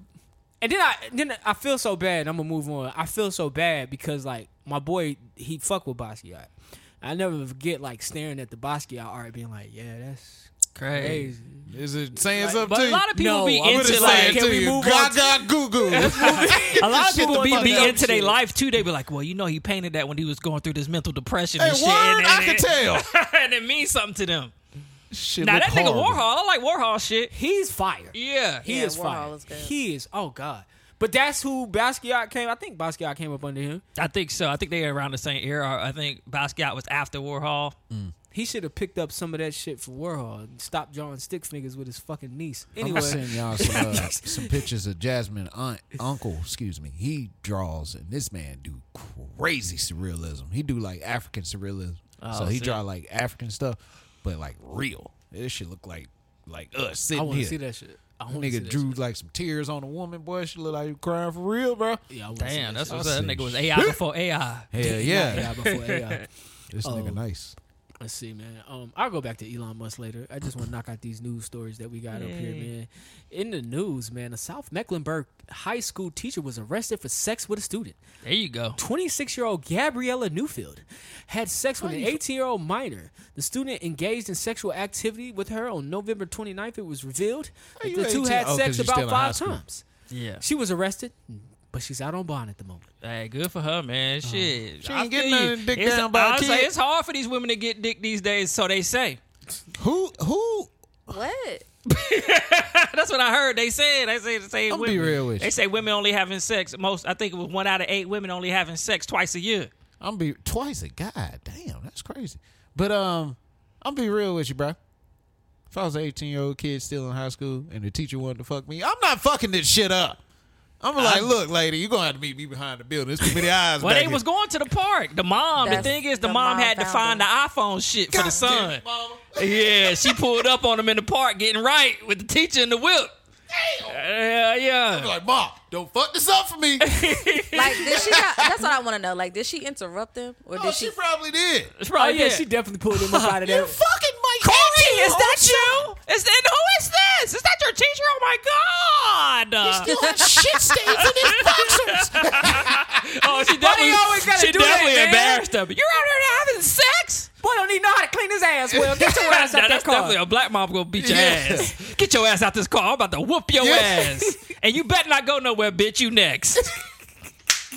Speaker 5: and then I then I feel so bad. I'm gonna move on. I feel so bad because like my boy, he fuck with Basquiat. I never forget like staring at the Basquiat art, being like, yeah, that's
Speaker 1: crazy.
Speaker 5: crazy.
Speaker 4: is it saying
Speaker 5: Like,
Speaker 4: something
Speaker 1: But
Speaker 4: to
Speaker 1: a
Speaker 4: you?
Speaker 1: lot of people
Speaker 5: No,
Speaker 1: be
Speaker 5: I would've
Speaker 1: into
Speaker 5: said
Speaker 1: like
Speaker 5: it. can we move on to-
Speaker 4: Gaga goo goo.
Speaker 1: a lot
Speaker 4: Shit
Speaker 1: of people
Speaker 4: the
Speaker 1: be,
Speaker 4: fuck
Speaker 1: be
Speaker 4: up.
Speaker 1: into their life too. They be like, well, you know, he painted that when he was going through this mental depression
Speaker 4: Hey,
Speaker 1: and shit.
Speaker 4: word,
Speaker 1: and,
Speaker 4: I
Speaker 1: and-
Speaker 4: can tell.
Speaker 1: and it means something to them.
Speaker 4: Shit
Speaker 1: Now
Speaker 4: look
Speaker 1: that nigga
Speaker 4: horrible.
Speaker 1: Warhol, I like Warhol shit.
Speaker 5: He's fire.
Speaker 1: Yeah,
Speaker 5: He
Speaker 1: yeah.
Speaker 3: Yeah,
Speaker 5: is
Speaker 3: Warhol
Speaker 5: fire.
Speaker 3: is good.
Speaker 5: He is. Oh God. But that's who Basquiat came. I think Basquiat came up under him.
Speaker 1: I think so. I think they around the same era. I think Basquiat was after Warhol.
Speaker 5: He should have picked up some of that shit for Warhol and stopped drawing stick fingers with his fucking niece.
Speaker 4: I'm
Speaker 5: Anyway,
Speaker 4: sending y'all some, uh, some pictures of Jasmine aunt, uncle, excuse me. He draws, and this man do crazy surrealism. He do like African surrealism.
Speaker 5: Oh,
Speaker 4: so he
Speaker 1: see.
Speaker 4: draw like African stuff, but like real. This shit look like like us
Speaker 5: I
Speaker 4: sitting
Speaker 5: want
Speaker 4: here.
Speaker 5: to see that shit. I wanna see
Speaker 4: Nigga
Speaker 5: that
Speaker 4: drew
Speaker 5: shit.
Speaker 4: like some tears on a woman. Boy, she look like you crying for real, bro.
Speaker 5: Yeah, I wanna see
Speaker 1: Damn,
Speaker 5: that
Speaker 1: that's
Speaker 5: shit.
Speaker 1: what
Speaker 4: I
Speaker 1: that
Speaker 4: see.
Speaker 1: nigga was. AI before AI.
Speaker 4: Hell
Speaker 5: yeah. Oh.
Speaker 4: yeah,
Speaker 5: before AI.
Speaker 4: this nigga nice.
Speaker 5: Let's see, man. Um, I'll go back to Elon Musk later. I just want to knock out these news stories that we got up here, man. In the news, man, a South Mecklenburg high school teacher was arrested for sex with a student.
Speaker 1: There you go.
Speaker 5: 26 year old Gabriella Newfield had sex with an 18 year old minor. The student engaged in sexual activity with her on November 29th. It was revealed
Speaker 4: Why
Speaker 5: that
Speaker 4: you
Speaker 5: the two
Speaker 4: 18?
Speaker 5: had
Speaker 4: Oh, 'cause
Speaker 5: sex
Speaker 4: you still
Speaker 5: about
Speaker 4: in high
Speaker 5: five
Speaker 4: school.
Speaker 5: times.
Speaker 1: Yeah.
Speaker 5: She was arrested, but she's out on bond at the moment.
Speaker 1: Hey, good for her, man. Shit.
Speaker 4: she
Speaker 1: I
Speaker 4: ain't getting
Speaker 1: feel you.
Speaker 4: nothing dick
Speaker 1: It's-
Speaker 4: down by a
Speaker 1: I was like,
Speaker 4: kid.
Speaker 1: it's hard for these women to get dick these days, so they say.
Speaker 4: Who who
Speaker 3: What?
Speaker 1: That's what I heard. They said. They say the same.
Speaker 4: I'm be
Speaker 1: women.
Speaker 4: real with
Speaker 1: They
Speaker 4: you.
Speaker 1: say women only having sex. Most I think it was one out of eight women only having sex twice a year.
Speaker 4: I'm be twice a god damn, that's crazy. But um, I'm be real with you, bro. If I was an 18 year old kid still in high school and the teacher wanted to fuck me, I'm not fucking this shit up. I'm like, look, lady, you gonna have to meet me behind the building. There's too many eyes.
Speaker 1: Well,
Speaker 4: back
Speaker 1: they was going to the park. The mom. the
Speaker 3: That's-
Speaker 1: thing is, the,
Speaker 3: the
Speaker 1: mom,
Speaker 3: mom
Speaker 1: had to
Speaker 3: found
Speaker 1: find the iPhone shit for the son. Yeah, she pulled up on him in the park, getting right with the teacher in the whip. Yeah,
Speaker 4: I'm
Speaker 1: yeah.
Speaker 4: like, mom, don't fuck this up for me.
Speaker 3: Like, did she? Not, that's what I want to know. Like, did she interrupt him, or
Speaker 4: oh,
Speaker 3: did
Speaker 4: she,
Speaker 3: she?
Speaker 4: probably did.
Speaker 1: It's probably
Speaker 5: Oh, yeah, she definitely pulled him up out of
Speaker 4: You
Speaker 5: there.
Speaker 4: fucking my
Speaker 1: Courtney, is
Speaker 4: hoe.
Speaker 1: that you? Is and who is this? Is that your teacher? Oh my god!
Speaker 4: Still have shit stains in his boxers.
Speaker 1: oh, she
Speaker 5: you always gotta
Speaker 1: she
Speaker 5: do that,
Speaker 1: definitely
Speaker 5: man?
Speaker 1: embarrassed him. You're out here having sex.
Speaker 5: Boy, don't even know how to clean his ass. Well, get your ass
Speaker 1: Nah,
Speaker 5: out
Speaker 1: that's
Speaker 5: that car.
Speaker 1: definitely a black mom gonna beat your
Speaker 4: Yeah.
Speaker 1: ass. Get your ass out this car. I'm about to whoop your
Speaker 4: Yeah.
Speaker 1: ass. And you better not go nowhere, bitch. You next.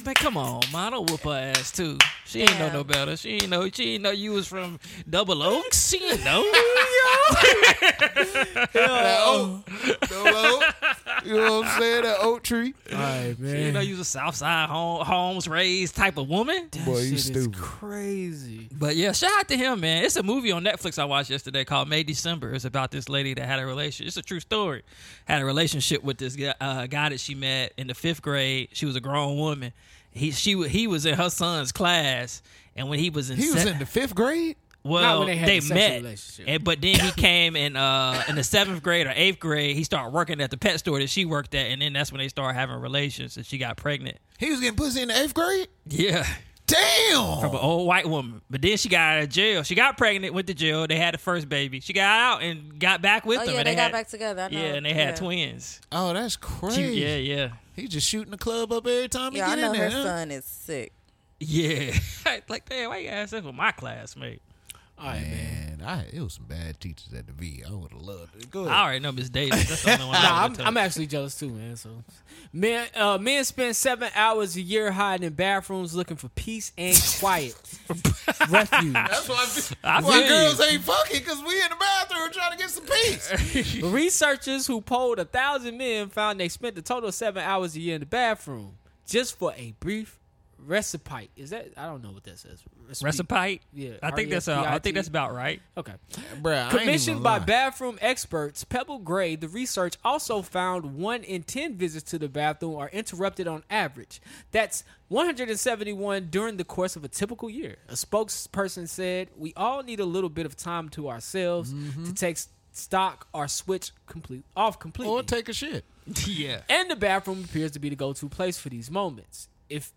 Speaker 1: But come on, man. Don't whoop her ass too. She ain't know
Speaker 3: Yeah.
Speaker 1: no better. She ain't know. She ain't know you was from Double Oaks. She ain't know.
Speaker 4: Oh, no, no. You know what I'm saying? That oak tree.
Speaker 5: All right, man.
Speaker 1: You know, you was a Southside home, Holmes raised type of woman.
Speaker 4: Boy, you
Speaker 5: Shit is
Speaker 4: stupid.
Speaker 5: crazy.
Speaker 1: But yeah, shout out to him, man. It's a movie on Netflix I watched yesterday called May December. It's about this lady that had a relationship. It's a true story. Had a relationship with this guy, uh, guy that she met in the fifth grade. She was a grown woman. He she wa- he was in her son's class, and when he was in
Speaker 4: He was
Speaker 1: se-
Speaker 4: in the fifth grade.
Speaker 1: well,
Speaker 5: Not when they had
Speaker 1: they
Speaker 5: the sexual
Speaker 1: met,
Speaker 5: relationship.
Speaker 1: and, but then he came in uh, in the seventh grade or eighth grade. He started working at the pet store that she worked at, and then that's when they started having relations, and she got pregnant.
Speaker 4: He was getting pussy in the eighth grade.
Speaker 1: Yeah.
Speaker 4: Damn.
Speaker 1: from an old white woman. But then she got out of jail. She got pregnant, went to jail. They had the first baby. She got out and got back with
Speaker 3: Oh,
Speaker 1: them.
Speaker 3: yeah,
Speaker 1: and
Speaker 3: they got
Speaker 1: had-
Speaker 3: back together. I know.
Speaker 1: Yeah, and they had
Speaker 3: Yeah.
Speaker 1: twins.
Speaker 4: Oh, that's
Speaker 1: She-
Speaker 4: crazy.
Speaker 1: yeah, yeah,
Speaker 4: He just shooting the club up every time he
Speaker 3: Yeah, I
Speaker 4: get
Speaker 3: know
Speaker 4: in
Speaker 3: her
Speaker 4: there. huh?
Speaker 3: son is sick.
Speaker 1: yeah. like, damn, why you ask that for my classmate?
Speaker 5: All right, man.
Speaker 4: Man, I it was some bad teachers at the V. I would have loved it. Go ahead.
Speaker 1: I already know Miss Davis. That's the only one.
Speaker 5: Nah,
Speaker 1: I
Speaker 5: I'm, I'm actually jealous too, man. So, men uh, men spend seven hours a year hiding in bathrooms looking for peace and quiet, refuge.
Speaker 4: That's why, I,
Speaker 1: I
Speaker 4: why
Speaker 1: feel
Speaker 4: girls ain't fucking because we in the bathroom trying to get some peace.
Speaker 5: Researchers who polled a thousand men found they spent a total of seven hours a year in the bathroom just for a brief respite. Is that I don't know what that says. Respite.
Speaker 1: Recipe.
Speaker 5: Yeah,
Speaker 1: I think that's uh, I think
Speaker 5: R E
Speaker 1: that's
Speaker 5: S P I T.
Speaker 1: about right.
Speaker 5: Okay.
Speaker 4: Bruh,
Speaker 5: Commissioned by
Speaker 4: bad.
Speaker 5: bathroom experts, Pebble Gray, the research also found one in 10 visits to the bathroom are interrupted on average. That's 171 during the course of a typical year. A spokesperson said, We all need a little bit of time to ourselves to take s- stock or switch complete off completely.
Speaker 4: Or take a shit.
Speaker 1: yeah.
Speaker 5: And the bathroom appears to be the go-to place for these moments. If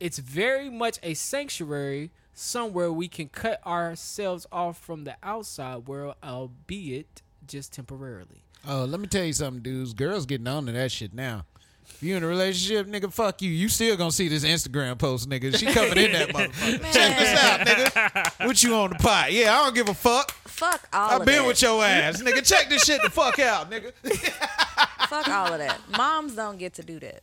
Speaker 5: it's very much a sanctuary, somewhere we can cut ourselves off from the outside world, albeit just temporarily.
Speaker 4: Oh, let me tell you something, dudes. Girls getting on to that shit now. If you in a relationship, nigga, fuck you. You still gonna see this Instagram post, nigga. She coming in that motherfucker. Check this out, nigga. What you on the pot? Yeah, I don't give a fuck.
Speaker 3: Fuck all
Speaker 4: I've
Speaker 3: of
Speaker 4: been
Speaker 3: that.
Speaker 4: with your ass, nigga. Check this shit the fuck out, nigga.
Speaker 3: Fuck all of that. Moms don't get to do that.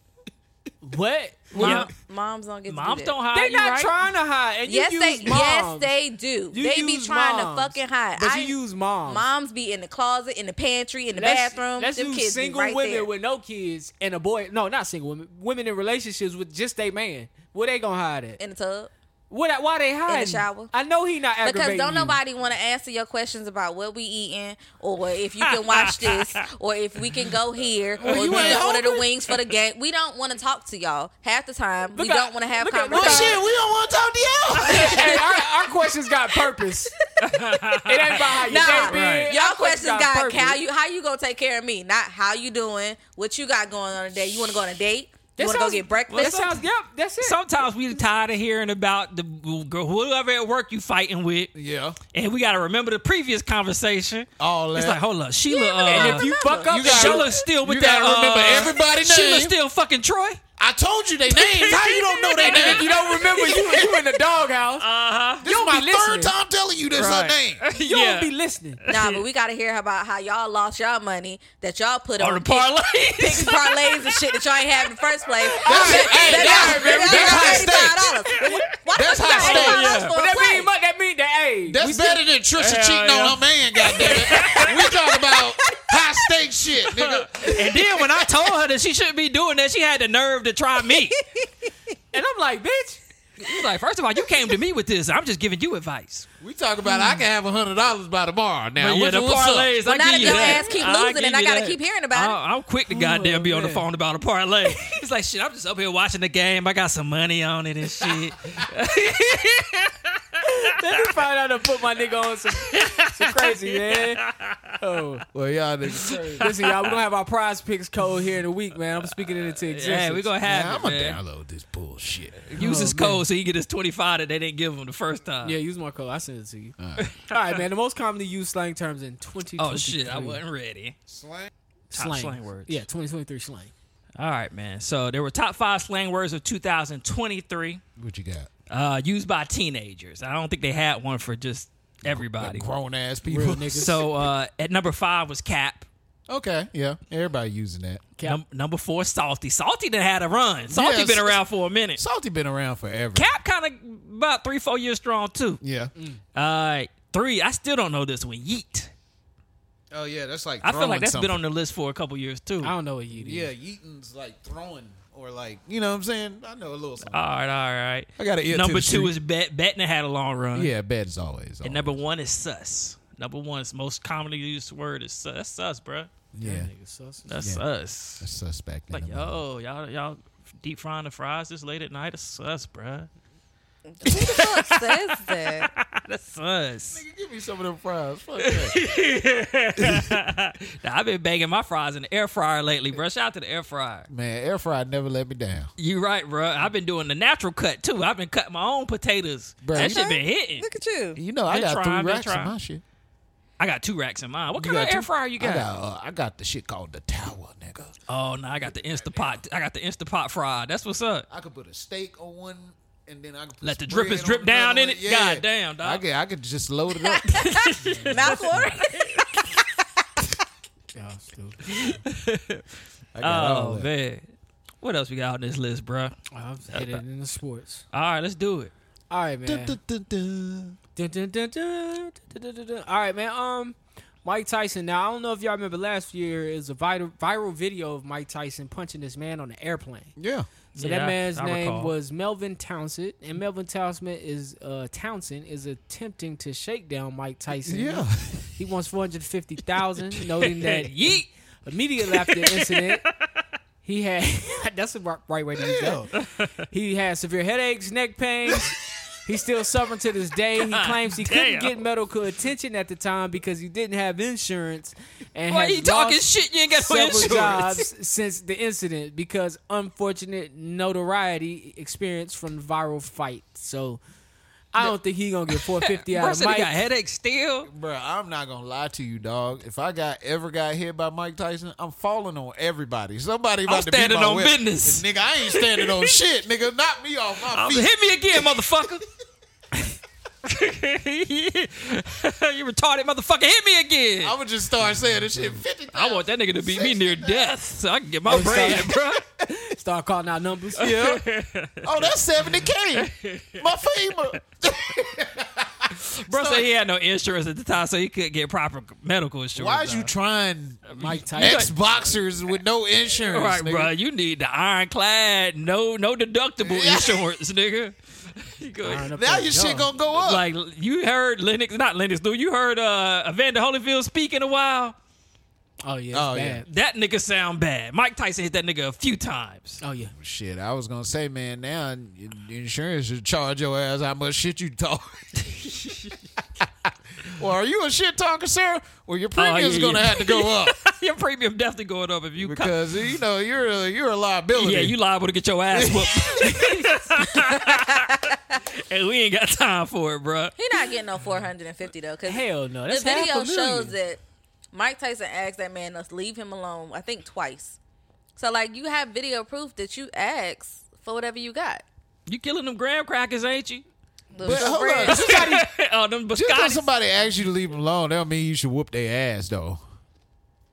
Speaker 5: What?
Speaker 3: Mom,
Speaker 1: Yeah.
Speaker 3: Moms don't get to
Speaker 1: Moms
Speaker 3: do that.
Speaker 1: don't hide.
Speaker 5: They're
Speaker 1: you,
Speaker 5: not
Speaker 1: right?
Speaker 5: trying to hide. And you
Speaker 3: Yes,
Speaker 5: use
Speaker 3: they yes
Speaker 5: moms.
Speaker 3: they do.
Speaker 5: You
Speaker 3: they be
Speaker 5: use
Speaker 3: trying
Speaker 5: moms.
Speaker 3: to fucking hide.
Speaker 5: But
Speaker 3: I-
Speaker 5: you use moms.
Speaker 3: Moms be in the closet, in the pantry, in the
Speaker 5: Let's-
Speaker 3: bathroom.
Speaker 5: Let's
Speaker 3: Them
Speaker 5: use
Speaker 3: kids be
Speaker 5: single
Speaker 3: right
Speaker 5: women
Speaker 3: there.
Speaker 5: with no kids and a boy. No, not single women. Women in relationships with just a man. Where they gonna hide it?
Speaker 3: in the tub.
Speaker 5: What? Why they hiding?
Speaker 3: shower.
Speaker 5: I know he not
Speaker 3: Because
Speaker 5: aggravating
Speaker 3: don't
Speaker 5: you.
Speaker 3: nobody want to answer your questions about what we eating, or if you can watch this, or if we can go here, or if
Speaker 5: you
Speaker 3: we
Speaker 5: ain't
Speaker 3: can order the
Speaker 5: hungry?
Speaker 3: wings for the game. We don't want to talk to y'all half the time. we
Speaker 5: at-
Speaker 3: don't want to have
Speaker 5: look at-
Speaker 4: Well,
Speaker 5: look
Speaker 3: conversations.
Speaker 5: at-
Speaker 4: Oh, shit, we don't want to talk to you.
Speaker 5: hey, our, our questions got purpose. it ain't about how you
Speaker 3: Nah,
Speaker 5: nah, big.
Speaker 3: y'all
Speaker 5: Our
Speaker 3: questions got,
Speaker 5: purpose.
Speaker 3: how you how you gonna take care of me, not how you doing, what you got going on today. You want to go on a date?
Speaker 5: That
Speaker 3: you want to go
Speaker 5: sounds-
Speaker 3: get
Speaker 5: That
Speaker 3: breakfast?
Speaker 5: sounds. Yep, that's it.
Speaker 1: Sometimes we tired of hearing about the girl, whoever at work you fighting with,
Speaker 4: Yeah.
Speaker 1: and we got to remember the previous conversation.
Speaker 4: All that.
Speaker 1: It's like, hold up, Sheila.
Speaker 3: but
Speaker 1: uh,
Speaker 3: they don't
Speaker 5: and if you fuck up,
Speaker 4: You gotta-
Speaker 1: Sheila still with
Speaker 4: you
Speaker 1: that.
Speaker 4: gotta remember
Speaker 1: uh,
Speaker 4: everybody's
Speaker 1: Sheila
Speaker 4: name.
Speaker 1: still fucking Troy.
Speaker 4: I told you they names. How you don't know their
Speaker 5: and if
Speaker 4: name?
Speaker 5: you don't remember, you you in the doghouse.
Speaker 3: Uh-huh.
Speaker 4: This is
Speaker 5: Uh-huh. don't
Speaker 4: my
Speaker 5: be listening.
Speaker 4: third time telling you this
Speaker 1: Right.
Speaker 4: her name.
Speaker 5: you
Speaker 1: yeah.
Speaker 5: don't be listening.
Speaker 3: Nah, but we gotta hear about how y'all lost y'all money that y'all put
Speaker 1: on
Speaker 3: on
Speaker 1: the
Speaker 3: pick-
Speaker 1: parlay.
Speaker 3: picking parlays and shit that y'all ain't have in the first place.
Speaker 4: That's it. Hey, that's- that's high
Speaker 3: $85. Why
Speaker 4: That's
Speaker 3: fuck
Speaker 4: high
Speaker 3: y'all
Speaker 4: stakes.
Speaker 3: $85
Speaker 5: But
Speaker 3: for a
Speaker 5: that
Speaker 3: play?
Speaker 5: mean mu- that mean that hey, we
Speaker 4: That's
Speaker 5: still-
Speaker 4: better than Trisha
Speaker 1: Hell
Speaker 4: cheating
Speaker 1: yeah.
Speaker 4: on her man, goddammit. we talk about high stakes shit, nigga.
Speaker 1: and then when I told her that she shouldn't be doing that, she had the nerve to try me.
Speaker 5: And I'm like, bitch.
Speaker 1: She's like, first of all, you came to me with this. I'm just giving you advice.
Speaker 4: We talk about I can have a hundred dollars by tomorrow. Now,
Speaker 1: But yeah,
Speaker 4: what,
Speaker 1: the
Speaker 4: what's up?
Speaker 1: parlays.
Speaker 3: Well,
Speaker 1: I
Speaker 3: now
Speaker 1: give
Speaker 3: that
Speaker 1: you
Speaker 3: your
Speaker 1: that.
Speaker 3: ass keep
Speaker 1: I
Speaker 3: losing
Speaker 1: give
Speaker 3: and I
Speaker 1: you
Speaker 3: gotta
Speaker 1: that.
Speaker 3: keep hearing about it.
Speaker 1: I- I'm quick to goddamn be on the
Speaker 5: man.
Speaker 1: phone about a parlay. It's like shit. I'm just up here watching the game. I got some money on it and shit.
Speaker 5: Let me find out and put my nigga on some, some crazy man. Oh,
Speaker 4: Well, y'all niggas.
Speaker 5: listen, y'all. We gonna have our prize picks code here in a week, man. I'm speaking it into existence.
Speaker 1: yeah, we gonna have
Speaker 4: Now,
Speaker 1: it,
Speaker 4: I'm gonna
Speaker 1: man.
Speaker 4: download this bullshit.
Speaker 1: Use his
Speaker 5: Oh,
Speaker 1: code so he get his 25 that they didn't give him the first time.
Speaker 5: Yeah, use my code. I send it to you. All right, man. The most commonly used slang terms in 2023.
Speaker 1: Oh shit, I wasn't ready. Top
Speaker 5: Slang.
Speaker 1: slang words.
Speaker 5: Yeah, 2023 slang.
Speaker 1: All right, man. So there were top five slang words of 2023
Speaker 4: What you got?
Speaker 1: uh, used by teenagers. I don't think they had one for just everybody.
Speaker 4: Grown ass
Speaker 5: Real
Speaker 4: people.
Speaker 5: niggas.
Speaker 1: So uh, at number five was cap.
Speaker 4: Okay, yeah. Everybody using that.
Speaker 5: Cap.
Speaker 1: Num- number four, salty. Salty done had a run. Salty
Speaker 4: Yeah,
Speaker 1: been
Speaker 4: s-
Speaker 1: around for a minute.
Speaker 4: Salty been around forever.
Speaker 1: cap kind of about three, four years strong too.
Speaker 4: Yeah.
Speaker 1: Uh, three, I still don't know this one. Yeet.
Speaker 4: Oh yeah, that's like.
Speaker 1: I feel
Speaker 4: throwing
Speaker 1: like that's
Speaker 4: something.
Speaker 1: been on the list for a couple years too.
Speaker 5: I don't know what you did.
Speaker 4: Yeah, Yeaton's like throwing or like you know what I'm saying. I know a little something.
Speaker 1: All right, all right.
Speaker 4: I got an ear to
Speaker 1: Number
Speaker 4: the
Speaker 1: two
Speaker 4: street.
Speaker 1: is bet. Bettner had a long run.
Speaker 4: yeah, bed's always.
Speaker 1: And
Speaker 4: always.
Speaker 1: number one is sus. Number one's most commonly used word is sus. That's sus, bruh.
Speaker 4: yeah,
Speaker 5: Nigga, sus.
Speaker 1: That's
Speaker 4: Yeah.
Speaker 1: us.
Speaker 4: a suspect. in
Speaker 1: Like
Speaker 4: the mouth.
Speaker 1: yo, y'all, y'all deep frying the fries this late at night. That's sus, bruh.
Speaker 3: fuck says that?
Speaker 1: That's sus.
Speaker 4: Nigga, give me some of them fries. Fuck that.
Speaker 1: Now, I've been banging my fries in the air fryer lately, bruh. Shout out to the air fryer.
Speaker 4: Man, air fryer never let me down.
Speaker 1: You right, bruh. I've been doing the natural cut too. I've been cutting my own potatoes.
Speaker 4: Bruh,
Speaker 1: that
Speaker 4: you-
Speaker 1: shit been hitting.
Speaker 3: Look at you.
Speaker 4: You know, I
Speaker 1: Been
Speaker 4: got
Speaker 1: trying,
Speaker 4: three
Speaker 1: been
Speaker 4: racks of
Speaker 1: trying.
Speaker 4: my shit.
Speaker 1: I got two racks in mine. What
Speaker 4: You
Speaker 1: kind of
Speaker 4: two?
Speaker 1: air fryer you got?
Speaker 4: I got, uh, I got the shit called the tower, nigga.
Speaker 1: Oh no, I got the Instapot. I got the Instapot fry. That's what's up.
Speaker 4: I could put a steak on one, and then I could put
Speaker 1: Let the
Speaker 4: some bread
Speaker 1: drippers
Speaker 4: on
Speaker 1: drip
Speaker 4: the
Speaker 1: down
Speaker 4: other
Speaker 1: in
Speaker 4: one.
Speaker 1: it? Goddamn, dog.
Speaker 4: I could, I could just load it up.
Speaker 3: Mouth water.
Speaker 5: Yeah, I'm stupid.
Speaker 4: I got all
Speaker 1: Oh
Speaker 4: that.
Speaker 1: man, what else we got on this list, bruh?
Speaker 5: I'm headed in the sports.
Speaker 1: All right, let's do it.
Speaker 5: All right, man.
Speaker 4: Dun, dun, dun,
Speaker 5: Dun, dun, dun, dun, dun, dun, dun, dun. All right, man. Um, Mike Tyson. Now I don't know if y'all remember last year is a viral viral video of Mike Tyson punching this man on an airplane.
Speaker 4: dun. Yeah.
Speaker 5: So
Speaker 1: Yeah,
Speaker 5: that man's
Speaker 1: I
Speaker 5: name
Speaker 1: recall.
Speaker 5: was Melvin Townsend, and Melvin Townsend is uh, Townsend is attempting to shake down Mike Tyson.
Speaker 4: Yeah.
Speaker 5: he wants four hundred fifty thousand, noting that
Speaker 1: Yeet.
Speaker 5: immediately after the incident. He had that's the ri- right way to use that.
Speaker 4: Yeah.
Speaker 5: He had severe headaches, neck pains. He's still suffering to this day. He claims he
Speaker 1: damn.
Speaker 5: couldn't get medical attention at the time because he didn't have insurance and
Speaker 1: Why
Speaker 5: has
Speaker 1: you talking
Speaker 5: lost
Speaker 1: shit? You ain't got no
Speaker 5: several
Speaker 1: insurance.
Speaker 5: jobs since the incident because unfortunate notoriety experience from the viral fight. So I don't think he gonna get 450
Speaker 1: Bro
Speaker 5: out of
Speaker 1: said he got
Speaker 5: Mike.
Speaker 1: headaches still.
Speaker 4: Bruh, I'm not gonna lie to you, dog. If I got ever got hit by Mike Tyson, I'm falling on everybody. Somebody about to
Speaker 1: standing
Speaker 4: be my
Speaker 1: on
Speaker 4: whip.
Speaker 1: business.
Speaker 4: nigga. I ain't standing on shit, nigga. Knock me off my
Speaker 1: I'm,
Speaker 4: feet.
Speaker 1: hit me again, motherfucker. you retarded motherfucker. Hit me again.
Speaker 4: I would just start saying this shit. Fifty.
Speaker 1: I want that nigga to beat me near death so I can get my brain, bro.
Speaker 5: Start calling out numbers.
Speaker 4: Oh, that's seventy k. My FEMA.
Speaker 1: Bro said he had no insurance at the time, so he couldn't get proper medical insurance.
Speaker 4: Why is you
Speaker 1: dog.
Speaker 4: trying
Speaker 5: Mike Tyson.
Speaker 4: ex boxers with no insurance?
Speaker 1: Right,
Speaker 4: nigga?
Speaker 1: bro. You need the ironclad, no, no deductible insurance, nigga. You go-
Speaker 5: Line up
Speaker 4: Now
Speaker 5: that
Speaker 4: your
Speaker 5: young.
Speaker 4: shit gonna go up.
Speaker 1: like you heard Lennox, not Lennox, dude. You heard uh, Evander Holyfield speak in a while.
Speaker 5: Oh yeah, it's
Speaker 4: Oh, yeah.
Speaker 5: bad.
Speaker 1: That nigga sound bad. Mike Tyson hit that nigga a few times.
Speaker 5: Oh yeah.
Speaker 4: shit, I was gonna say, man. Now in- insurance should charge your ass how much shit you talk. well, are you a shit talker, sir? Well, your premium's
Speaker 1: yeah,
Speaker 4: gonna
Speaker 1: yeah.
Speaker 4: have to go up.
Speaker 1: Your premium definitely going up if you cut-
Speaker 4: because you know you're a, you're a liability.
Speaker 1: Yeah, you liable to get your ass whooped. and we ain't got time for it, bruh.
Speaker 3: He not getting no four hundred and fifty though. Cause
Speaker 5: Hell no.
Speaker 3: the
Speaker 5: That's half
Speaker 3: video
Speaker 5: a million.
Speaker 3: shows that Mike Tyson asked that man to leave him alone. I think twice. So like you have video proof that you asked for whatever you got.
Speaker 1: You killing them graham crackers, ain't you?
Speaker 3: The
Speaker 4: But hold on,
Speaker 3: bread.
Speaker 4: just 'cause-
Speaker 1: oh, them
Speaker 4: just 'cause
Speaker 1: biscottis.
Speaker 4: somebody asks you to leave them alone, that don't mean you should whoop their ass though.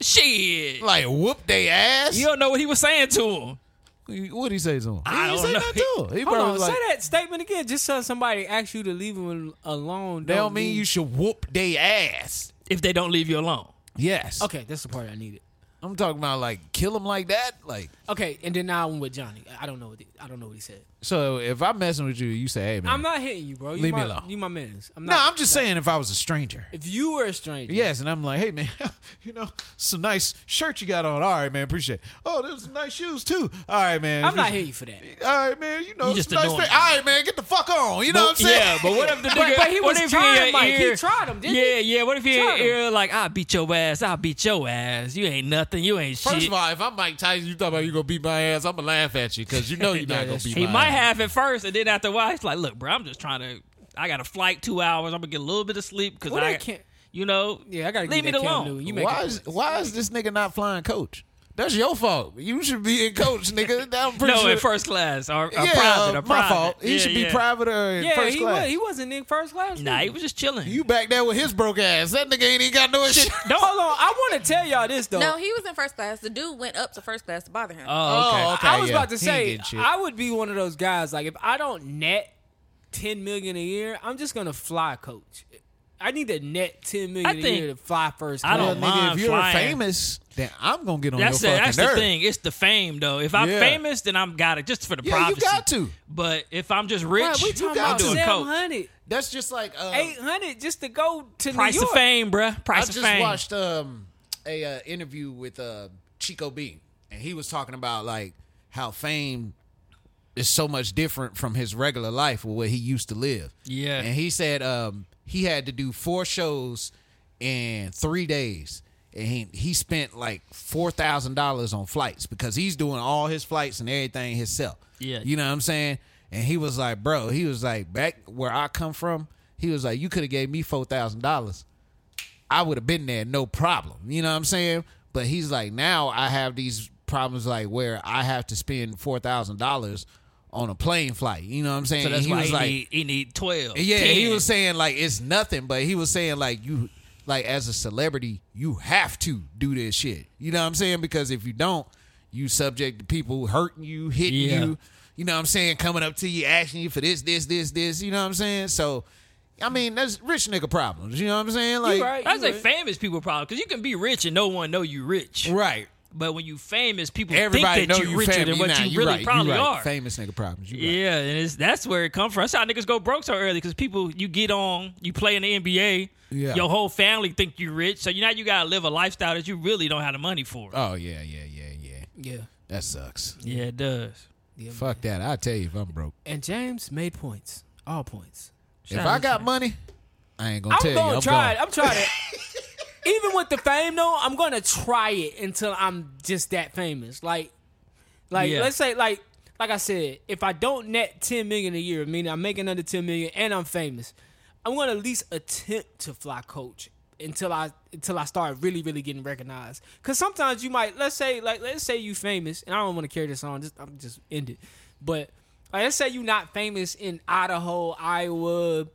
Speaker 1: Shit.
Speaker 4: Like whoop their ass.
Speaker 1: You don't know what he was saying to him.
Speaker 4: What would he say to him?
Speaker 1: I
Speaker 4: he
Speaker 1: don't
Speaker 4: say
Speaker 1: know.
Speaker 4: that too. He
Speaker 5: Hold
Speaker 4: probably
Speaker 5: on,
Speaker 4: was like,
Speaker 5: Oh, say that statement again. Just so somebody asks you to leave them alone.
Speaker 4: that don't mean you should whoop their ass.
Speaker 1: If they don't leave you alone.
Speaker 4: Yes.
Speaker 5: Okay, that's the part I needed.
Speaker 4: I'm talking about like kill him like that. Like
Speaker 5: Okay, and then now I'm with Johnny. I don't know. What the, I don't know what he said.
Speaker 4: so, if I'm messing with you, you say, "Hey man,
Speaker 5: I'm not hitting you, bro. You
Speaker 4: Leave me
Speaker 5: my,
Speaker 4: alone.
Speaker 5: You my man's. I'm
Speaker 4: No,
Speaker 5: not,
Speaker 4: I'm just saying if I was a stranger.
Speaker 5: If you were a stranger,
Speaker 4: Yes, and I'm like, hey man, you know, some nice shirt you got on. All right, man, appreciate. it. Oh, there's some nice shoes too. All right, man.
Speaker 5: I'm not
Speaker 4: appreciate it.
Speaker 5: hitting you for that.
Speaker 4: All right, man. You know,
Speaker 1: You just
Speaker 4: it's a nice
Speaker 1: annoying.
Speaker 4: thing. All right, man. Get the fuck on. You know what I'm saying?
Speaker 1: Yeah, but what if the
Speaker 5: But-
Speaker 1: nigga?
Speaker 5: but he
Speaker 1: what
Speaker 5: was
Speaker 1: if
Speaker 5: trying,
Speaker 1: in your
Speaker 5: Mike. He
Speaker 1: ear-
Speaker 5: tried him, didn't he?
Speaker 1: yeah, yeah. What if he in your
Speaker 5: Tried him.
Speaker 1: ear like, "I'll beat your ass. I'll beat your ass. You ain't nothing. You ain't
Speaker 4: First
Speaker 1: shit."
Speaker 4: of all, if I'm Mike Tyson, you talk about you gonna beat my ass. I'm gonna laugh at you because you know you're
Speaker 5: Yeah,
Speaker 4: not gonna
Speaker 5: that's
Speaker 4: beat.
Speaker 1: he
Speaker 4: my
Speaker 1: might
Speaker 4: ass.
Speaker 1: have at first, and then after a while, he's like, "Look, bro, I'm just trying to. I got a flight two hours. I'm gonna get a little bit of sleep because
Speaker 5: Well,
Speaker 1: I,
Speaker 5: that can't-
Speaker 1: you know,
Speaker 5: Yeah, I gotta
Speaker 1: leave
Speaker 5: give
Speaker 1: me
Speaker 5: that Cam
Speaker 1: alone.
Speaker 5: Newton. You make
Speaker 4: Why
Speaker 5: it-
Speaker 4: is Why is this nigga not flying coach? That's your fault. You should be in coach, nigga. That- I'm pretty
Speaker 1: no,
Speaker 4: sure.
Speaker 1: in first class or, or
Speaker 4: yeah,
Speaker 1: private
Speaker 4: uh,
Speaker 1: or
Speaker 4: my
Speaker 1: private.
Speaker 4: fault. He
Speaker 1: Yeah,
Speaker 4: should be
Speaker 1: yeah.
Speaker 4: private or in
Speaker 5: yeah,
Speaker 4: first
Speaker 5: he
Speaker 4: class.
Speaker 5: was. He wasn't in first class.
Speaker 1: Nah,
Speaker 5: either.
Speaker 1: he was just chilling.
Speaker 4: You back there with his broke ass. That nigga ain't even got no
Speaker 1: Shit,
Speaker 4: insurance.
Speaker 1: don't.
Speaker 5: Hold on, I want to tell y'all this though.
Speaker 3: No, he was in first class. The dude went up to first class to bother him.
Speaker 1: Oh, okay.
Speaker 4: Oh, okay.
Speaker 5: I was
Speaker 4: yeah.
Speaker 5: about to
Speaker 4: He ain't
Speaker 5: say
Speaker 4: getting shit.
Speaker 5: I would be one of those guys. Like if I don't net ten million a year, I'm just gonna fly coach. I need to net ten million
Speaker 1: I
Speaker 5: a
Speaker 1: think-
Speaker 5: year to fly first.
Speaker 1: I
Speaker 5: class.
Speaker 1: don't
Speaker 4: nigga,
Speaker 1: mind
Speaker 4: if you're
Speaker 1: flying.
Speaker 4: famous, then I'm gonna get on
Speaker 1: That's the,
Speaker 4: your fucking
Speaker 1: that's the
Speaker 4: nerve.
Speaker 1: thing. It's the fame though. If I'm
Speaker 4: Yeah.
Speaker 1: famous, then I'm got it just for the
Speaker 4: Yeah, you
Speaker 1: privacy.
Speaker 4: got to.
Speaker 1: But if I'm just rich,
Speaker 5: Bruh, we
Speaker 4: You
Speaker 5: talking
Speaker 4: got
Speaker 5: about
Speaker 1: I'm doing
Speaker 5: seven
Speaker 1: coke.
Speaker 5: hundred,
Speaker 4: That's just like uh,
Speaker 5: eight hundred just to go to
Speaker 1: Price of
Speaker 5: New York.
Speaker 1: fame, bruh.
Speaker 4: I
Speaker 1: Price
Speaker 4: just
Speaker 1: of fame.
Speaker 4: watched um, a uh, interview with uh, Chico B, and he was talking about like how fame is so much different from his regular life with what he used to live.
Speaker 1: Yeah.
Speaker 4: and he said um, he had to do four shows in three days. And he, he spent like four thousand dollars on flights because he's doing all his flights and everything himself.
Speaker 1: Yeah.
Speaker 4: you know what I'm saying. And he was like, bro, he was like, back where I come from, he was like, you could have gave me four thousand dollars. I would have been there no problem. You know what I'm saying? But he's like, now I have these problems like where I have to spend four thousand dollars on a plane flight. You know what I'm saying?
Speaker 1: So that's
Speaker 4: And he
Speaker 1: why
Speaker 4: was
Speaker 1: he,
Speaker 4: like,
Speaker 1: need, he need twelve.
Speaker 4: yeah, he
Speaker 1: 10.
Speaker 4: was saying like it's nothing, but he was saying like you, like as a celebrity, you have to do this shit. You know what I'm saying? Because if you don't, you subject to people hurting you, hitting
Speaker 1: Yeah.
Speaker 4: you. You know what I'm saying? Coming up to you, asking you for this, this, this, this. You know what I'm saying? So, I mean, that's rich nigga problems. You know what I'm saying? Like,
Speaker 5: You right?
Speaker 1: I
Speaker 5: you
Speaker 1: say
Speaker 5: right.
Speaker 1: famous people problem because you can be rich and no one know you rich.
Speaker 4: right.
Speaker 1: But when you famous, people
Speaker 4: Everybody
Speaker 1: think that
Speaker 4: know
Speaker 1: you
Speaker 4: you
Speaker 1: richer
Speaker 4: famous.
Speaker 1: than what
Speaker 4: Nah,
Speaker 1: you
Speaker 4: you
Speaker 1: really
Speaker 4: right, you
Speaker 1: probably
Speaker 4: right.
Speaker 1: are.
Speaker 4: Famous nigga problems. You right.
Speaker 1: Yeah, and it's, that's where it comes from. That's how niggas go broke so early because people you get on, you play in the NBA,
Speaker 4: Yeah.
Speaker 1: your whole family think you rich, so you now you gotta live a lifestyle that you really don't have the money for.
Speaker 4: Oh yeah, yeah, yeah, yeah.
Speaker 5: Yeah,
Speaker 4: That sucks.
Speaker 1: yeah, it does.
Speaker 4: Fuck that. I tell you, if I'm broke,
Speaker 5: and James made points, all points.
Speaker 4: if I got money, I ain't gonna
Speaker 5: I'm
Speaker 4: tell
Speaker 5: gonna
Speaker 4: you. I'm
Speaker 5: try
Speaker 4: gone.
Speaker 5: it. I'm trying to. Even with the fame, though, I'm gonna try it until I'm just that famous. Like, like
Speaker 1: Yeah.
Speaker 5: let's say, like, like I said, if I don't net 10 million a year, meaning I'm making under 10 million and I'm famous, I'm gonna at least attempt to fly coach until I until I start really really getting recognized. Cause sometimes you might, let's say, like, let's say you famous, and I don't want to carry this on. Just I'm just end it, but. Like, let's say you're not famous in Idaho, Iowa,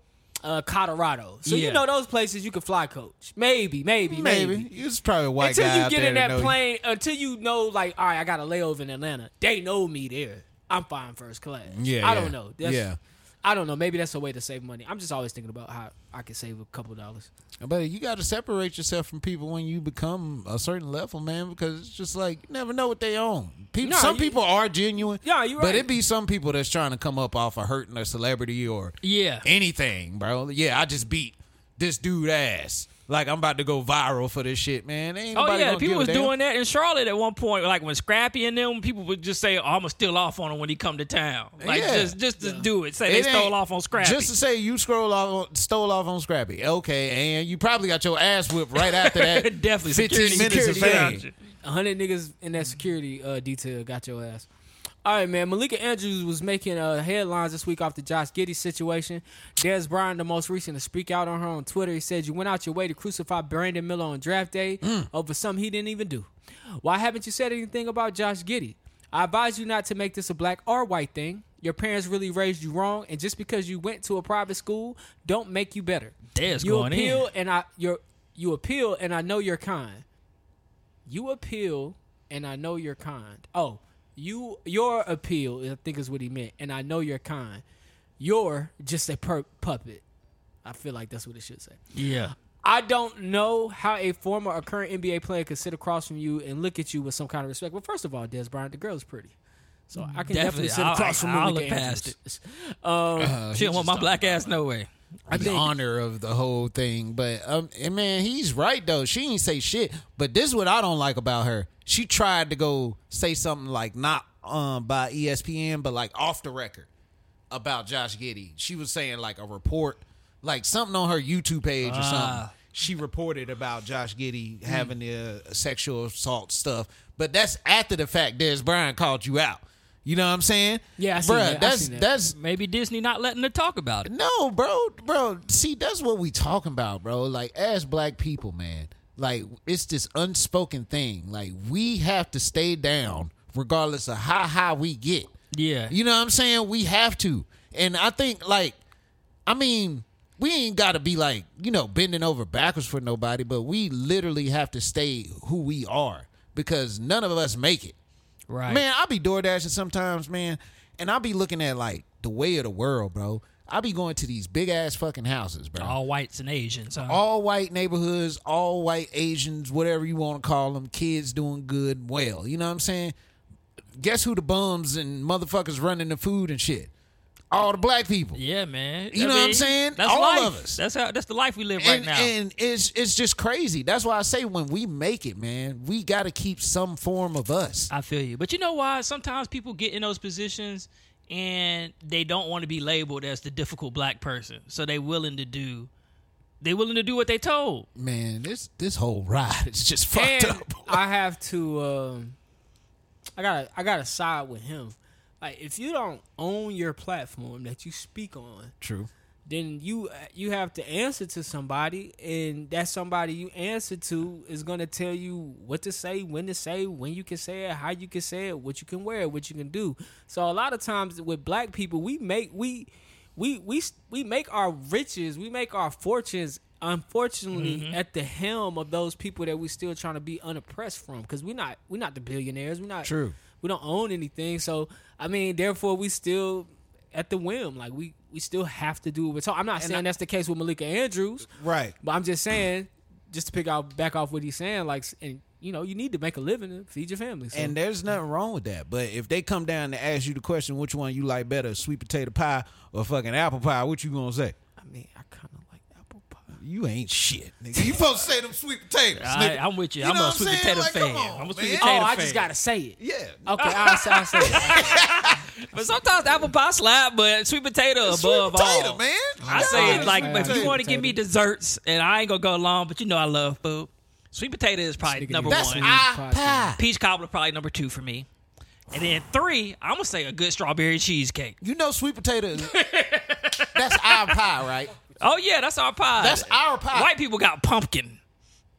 Speaker 5: uh, Colorado. So
Speaker 1: Yeah.
Speaker 5: you know those places you could fly coach. Maybe, maybe, maybe.
Speaker 4: Maybe. You was probably a white
Speaker 5: Until
Speaker 4: guy
Speaker 5: you
Speaker 4: out
Speaker 5: get
Speaker 4: there
Speaker 5: in
Speaker 4: to
Speaker 5: that
Speaker 4: know you.
Speaker 5: plane, until you know, like, all right, I got a layover in Atlanta. They know me there. I'm fine first class.
Speaker 4: Yeah,
Speaker 5: I
Speaker 4: yeah.
Speaker 5: don't know. That's,
Speaker 4: Yeah.
Speaker 5: I don't know. Maybe that's a way to save money. I'm just always thinking about how I can save a couple dollars.
Speaker 4: But you got to separate yourself from people when you become a certain level, man, because it's just like you never know what they own. People,
Speaker 5: No,
Speaker 4: some
Speaker 5: you-
Speaker 4: people are genuine.
Speaker 5: Yeah, you
Speaker 4: But
Speaker 5: right.
Speaker 4: it be some people that's trying to come up off of hurting a celebrity or
Speaker 1: Yeah.
Speaker 4: anything, bro. Yeah, I just beat this dude ass. Like I'm about to go viral for this shit, man. Ain't
Speaker 1: Oh
Speaker 4: nobody
Speaker 1: yeah,
Speaker 4: gonna give
Speaker 1: people
Speaker 4: a
Speaker 1: was
Speaker 4: damn.
Speaker 1: doing that in Charlotte at one point. Like when Scrappy and them, people would just say, oh, "I'ma steal off on him when he come to town." Like
Speaker 4: Yeah.
Speaker 1: just just to do it. Say
Speaker 4: It
Speaker 1: they
Speaker 4: ain't-
Speaker 1: stole off on Scrappy.
Speaker 4: Just to say you scroll off, on, stole off on Scrappy. Okay, and you probably got your ass whipped right after that.
Speaker 1: Definitely
Speaker 4: 15
Speaker 1: security,
Speaker 4: minutes
Speaker 1: security
Speaker 4: of fame.
Speaker 1: guard.
Speaker 5: A hundred niggas in that security uh, detail got your ass. All right, man. Malika Andrews was making uh, headlines this week off the Josh Giddy situation. Des Bryant, the most recent to speak out on her on Twitter, he said, "You went out your way to crucify Brandon Miller on draft day
Speaker 1: Mm.
Speaker 5: over something he didn't even do. Why haven't you said anything about Josh Giddy? I advise you not to make this a black or white thing. Your parents really raised you wrong, and just because you went to a private school, don't make you better.
Speaker 1: Des
Speaker 5: you
Speaker 1: going in.
Speaker 5: appeal, and I your you appeal, and I know your kind." you appeal and I know your kind. Oh, you your appeal I think is what he meant, and I know your kind. You're just a per- puppet. I feel like that's what it should say.
Speaker 1: Yeah.
Speaker 5: I don't know how a former or current NBA player could sit across from you and look at you with some kind of respect. Well, first of all, Des Bryant, the girl's pretty. So I can
Speaker 1: Definitely.
Speaker 5: definitely, sit
Speaker 1: I'll-
Speaker 5: across from
Speaker 1: I'll
Speaker 5: her.
Speaker 1: look past
Speaker 4: Uh,
Speaker 1: she don't want my black ass no way.
Speaker 4: I the honor of the whole thing. But um, and man, he's right though. She ain't say shit. But this is what I don't like about her. She tried to go say something like not um by ESPN, but like off the record about Josh Giddy. She was saying like a report, like something on her YouTube page or
Speaker 5: Ah.
Speaker 4: something. She reported about Josh
Speaker 5: Mm.
Speaker 4: Giddy having the uh, sexual assault stuff, but that's after the fact. Des Bryant called you out. You know what I'm saying?
Speaker 5: Yeah, I seen
Speaker 4: Bruh,
Speaker 5: that. I
Speaker 4: that's
Speaker 5: seen that.
Speaker 4: that's
Speaker 1: Maybe Disney not letting her talk about it.
Speaker 4: no, bro, bro. See, that's what we talking about, bro. Like as black people, man. Like it's this unspoken thing. Like we have to stay down regardless of how high we get.
Speaker 1: Yeah.
Speaker 4: You know what I'm saying? We have to. And I think like I mean, we ain't got to be like, you know, bending over backwards for nobody, but we literally have to stay who we are because none of us make it.
Speaker 1: Right.
Speaker 4: Man, I be door dashing sometimes, man, and I be looking at like the way of the world, bro. I be going to these big ass fucking houses, bro.
Speaker 1: All whites and Asians. Huh?
Speaker 4: all white neighborhoods, all white Asians, whatever you want to call them, kids doing good, well. You know what I'm saying? Guess who the bums and motherfuckers running the food and shit? All the black people.
Speaker 1: yeah, man.
Speaker 4: You know what I'm saying?
Speaker 1: That's
Speaker 4: All
Speaker 1: life.
Speaker 4: of us.
Speaker 1: That's how. That's the life we live right
Speaker 4: And,
Speaker 1: now.
Speaker 4: and it's it's just crazy. That's why I say when we make it, man, we got to keep some form of us.
Speaker 1: I feel you. But you know why? Sometimes people get in those positions and they don't want to be labeled as the difficult black person. So they willing to do they willing to do what they told.
Speaker 4: Man, this this whole ride is just fucked
Speaker 5: And
Speaker 4: up.
Speaker 5: I have to. Um, I gotta. I gotta side with him. Like, if you don't own your platform that you speak on,
Speaker 4: True.
Speaker 5: then you uh, you have to answer to somebody, and that somebody you answer to is gonna tell you what to say, when to say, when you can say it, how you can say it, what you can wear, what you can do. So a lot of times with black people, we make we we we we make our riches, we make our fortunes. Unfortunately, at the helm of those people that we still trying to be unoppressed from, because we're not we're not the billionaires, we're not
Speaker 4: True.
Speaker 5: we don't own anything. So I mean, therefore, we still at the whim. Like we we still have to do what we're talking. I'm not saying that's the case with Malika Andrews,
Speaker 4: Right.
Speaker 5: but I'm just saying, just to pick out back off what he's saying, like and you know, you need to make a living and feed your family. So.
Speaker 4: And there's nothing wrong with that. But if they come down to ask you the question, which one you like better, sweet potato pie or fucking apple pie, what you gonna say?
Speaker 5: I mean, I kind of like apple pie.
Speaker 4: You ain't shit, nigga. You supposed to say them sweet potatoes.
Speaker 1: I,
Speaker 4: nigga.
Speaker 1: I'm with you.
Speaker 4: You
Speaker 1: I'm
Speaker 4: know
Speaker 1: a
Speaker 4: what I'm
Speaker 1: sweet
Speaker 4: saying?
Speaker 1: potato
Speaker 4: Like,
Speaker 1: fan.
Speaker 4: come on,
Speaker 1: I'm a sweet
Speaker 4: man.
Speaker 5: Oh,
Speaker 1: potato
Speaker 5: I
Speaker 1: fan.
Speaker 5: just gotta say it.
Speaker 4: Yeah.
Speaker 5: Okay, I say, I say it.
Speaker 1: But sometimes apple pie slap, but sweet potato above
Speaker 4: potato,
Speaker 1: all.
Speaker 4: man.
Speaker 1: I
Speaker 4: Yeah.
Speaker 1: say it like,
Speaker 5: man.
Speaker 1: but if you
Speaker 5: Potato,
Speaker 1: want to give me desserts, and I ain't gonna go long, but you know I love food. Sweet potato is probably
Speaker 5: Sneaking
Speaker 1: number
Speaker 5: in.
Speaker 4: That's
Speaker 1: one.
Speaker 4: I pie.
Speaker 1: Peach cobbler probably number two for me. And then three, I'm gonna say a good strawberry cheesecake.
Speaker 4: You know sweet potato. is- that's our pie, right?
Speaker 1: Oh yeah, that's our pie.
Speaker 4: That's our pie.
Speaker 1: White people got pumpkin.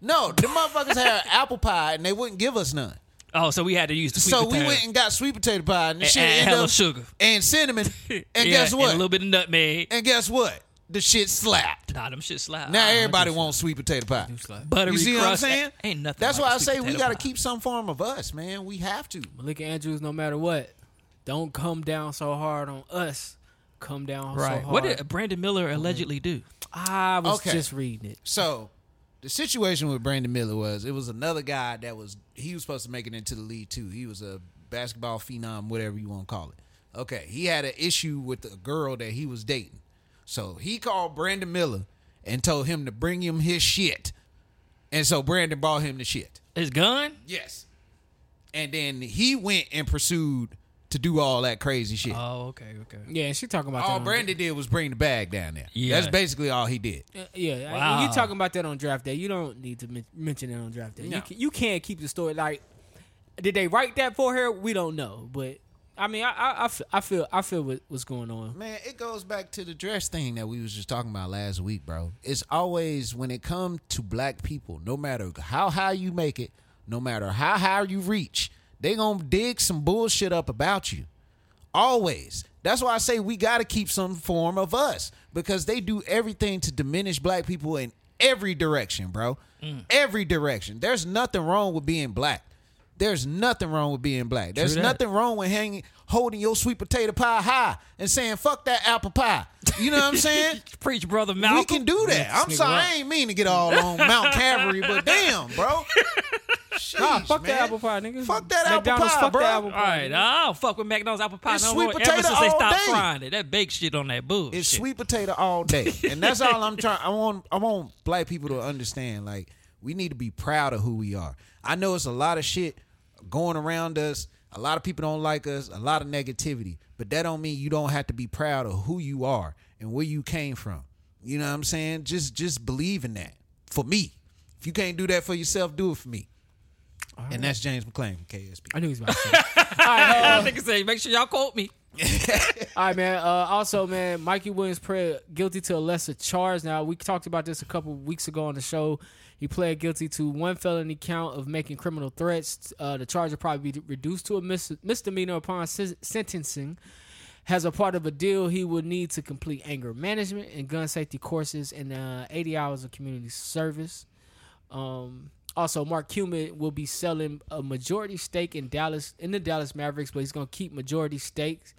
Speaker 4: No, the motherfuckers had apple pie and they wouldn't give us none.
Speaker 1: Oh, so we had to use the sweet
Speaker 4: so
Speaker 1: potato.
Speaker 4: we went and got sweet potato pie and the
Speaker 1: And
Speaker 4: shit
Speaker 1: add
Speaker 4: ended
Speaker 1: hella
Speaker 4: up-
Speaker 1: sugar.
Speaker 4: and cinnamon. And
Speaker 1: Yeah,
Speaker 4: guess what?
Speaker 1: And a little bit of nutmeg.
Speaker 4: and guess what? The shit slapped.
Speaker 1: Nah, them shit slap.
Speaker 4: Now
Speaker 1: I don't
Speaker 4: everybody
Speaker 1: do
Speaker 4: wants sweet potato pie.
Speaker 1: buttery
Speaker 4: You see
Speaker 1: crust.
Speaker 4: what I'm saying?
Speaker 1: Ain't nothing.
Speaker 4: That's
Speaker 1: like
Speaker 4: why
Speaker 1: a
Speaker 4: I
Speaker 1: sweet
Speaker 4: say we
Speaker 1: potato
Speaker 4: got to
Speaker 1: pie.
Speaker 4: keep some form of us, man. We have to.
Speaker 5: Malika Andrews, no matter what, don't come down so hard on us. Come down so
Speaker 1: Right.
Speaker 5: hard.
Speaker 1: What did Brandon Miller allegedly do?
Speaker 5: I was
Speaker 4: Okay.
Speaker 5: just reading it.
Speaker 4: So the situation with Brandon Miller was it was another guy that was he was supposed to make it into the league too. He was a basketball phenom, whatever you want to call it. Okay, he had an issue with a girl that he was dating, so he called Brandon Miller and told him to bring him his shit, and so Brandon brought him the shit.
Speaker 1: His gun?
Speaker 4: Yes, and then he went and pursued to do all that crazy shit.
Speaker 1: Oh, okay, okay.
Speaker 5: Yeah, she talking about that.
Speaker 4: all
Speaker 5: on-
Speaker 4: Brandon did was bring the bag down there.
Speaker 1: Yeah.
Speaker 4: That's basically all he did.
Speaker 5: Yeah, I-
Speaker 1: Wow.
Speaker 5: you talking about that on draft day. You don't need to men- mention that on draft day. You,
Speaker 4: No.
Speaker 5: ca- you can't keep the story like. Did they write that for her? We don't know, but I mean, I I, I f- I feel I feel what, what's going on.
Speaker 4: Man, it goes back to the dress thing that we was just talking about last week, bro. It's always when it come to black people, no matter how high you make it, no matter how high you reach, they gonna dig some bullshit up about you. Always. That's why I say we gotta keep some form of us because they do everything to diminish black people in every direction, bro. Every direction. There's nothing wrong with being black. There's nothing wrong with being black. There's
Speaker 1: that.
Speaker 4: nothing wrong with hanging, holding your sweet potato pie high and saying "fuck that apple pie." You know what I'm saying?
Speaker 1: Preach, brother Malcolm.
Speaker 4: we can do that. I'm
Speaker 5: nigga
Speaker 4: sorry,
Speaker 5: rock.
Speaker 4: I ain't mean to get all on Mount Calvary, but damn, bro.
Speaker 5: Nah,
Speaker 4: Sheesh,
Speaker 5: fuck
Speaker 4: man.
Speaker 5: that apple pie, nigga.
Speaker 4: Fuck that apple
Speaker 5: McDonald's,
Speaker 4: pie,
Speaker 5: fuck
Speaker 4: bro.
Speaker 5: That apple
Speaker 1: All
Speaker 5: pie.
Speaker 1: right, I don't fuck with McDonald's apple pie
Speaker 4: It's
Speaker 1: no
Speaker 4: sweet
Speaker 1: more. Ever
Speaker 4: potato
Speaker 1: since they
Speaker 4: all
Speaker 1: stopped
Speaker 4: day.
Speaker 1: frying it, that baked shit on that bullshit.
Speaker 4: It's sweet potato all day, and that's all I'm trying. I want I want black people to understand. Like we need to be proud of who we are. I know it's a lot of shit going around us. A lot of people don't like us. A lot of negativity, but that don't mean you don't have to be proud of who you are and where you came from. You know what I'm saying? Just just believe in that. For me, if you can't do that for yourself, do it for me. And that's James McClain from KSP.
Speaker 5: I knew he was about to say. it.
Speaker 1: I think say, make sure y'all quote me.
Speaker 5: All right, man. Uh, also, man, Mikey Williams pled guilty to a lesser charge. Now, we talked about this a couple weeks ago on the show. He pled guilty to one felony count of making criminal threats. Uh, the charge will probably be reduced to a mis- misdemeanor upon sen- sentencing. As a part of a deal, he would need to complete anger management and gun safety courses and uh, 80 hours of community service. Um, also, Mark Cuban will be selling a majority stake in Dallas in the Dallas Mavericks, but he's gonna keep majority stakes.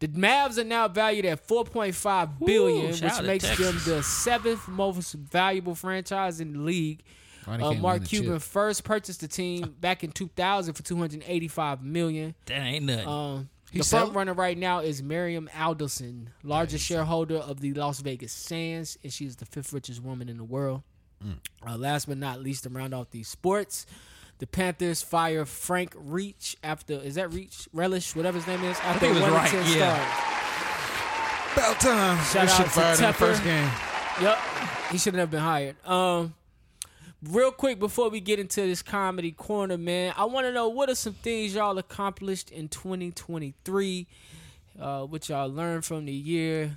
Speaker 5: The Mavs are now valued at 4.5
Speaker 1: Woo,
Speaker 5: billion,
Speaker 1: shout out
Speaker 5: which
Speaker 1: to
Speaker 5: makes
Speaker 1: Texas.
Speaker 5: them the seventh most valuable franchise in the league.
Speaker 4: Ronnie
Speaker 5: Uh,
Speaker 4: can't win
Speaker 5: Mark
Speaker 4: the
Speaker 5: Cuban
Speaker 4: chip.
Speaker 5: first purchased the team back in 2000 for 285 million.
Speaker 1: That ain't nothing.
Speaker 5: Um,
Speaker 4: He
Speaker 5: the
Speaker 4: sold?
Speaker 5: front runner right now is Miriam Alderson, largest shareholder of the Las Vegas Sands, and she's the fifth richest woman in the world.
Speaker 1: Mm.
Speaker 5: Uh, last but not least, to round off these sports, the Panthers fire Frank Reach after is that Reach Relish whatever his name is after
Speaker 1: think it was
Speaker 5: one
Speaker 1: Wright,
Speaker 5: and ten
Speaker 1: yeah.
Speaker 5: stars.
Speaker 4: About time.
Speaker 5: Shout
Speaker 4: They
Speaker 5: out
Speaker 4: should've
Speaker 5: to
Speaker 4: fired him in the
Speaker 5: Tepper.
Speaker 4: first game.
Speaker 5: Yep. He shouldn't have been hired. Um real quick before we get into this comedy corner, man, I want to know what are some things y'all accomplished in 2023? Uh, what y'all learned from the year,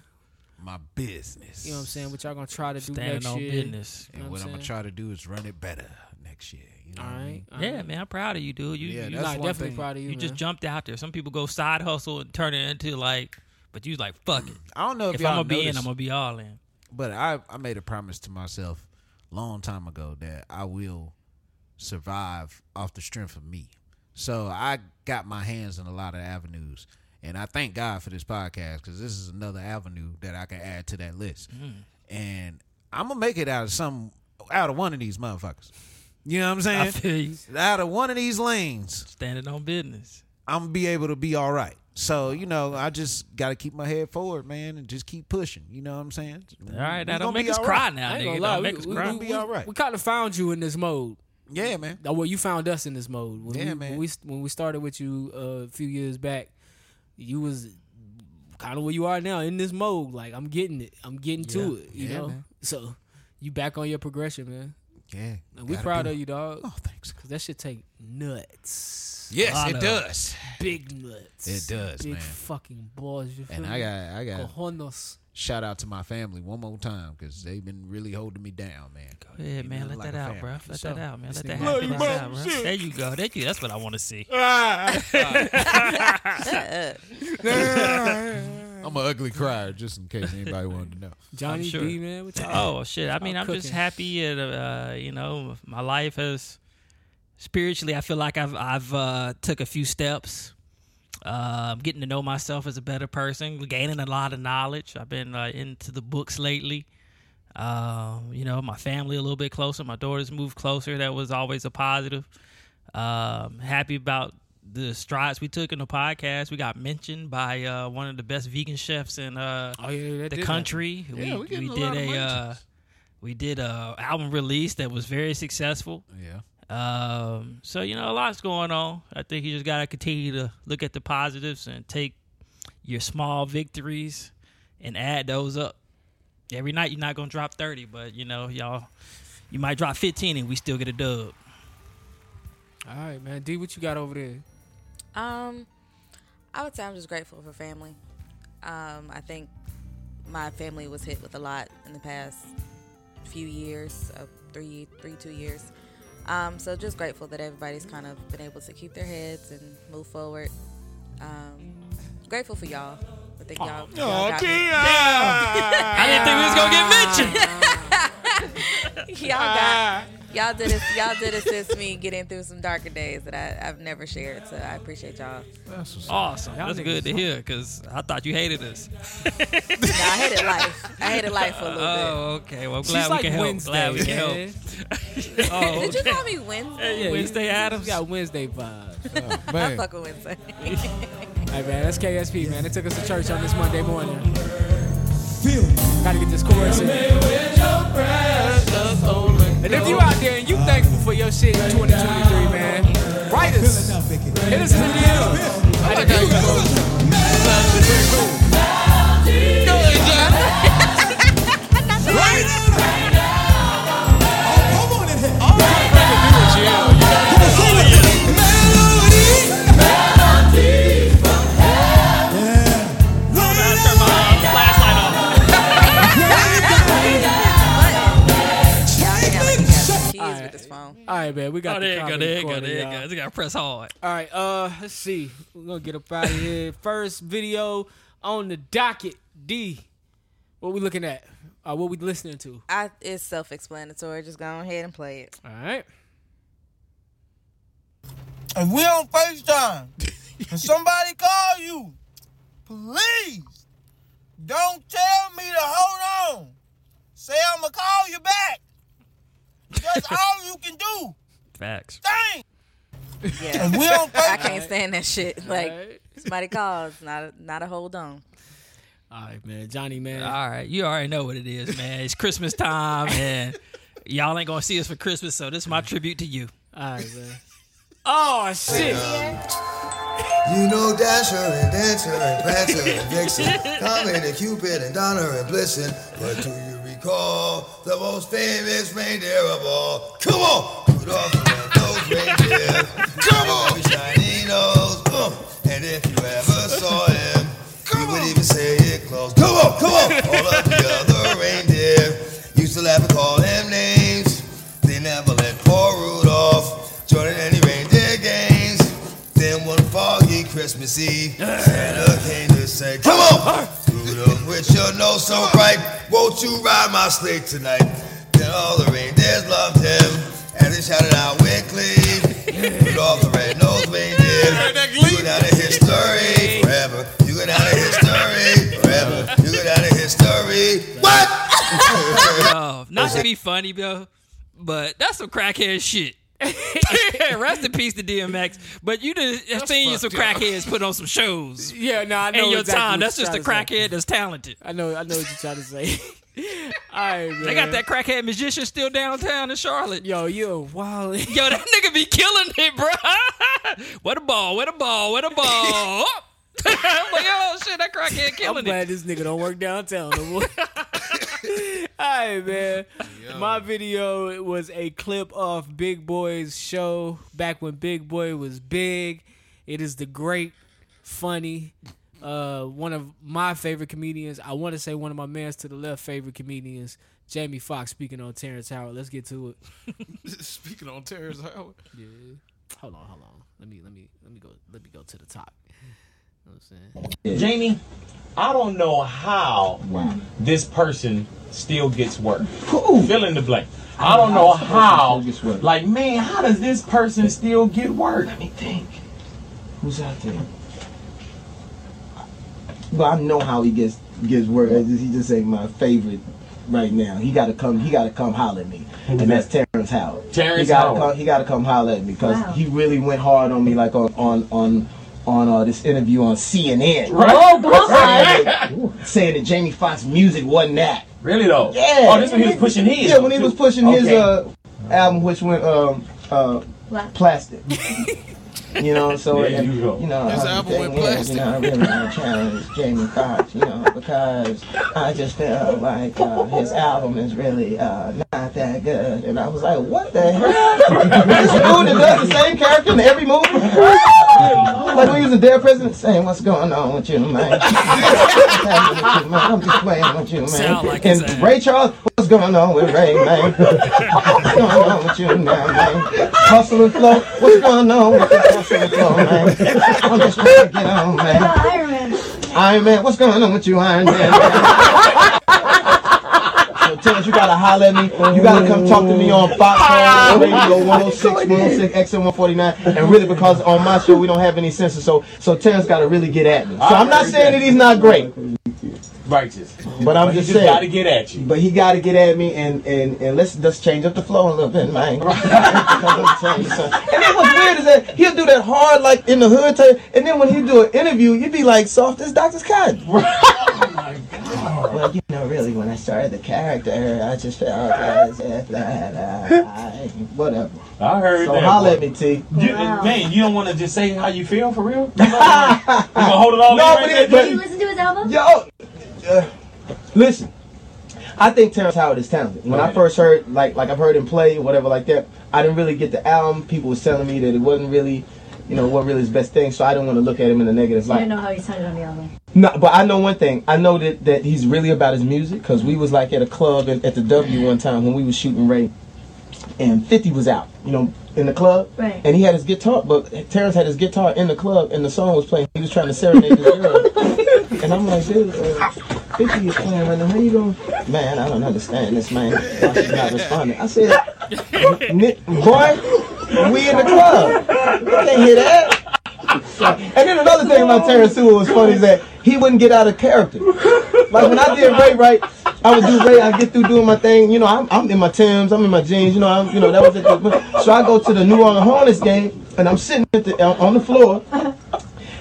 Speaker 4: My business.
Speaker 5: you know what I'm saying? What y'all gonna try to do
Speaker 1: Standing
Speaker 5: next
Speaker 1: on
Speaker 5: year?
Speaker 1: business.
Speaker 5: You know
Speaker 4: And what I'm
Speaker 5: saying?
Speaker 4: gonna try to do is run it better next year. You know
Speaker 5: All
Speaker 4: what I
Speaker 5: right,
Speaker 4: mean?
Speaker 5: all
Speaker 1: Yeah,
Speaker 5: right.
Speaker 1: man, I'm proud of you, dude. You,
Speaker 4: Uh, Yeah,
Speaker 1: you,
Speaker 4: that's
Speaker 5: Nah,
Speaker 4: one
Speaker 5: definitely
Speaker 4: thing.
Speaker 5: proud of you.
Speaker 1: you just
Speaker 5: man.
Speaker 1: jumped out there. Some people go side hustle and turn it into like, but you like fuck it.
Speaker 4: I don't know if,
Speaker 1: If
Speaker 4: y'all
Speaker 1: I'm gonna be in,
Speaker 4: noticed,
Speaker 1: I'm gonna be all in.
Speaker 4: but I I made a promise to myself long time ago that I will survive off the strength of me. So I got my hands in a lot of avenues. And I thank God for this podcast because this is another avenue that I can add to that list. And I'm gonna make it out of some out of one of these motherfuckers. You know what I'm saying?
Speaker 1: I feel you.
Speaker 4: out of one of these lanes.
Speaker 1: Standing on business.
Speaker 4: I'm gonna be able to be all right. So you know, I just got to keep my head forward, man, and just keep pushing. You know what I'm saying?
Speaker 1: All right, now
Speaker 4: We gonna
Speaker 1: don't make
Speaker 4: be
Speaker 1: us
Speaker 4: all
Speaker 1: cry
Speaker 4: right.
Speaker 1: now,
Speaker 5: I ain't
Speaker 1: nigga.
Speaker 5: gonna lie,
Speaker 1: Don't
Speaker 5: we-
Speaker 1: make us
Speaker 5: we-
Speaker 1: cry.
Speaker 4: Gonna be all right.
Speaker 5: We kind of found you in this mode.
Speaker 4: Yeah, man.
Speaker 5: Oh, well, you found us in this mode. When
Speaker 4: Yeah,
Speaker 5: we,
Speaker 4: man.
Speaker 5: When we, when we started with you uh, a few years back, you was kind of where you are now in this mode. Like I'm getting it. I'm getting to
Speaker 4: Yeah.
Speaker 5: it. You
Speaker 4: Yeah,
Speaker 5: know.
Speaker 4: man.
Speaker 5: So you back on your progression, man.
Speaker 4: Yeah,
Speaker 5: And we
Speaker 4: gotta
Speaker 5: proud
Speaker 4: do
Speaker 5: of
Speaker 4: it.
Speaker 5: you, dog.
Speaker 4: Oh, thanks.
Speaker 5: Cause that shit take nuts.
Speaker 4: Yes,
Speaker 1: Lot
Speaker 4: it
Speaker 1: of-
Speaker 4: does.
Speaker 5: Big nuts.
Speaker 4: It does,
Speaker 5: Big
Speaker 4: man.
Speaker 5: fucking balls. You feel
Speaker 4: And I
Speaker 5: me?
Speaker 4: got, I got
Speaker 5: cojones.
Speaker 4: shout out to my family one more time because they've been really holding me down, man.
Speaker 1: Go ahead,
Speaker 4: You
Speaker 1: man.
Speaker 4: know,
Speaker 1: Let
Speaker 4: like
Speaker 1: that
Speaker 4: a
Speaker 1: out,
Speaker 4: family.
Speaker 1: bro. Let
Speaker 4: So,
Speaker 1: that out, man.
Speaker 4: this
Speaker 1: Let
Speaker 4: nigga
Speaker 1: that
Speaker 4: love
Speaker 1: happen.
Speaker 4: you,
Speaker 1: Let that out, bro. There you go. Thank you. That's what I want to see.
Speaker 4: I'm an ugly crier, just in case anybody wanted to know.
Speaker 5: Johnny
Speaker 1: sure.
Speaker 5: B, man. What y'all-
Speaker 1: Oh shit! I mean, I'm just
Speaker 5: cooking.
Speaker 1: happy. And, uh, you know, my life has spiritually. I feel like I've I've uh, took a few steps. Uh, getting to know myself as a better person, gaining a lot of knowledge. I've been uh, into the books lately. Uh, you know, my family a little bit closer. My daughters moved closer. That was always a positive. Um, happy about the strides we took in the podcast. We got mentioned by uh, one of the best vegan chefs in uh,
Speaker 5: Oh, yeah, that
Speaker 1: the
Speaker 5: did
Speaker 1: country.
Speaker 4: Yeah, we getting a
Speaker 1: did
Speaker 4: lot of
Speaker 1: a uh,
Speaker 4: mentions.
Speaker 1: we did a album release that was very successful.
Speaker 4: Yeah,
Speaker 1: Um, so you know, a lot's going on. I think you just gotta continue to look at the positives and take your small victories and add those up. Every night you're not gonna drop thirty, but you know, y'all you might drop fifteen and we still get a dub.
Speaker 5: All right, man. D, what you got over there?
Speaker 3: Um, I would say I'm just grateful for family. Um, I think my family was hit with a lot in the past few years, uh, three, three, two years. Um, so just grateful that everybody's kind of been able to keep their heads and move forward. Um, grateful for y'all. I think y'all. y'all got me.
Speaker 1: I didn't think we was gonna get mentioned.
Speaker 3: y'all got y'all did it y'all did assist me getting through some darker days that I, I've never shared so I appreciate y'all
Speaker 4: that's what's up.
Speaker 1: Awesome. That's good to hear because I thought you hated us.
Speaker 3: no, I hated life I hated life for a little
Speaker 1: Oh, okay. Well, I'm glad
Speaker 5: She's
Speaker 1: we
Speaker 5: like
Speaker 1: can help.
Speaker 5: Wednesday.
Speaker 1: Glad we can help.
Speaker 5: man.
Speaker 1: Oh,
Speaker 3: bit did you call me Wednesday
Speaker 5: Yeah,
Speaker 1: Wednesday
Speaker 5: you,
Speaker 1: Addams.
Speaker 5: You got Wednesday vibes.
Speaker 3: I
Speaker 4: Man.
Speaker 3: fuck with Wednesday
Speaker 5: Hey man, that's KSP man. It took us to church on this Monday morning. Gotta get this chorus in. And if you out there and you thankful for your shit in 2023, man, write us. Hit us in the DMs.
Speaker 1: Oh,
Speaker 5: I didn't do it.
Speaker 3: she is with this phone
Speaker 5: All right, man, we got
Speaker 1: Oh,
Speaker 5: the
Speaker 1: there you go,
Speaker 5: comedy
Speaker 1: there you go,
Speaker 5: corner,
Speaker 1: there you
Speaker 5: y'all.
Speaker 1: go. Just gotta press hard.
Speaker 5: All right, uh, let's see. We're gonna get up out of here. First video on the docket. D, what we looking at? Uh, what we listening to?
Speaker 3: I, it's self-explanatory just go ahead and play it
Speaker 5: All right.
Speaker 8: If we on FaceTime and somebody call you
Speaker 9: Please don't tell me to hold on. Say I'm gonna call you back. That's all you can do.
Speaker 1: Facts.
Speaker 9: Dang.
Speaker 3: Yeah.
Speaker 9: We don't think
Speaker 3: I can't stand that shit. Like
Speaker 5: Alright.
Speaker 3: somebody calls, not a, not a hold on.
Speaker 5: All right, man. Johnny, man.
Speaker 1: All right, you already know what it is, man. It's Christmas time, and y'all ain't gonna see us for Christmas, so this is my tribute to you.
Speaker 5: All right, man. Oh shit!
Speaker 10: You know Dasher and Dancer and Prancer and Vixen, Comet and Cupid and Donner and Blitzen, but do you recall the most famous reindeer of all? Come on, Rudolph and those reindeer. Come on, with shiny nose. Boom. And if you ever saw him, you would even say it close. Come on, come on. All of the other reindeer used to laugh and call him names. They never let poor Rudolph join in any reindeer games. Then one foggy Christmas Eve, Santa came to say, Come on, Rudolph, with your nose so bright, won't you ride my sleigh tonight? Then all the reindeers loved him, and they shouted out weekly, Rudolph the red-nosed reindeer, you go down in history forever, you go down in history forever, you go down in history. What?
Speaker 1: Uh, not to be funny, bro, but that's some crackhead shit. Rest in peace to DMX, but you done have seen some crackheads put on some shows
Speaker 5: Yeah, no, I know
Speaker 1: in your
Speaker 5: exactly
Speaker 1: time.
Speaker 5: what
Speaker 1: That's
Speaker 5: you're
Speaker 1: just a
Speaker 5: trying to say.
Speaker 1: crackhead that's talented.
Speaker 5: I know, I know what you're trying to say. All right, man.
Speaker 1: They got that crackhead magician still downtown in Charlotte.
Speaker 5: Yo, you a wild.
Speaker 1: Yo, that nigga be killing it, bro. where the ball? Where the ball? Where the ball? I'm like, oh shit, that crackhead
Speaker 5: I'm
Speaker 1: killing it.
Speaker 5: glad this nigga don't work downtown no more. Alright, man. My video was a clip of Big Boy's show back when Big Boy was big. It is the great, funny, uh, one of my favorite comedians. I want to say one of my man's to the left favorite comedians, Jamie Foxx, speaking on Terrence Howard. Let's get to it.
Speaker 4: Speaking on Terrence Howard.
Speaker 5: Hold on, hold on. Let me, let me, let me go. Let me go to the top. You know what I'm saying?
Speaker 6: Jamie, I don't know how this person still gets work. Fill in the blank. I don't know how. Like, man, how does this person still get work? Let me think. Who's out there?
Speaker 7: Well, I know how he gets gets work. It's just- He just ain't my favorite right now. He gotta come. He gotta come holler at me, and that's Terrence Howard.
Speaker 6: Terrence
Speaker 7: he gotta
Speaker 6: Howard.
Speaker 7: Come, he gotta come holler at me because he really went hard on me, like on on on on uh, this interview on CNN.
Speaker 6: Oh,
Speaker 7: Saying that Jamie Foxx music wasn't that.
Speaker 6: Really though?
Speaker 7: Yeah.
Speaker 6: Oh, this when he was pushing his.
Speaker 7: Yeah, when he was pushing his
Speaker 6: Okay.
Speaker 7: uh, album, which went um, uh, plastic. you know, so
Speaker 6: There
Speaker 7: and,
Speaker 6: you go.
Speaker 7: know,
Speaker 4: His
Speaker 7: I-
Speaker 4: album
Speaker 7: they
Speaker 4: went
Speaker 7: went,
Speaker 4: plastic.
Speaker 7: You know, I really want to challenge Jamie Foxx, you know, because I just felt like uh, his album is really uh, not that good, and I was like, what the hell? this dude that does the same character in every movie. like when he was a dead president, saying, "What's going on with you, man? What's happening with you, man? I'm just playing with you, man."
Speaker 1: Sound like his ass.
Speaker 7: and Ray Charles, what's going on with Ray, man? what's going on with you now, man? Hustle and flow, what's going on with this hustle and flow, man? I'm just trying to get on, man.
Speaker 11: Iron Man.
Speaker 7: Iron Man, what's going on with you, Iron Man? so Terrence, you gotta holler at me. You gotta come talk to me on Fox on Radio 106, 106, XM 149, and really because on my show we don't have any censor, so so Terrence gotta really get at me. So I'm not saying that he's not great,
Speaker 6: Righteous.
Speaker 7: but I'm
Speaker 6: He
Speaker 7: just
Speaker 6: just got to
Speaker 7: saying.
Speaker 6: get at you.
Speaker 7: But he gotta get at me and and and let's just change up the flow a little bit, man. Because I'm telling you something. and then what's weird is that he'll do that hard like in the hood, type, and then when he do an interview, you'd be like soft as Doctor's Cotton. Well, you know, really, when I started the character, I just felt as if that I, whatever.
Speaker 6: I heard
Speaker 7: So
Speaker 6: that.
Speaker 7: holler at me, T.
Speaker 6: You, Man, you don't want to just say how you feel for real? You gonna, you gonna hold it all
Speaker 7: No,
Speaker 6: in
Speaker 7: but
Speaker 6: right
Speaker 7: it-
Speaker 6: there?
Speaker 11: Did you listen to his album?
Speaker 7: Yo, uh, listen. I think Terrence Howard is talented. When I
Speaker 6: Right.
Speaker 7: first heard, like, like I've heard him play, whatever, like that. I didn't really get the album. People was telling me that it wasn't really, you know, what really his best thing. So I didn't want to look at him in a negative
Speaker 11: I
Speaker 7: light.
Speaker 11: don't know how he sounded on the album.
Speaker 7: No, but I know one thing. I know that, that he's really about his music because we was like at a club in, at the W one time when we was shooting Ray, and Fifty was out, you know, in the club,
Speaker 11: Right.
Speaker 7: and he had his guitar. But Terrence had his guitar in the club, and the song was playing. He was trying to serenade this girl, and I'm like, dude, uh, Fifty is playing right now. How you doing, man? I don't understand this man. Why she's not responding? I said, "Ni- boy, we in the club. You can't hear that.
Speaker 10: And then another thing about Terrence Sewell was funny is that he wouldn't get out of character. Like when I did Ray right, I would do Ray. I get through doing my thing. You know, I'm, I'm in my Tims, I'm in my jeans. You know, I'm you know that was at the, so I go to the New Orleans Hornets game and I'm sitting at the, on the floor.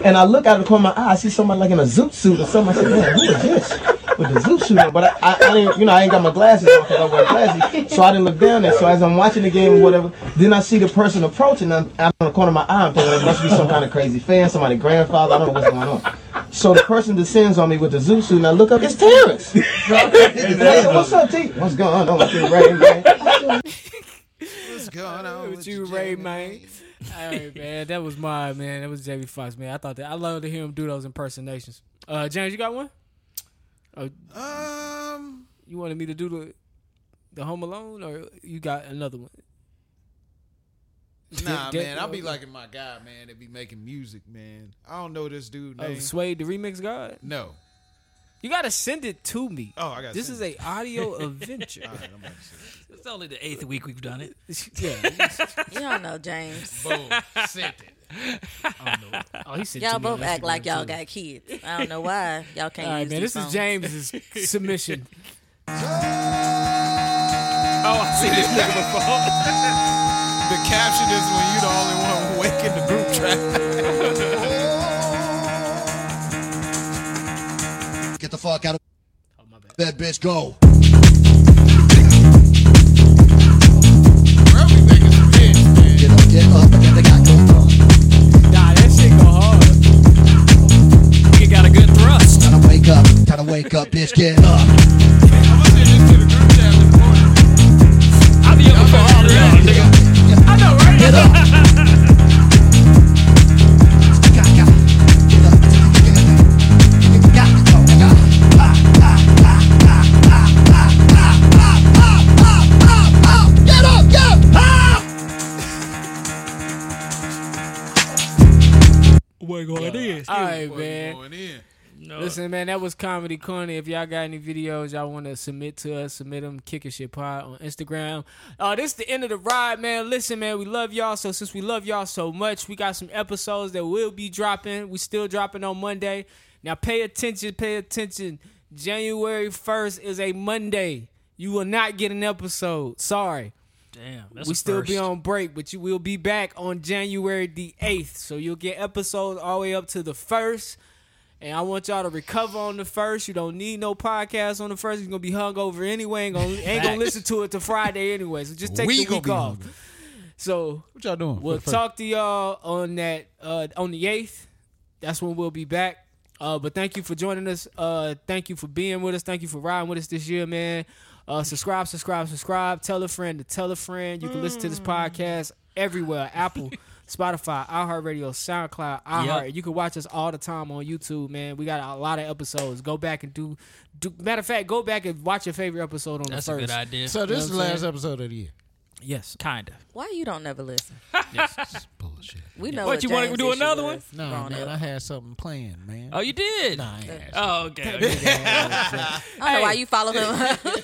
Speaker 10: And I look out of the corner of my eye, I see somebody like in a zoot suit or something. I said, man, who is this? With the zoot suit on. But I, I, I didn't, you know, I ain't got my glasses on 'cause I wear glasses. So I didn't look down there. So as I'm watching the game or whatever, then I see the person approaching. I'm out of the corner of my eye. I'm thinking, it must be some kind of crazy fan, somebody grandfather. I don't know what's going on. So the person descends on me with the zoot suit, and I look up, it's Terrence. I said, what's up, T? What's going on Oh, with you, Ray, man?
Speaker 5: What's going on with, you, Ray, man? All right, man. That was my man. That was Jamie Foxx, man. I thought that I love to hear him do those impersonations. Uh, James, you got one? um, you wanted me to do the the Home Alone, or you got another one?
Speaker 4: Nah,
Speaker 5: Dick-
Speaker 4: man, I be liking my guy, man, that be making music, man. I don't know this dude
Speaker 5: Oh,
Speaker 4: name.
Speaker 5: Suede the remix god?
Speaker 4: No.
Speaker 5: You gotta send it to me.
Speaker 4: Oh, I gotta
Speaker 5: This
Speaker 4: send
Speaker 5: is
Speaker 4: it.
Speaker 5: a audio adventure.
Speaker 4: All right, I'm about
Speaker 1: It's only the eighth week we've done it.
Speaker 5: yeah.
Speaker 3: You don't know, James.
Speaker 4: Boom. Sent it. I don't know.
Speaker 5: Oh, he sent it
Speaker 3: y'all
Speaker 5: to me on
Speaker 3: both act like
Speaker 5: Instagram,
Speaker 3: y'all
Speaker 5: too.
Speaker 3: got kids. I don't know why y'all can't.
Speaker 5: All right,
Speaker 3: use
Speaker 5: man.
Speaker 3: these
Speaker 5: This
Speaker 3: phones.
Speaker 5: is James's submission.
Speaker 4: Oh, I see this nigga before. the caption is when you the only one awake in the group chat.
Speaker 12: Get the fuck out of
Speaker 5: Oh,
Speaker 12: bed, bitch. Go. Get up, get up, get the guy go.
Speaker 5: Nah, that shit go hard.
Speaker 12: You got a good thrust. Gotta wake up, gotta wake up, bitch. Get up.
Speaker 1: I'll be up before all of y'all, nigga. I know, right? Get
Speaker 12: Get up, get up.
Speaker 1: What going in?
Speaker 5: All right, man.
Speaker 1: No.
Speaker 5: Listen, man, that was comedy corny. If y'all got any videos y'all want to submit to us, submit them. Kicking shit pod on Instagram. Uh, this is the end of the ride, man. Listen, man, we love y'all. So since we love y'all so much, we got some episodes that will be dropping. We still dropping on Monday. Now pay attention, pay attention. January first is a Monday. You will not get an episode. Sorry
Speaker 1: Damn, that's
Speaker 5: we
Speaker 1: a
Speaker 5: still
Speaker 1: first.
Speaker 5: be on break, but you will be back on January the eighth. So you'll get episodes all the way up to the first. And I want y'all to recover on the first. You don't need no podcast on the first. You're gonna be hungover anyway. Ain't gonna, ain't gonna
Speaker 4: Facts.
Speaker 5: listen to it to Friday anyway. So just take
Speaker 4: We
Speaker 5: the
Speaker 4: gonna
Speaker 5: week
Speaker 4: be
Speaker 5: off.
Speaker 4: hungry.
Speaker 5: So
Speaker 4: What y'all doing for
Speaker 5: We'll
Speaker 4: the first?
Speaker 5: talk to y'all on that uh, on the eighth. That's when we'll be back. Uh, but thank you for joining us. Uh, thank you for being with us. Thank you for riding with us this year, man. Uh, subscribe, subscribe, subscribe. Tell a friend to tell a friend. You can listen to this
Speaker 1: Mm.
Speaker 5: podcast everywhere: Apple, Spotify, iHeartRadio, SoundCloud, iHeart.
Speaker 1: Yep.
Speaker 5: You can watch us all the time on YouTube, man. We got a lot of episodes. Go back and do. do matter of fact, go back and watch your favorite episode on
Speaker 1: That's
Speaker 5: the
Speaker 1: a
Speaker 5: first.
Speaker 1: good idea.
Speaker 4: So this is the
Speaker 5: You know what I'm
Speaker 4: last
Speaker 5: saying?
Speaker 4: episode of the year.
Speaker 5: Yes,
Speaker 1: kinda.
Speaker 3: Why you don't never listen?
Speaker 4: bullshit.
Speaker 3: We know
Speaker 1: What, you wanna
Speaker 3: James'
Speaker 1: do
Speaker 3: issue
Speaker 1: another one?
Speaker 3: was
Speaker 4: No,
Speaker 3: growing
Speaker 4: man,
Speaker 3: up.
Speaker 4: I had something planned, man.
Speaker 1: Oh, you did?
Speaker 4: Nah, I ain't
Speaker 1: Oh, okay. okay.
Speaker 3: I don't know why you follow him.
Speaker 5: All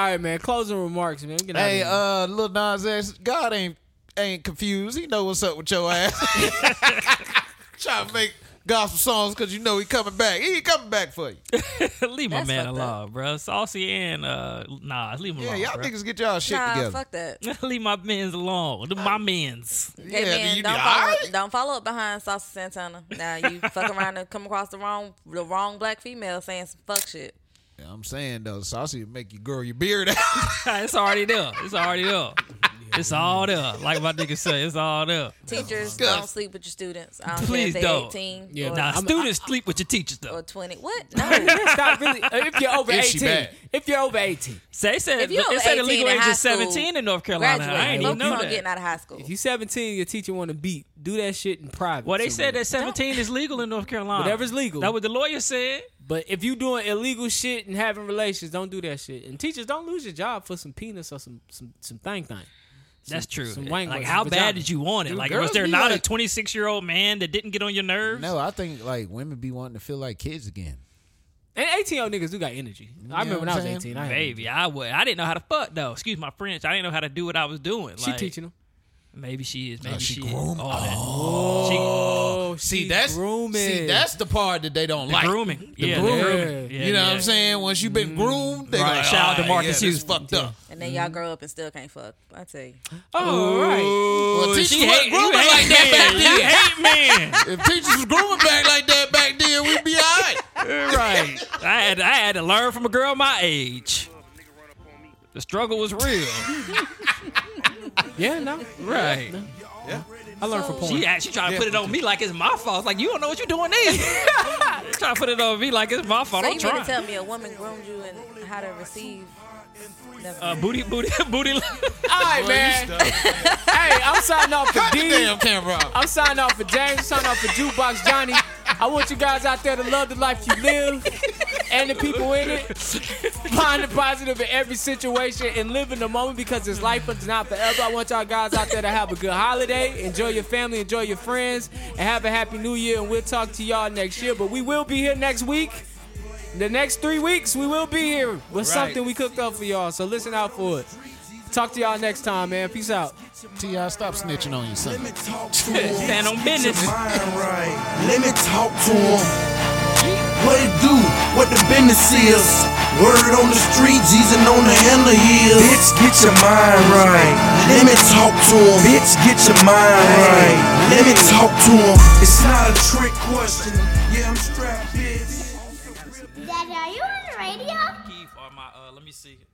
Speaker 5: right, man. Closing remarks, man. We can have
Speaker 4: Hey,
Speaker 5: it.
Speaker 4: uh, little Nas X, God ain't ain't confused. He know what's up with your ass. Try to make gospel songs because you know he coming back. He ain't coming back for you.
Speaker 1: leave my
Speaker 4: That's
Speaker 1: man
Speaker 4: fucked
Speaker 1: alone, bro. Saucy and uh, nah, leave him
Speaker 4: Yeah,
Speaker 1: alone.
Speaker 4: y'all
Speaker 1: bruh.
Speaker 4: niggas get y'all shit
Speaker 3: nah,
Speaker 4: together.
Speaker 3: fuck that.
Speaker 1: leave my men's alone. Them My men's.
Speaker 3: Hey man,
Speaker 4: you be
Speaker 3: don't
Speaker 4: all
Speaker 3: follow, don't follow up behind Saucy Santana. Now you fuck around and come across the wrong the wrong black female saying some fuck shit.
Speaker 1: Oh,
Speaker 4: Yeah, I'm saying though, saucy would make you grow your beard out.
Speaker 1: it's already there. It's already there. It's all there. Like my nigga said, it's all there.
Speaker 3: Teachers
Speaker 1: disgusting.
Speaker 3: don't sleep with your students. I don't
Speaker 1: Please
Speaker 3: care if they
Speaker 1: don't.
Speaker 3: eighteen
Speaker 1: Yeah,
Speaker 3: or,
Speaker 1: nah, students sleep with your teachers though.
Speaker 3: or twenty. What? No.
Speaker 5: Stop really. uh, If you're over
Speaker 1: If she
Speaker 5: 18,
Speaker 1: bad.
Speaker 5: if you're over 18,
Speaker 1: Say it said
Speaker 3: If you
Speaker 1: it
Speaker 3: over
Speaker 1: said the
Speaker 3: 18
Speaker 1: legal
Speaker 3: in
Speaker 1: age
Speaker 3: high
Speaker 1: is
Speaker 3: school,
Speaker 1: 17 in North Carolina.
Speaker 3: graduate.
Speaker 1: I ain't even
Speaker 3: Focus
Speaker 1: know
Speaker 3: on
Speaker 1: that.
Speaker 3: getting out of high school.
Speaker 5: if you're 17, your teacher want to beat. Do that shit in private.
Speaker 1: Well, they
Speaker 5: somewhere.
Speaker 1: said that 17 is legal in North Carolina.
Speaker 5: Whatever's legal.
Speaker 1: That what the lawyer said.
Speaker 5: But if you doing illegal shit and having relations, don't do that shit. And teachers, don't lose your job for some penis or some some some thing thing.
Speaker 1: That's
Speaker 5: Some-
Speaker 1: true.
Speaker 5: some wang
Speaker 1: like,
Speaker 5: wang,
Speaker 1: how
Speaker 5: some
Speaker 1: bad
Speaker 5: vagina.
Speaker 1: did you want it?
Speaker 5: Dude,
Speaker 1: Like,
Speaker 5: girls
Speaker 1: was there
Speaker 5: be
Speaker 1: not a
Speaker 5: like-
Speaker 1: 26 year old man that didn't get on your nerves?
Speaker 4: No, I think like women be wanting to feel like kids again.
Speaker 5: And 18 year old niggas do got energy. I remember when I was 18. I had energy.
Speaker 1: Maybe I would. I didn't know how to fuck though. Excuse my French. I didn't know how to do what I was doing.
Speaker 5: She
Speaker 1: Like,
Speaker 5: teaching them.
Speaker 1: Maybe she is. Maybe
Speaker 5: she
Speaker 1: she, is.
Speaker 5: groom-
Speaker 1: All that.
Speaker 5: Oh,
Speaker 4: see
Speaker 5: she's
Speaker 4: that's
Speaker 5: grooming.
Speaker 4: see that's the part that they don't
Speaker 5: The
Speaker 4: like.
Speaker 5: grooming.
Speaker 4: the
Speaker 5: Yeah, the
Speaker 4: grooming.
Speaker 5: grooming. Yeah,
Speaker 4: you know
Speaker 5: yeah. Mm-hmm.
Speaker 4: what I'm saying? Once you've been groomed, they
Speaker 5: Right.
Speaker 4: like,
Speaker 5: Shout out to
Speaker 4: "Alright,
Speaker 5: Marcus
Speaker 4: yeah, this
Speaker 5: Houston.
Speaker 4: fucked up.
Speaker 3: And then y'all grow up and still can't fuck. I tell you.
Speaker 5: Oh, right.
Speaker 4: Well, teachers
Speaker 3: she
Speaker 4: wasn't
Speaker 3: hate-
Speaker 4: grooming
Speaker 3: you hate
Speaker 4: like that
Speaker 3: men.
Speaker 4: back then.
Speaker 3: You hate
Speaker 4: If teachers was grooming back like that back then, we'd be all right.
Speaker 1: right. I had I had to learn from a girl my age. The struggle was real.
Speaker 5: yeah, no.
Speaker 1: Right.
Speaker 5: Yeah. I learned from porn.
Speaker 1: She actually trying to put it on me like it's my fault. Like you don't know what you're doing there. trying to put it on me like it's my fault.
Speaker 3: so
Speaker 1: I'm
Speaker 3: you mean to
Speaker 1: trying.
Speaker 3: tell me a woman groomed you and how to receive? Never
Speaker 1: uh,
Speaker 3: mind.
Speaker 1: booty, booty, booty. All
Speaker 5: right, man. hey, I'm signing off for D.
Speaker 4: damn camera off.
Speaker 5: I'm signing off for James. I'm signing off for Jukebox Johnny. I want you guys out there to love the life you live and the people in it. Find the positive in every situation and live in the moment because this life is not forever. I want y'all guys out there to have a good holiday. Enjoy your family, enjoy your friends, and have a happy new year. And we'll talk to y'all next year. But we will be here next week. The next three weeks, we will be here
Speaker 4: Right.
Speaker 5: with something we cooked up for y'all. So listen out for it. Talk to y'all next time, man. Peace out.
Speaker 4: T.I., stop snitching on your son.
Speaker 5: Stand on business.
Speaker 7: Let me talk to him. What it do? What the business is? Word on the street, Jesus on the handle is. Bitch, get your mind right. Let me talk to him. Bitch, get your mind right. Let me talk to him. It's not a trick question. Yeah, I'm strapped, bitch.
Speaker 1: my, uh, let me see.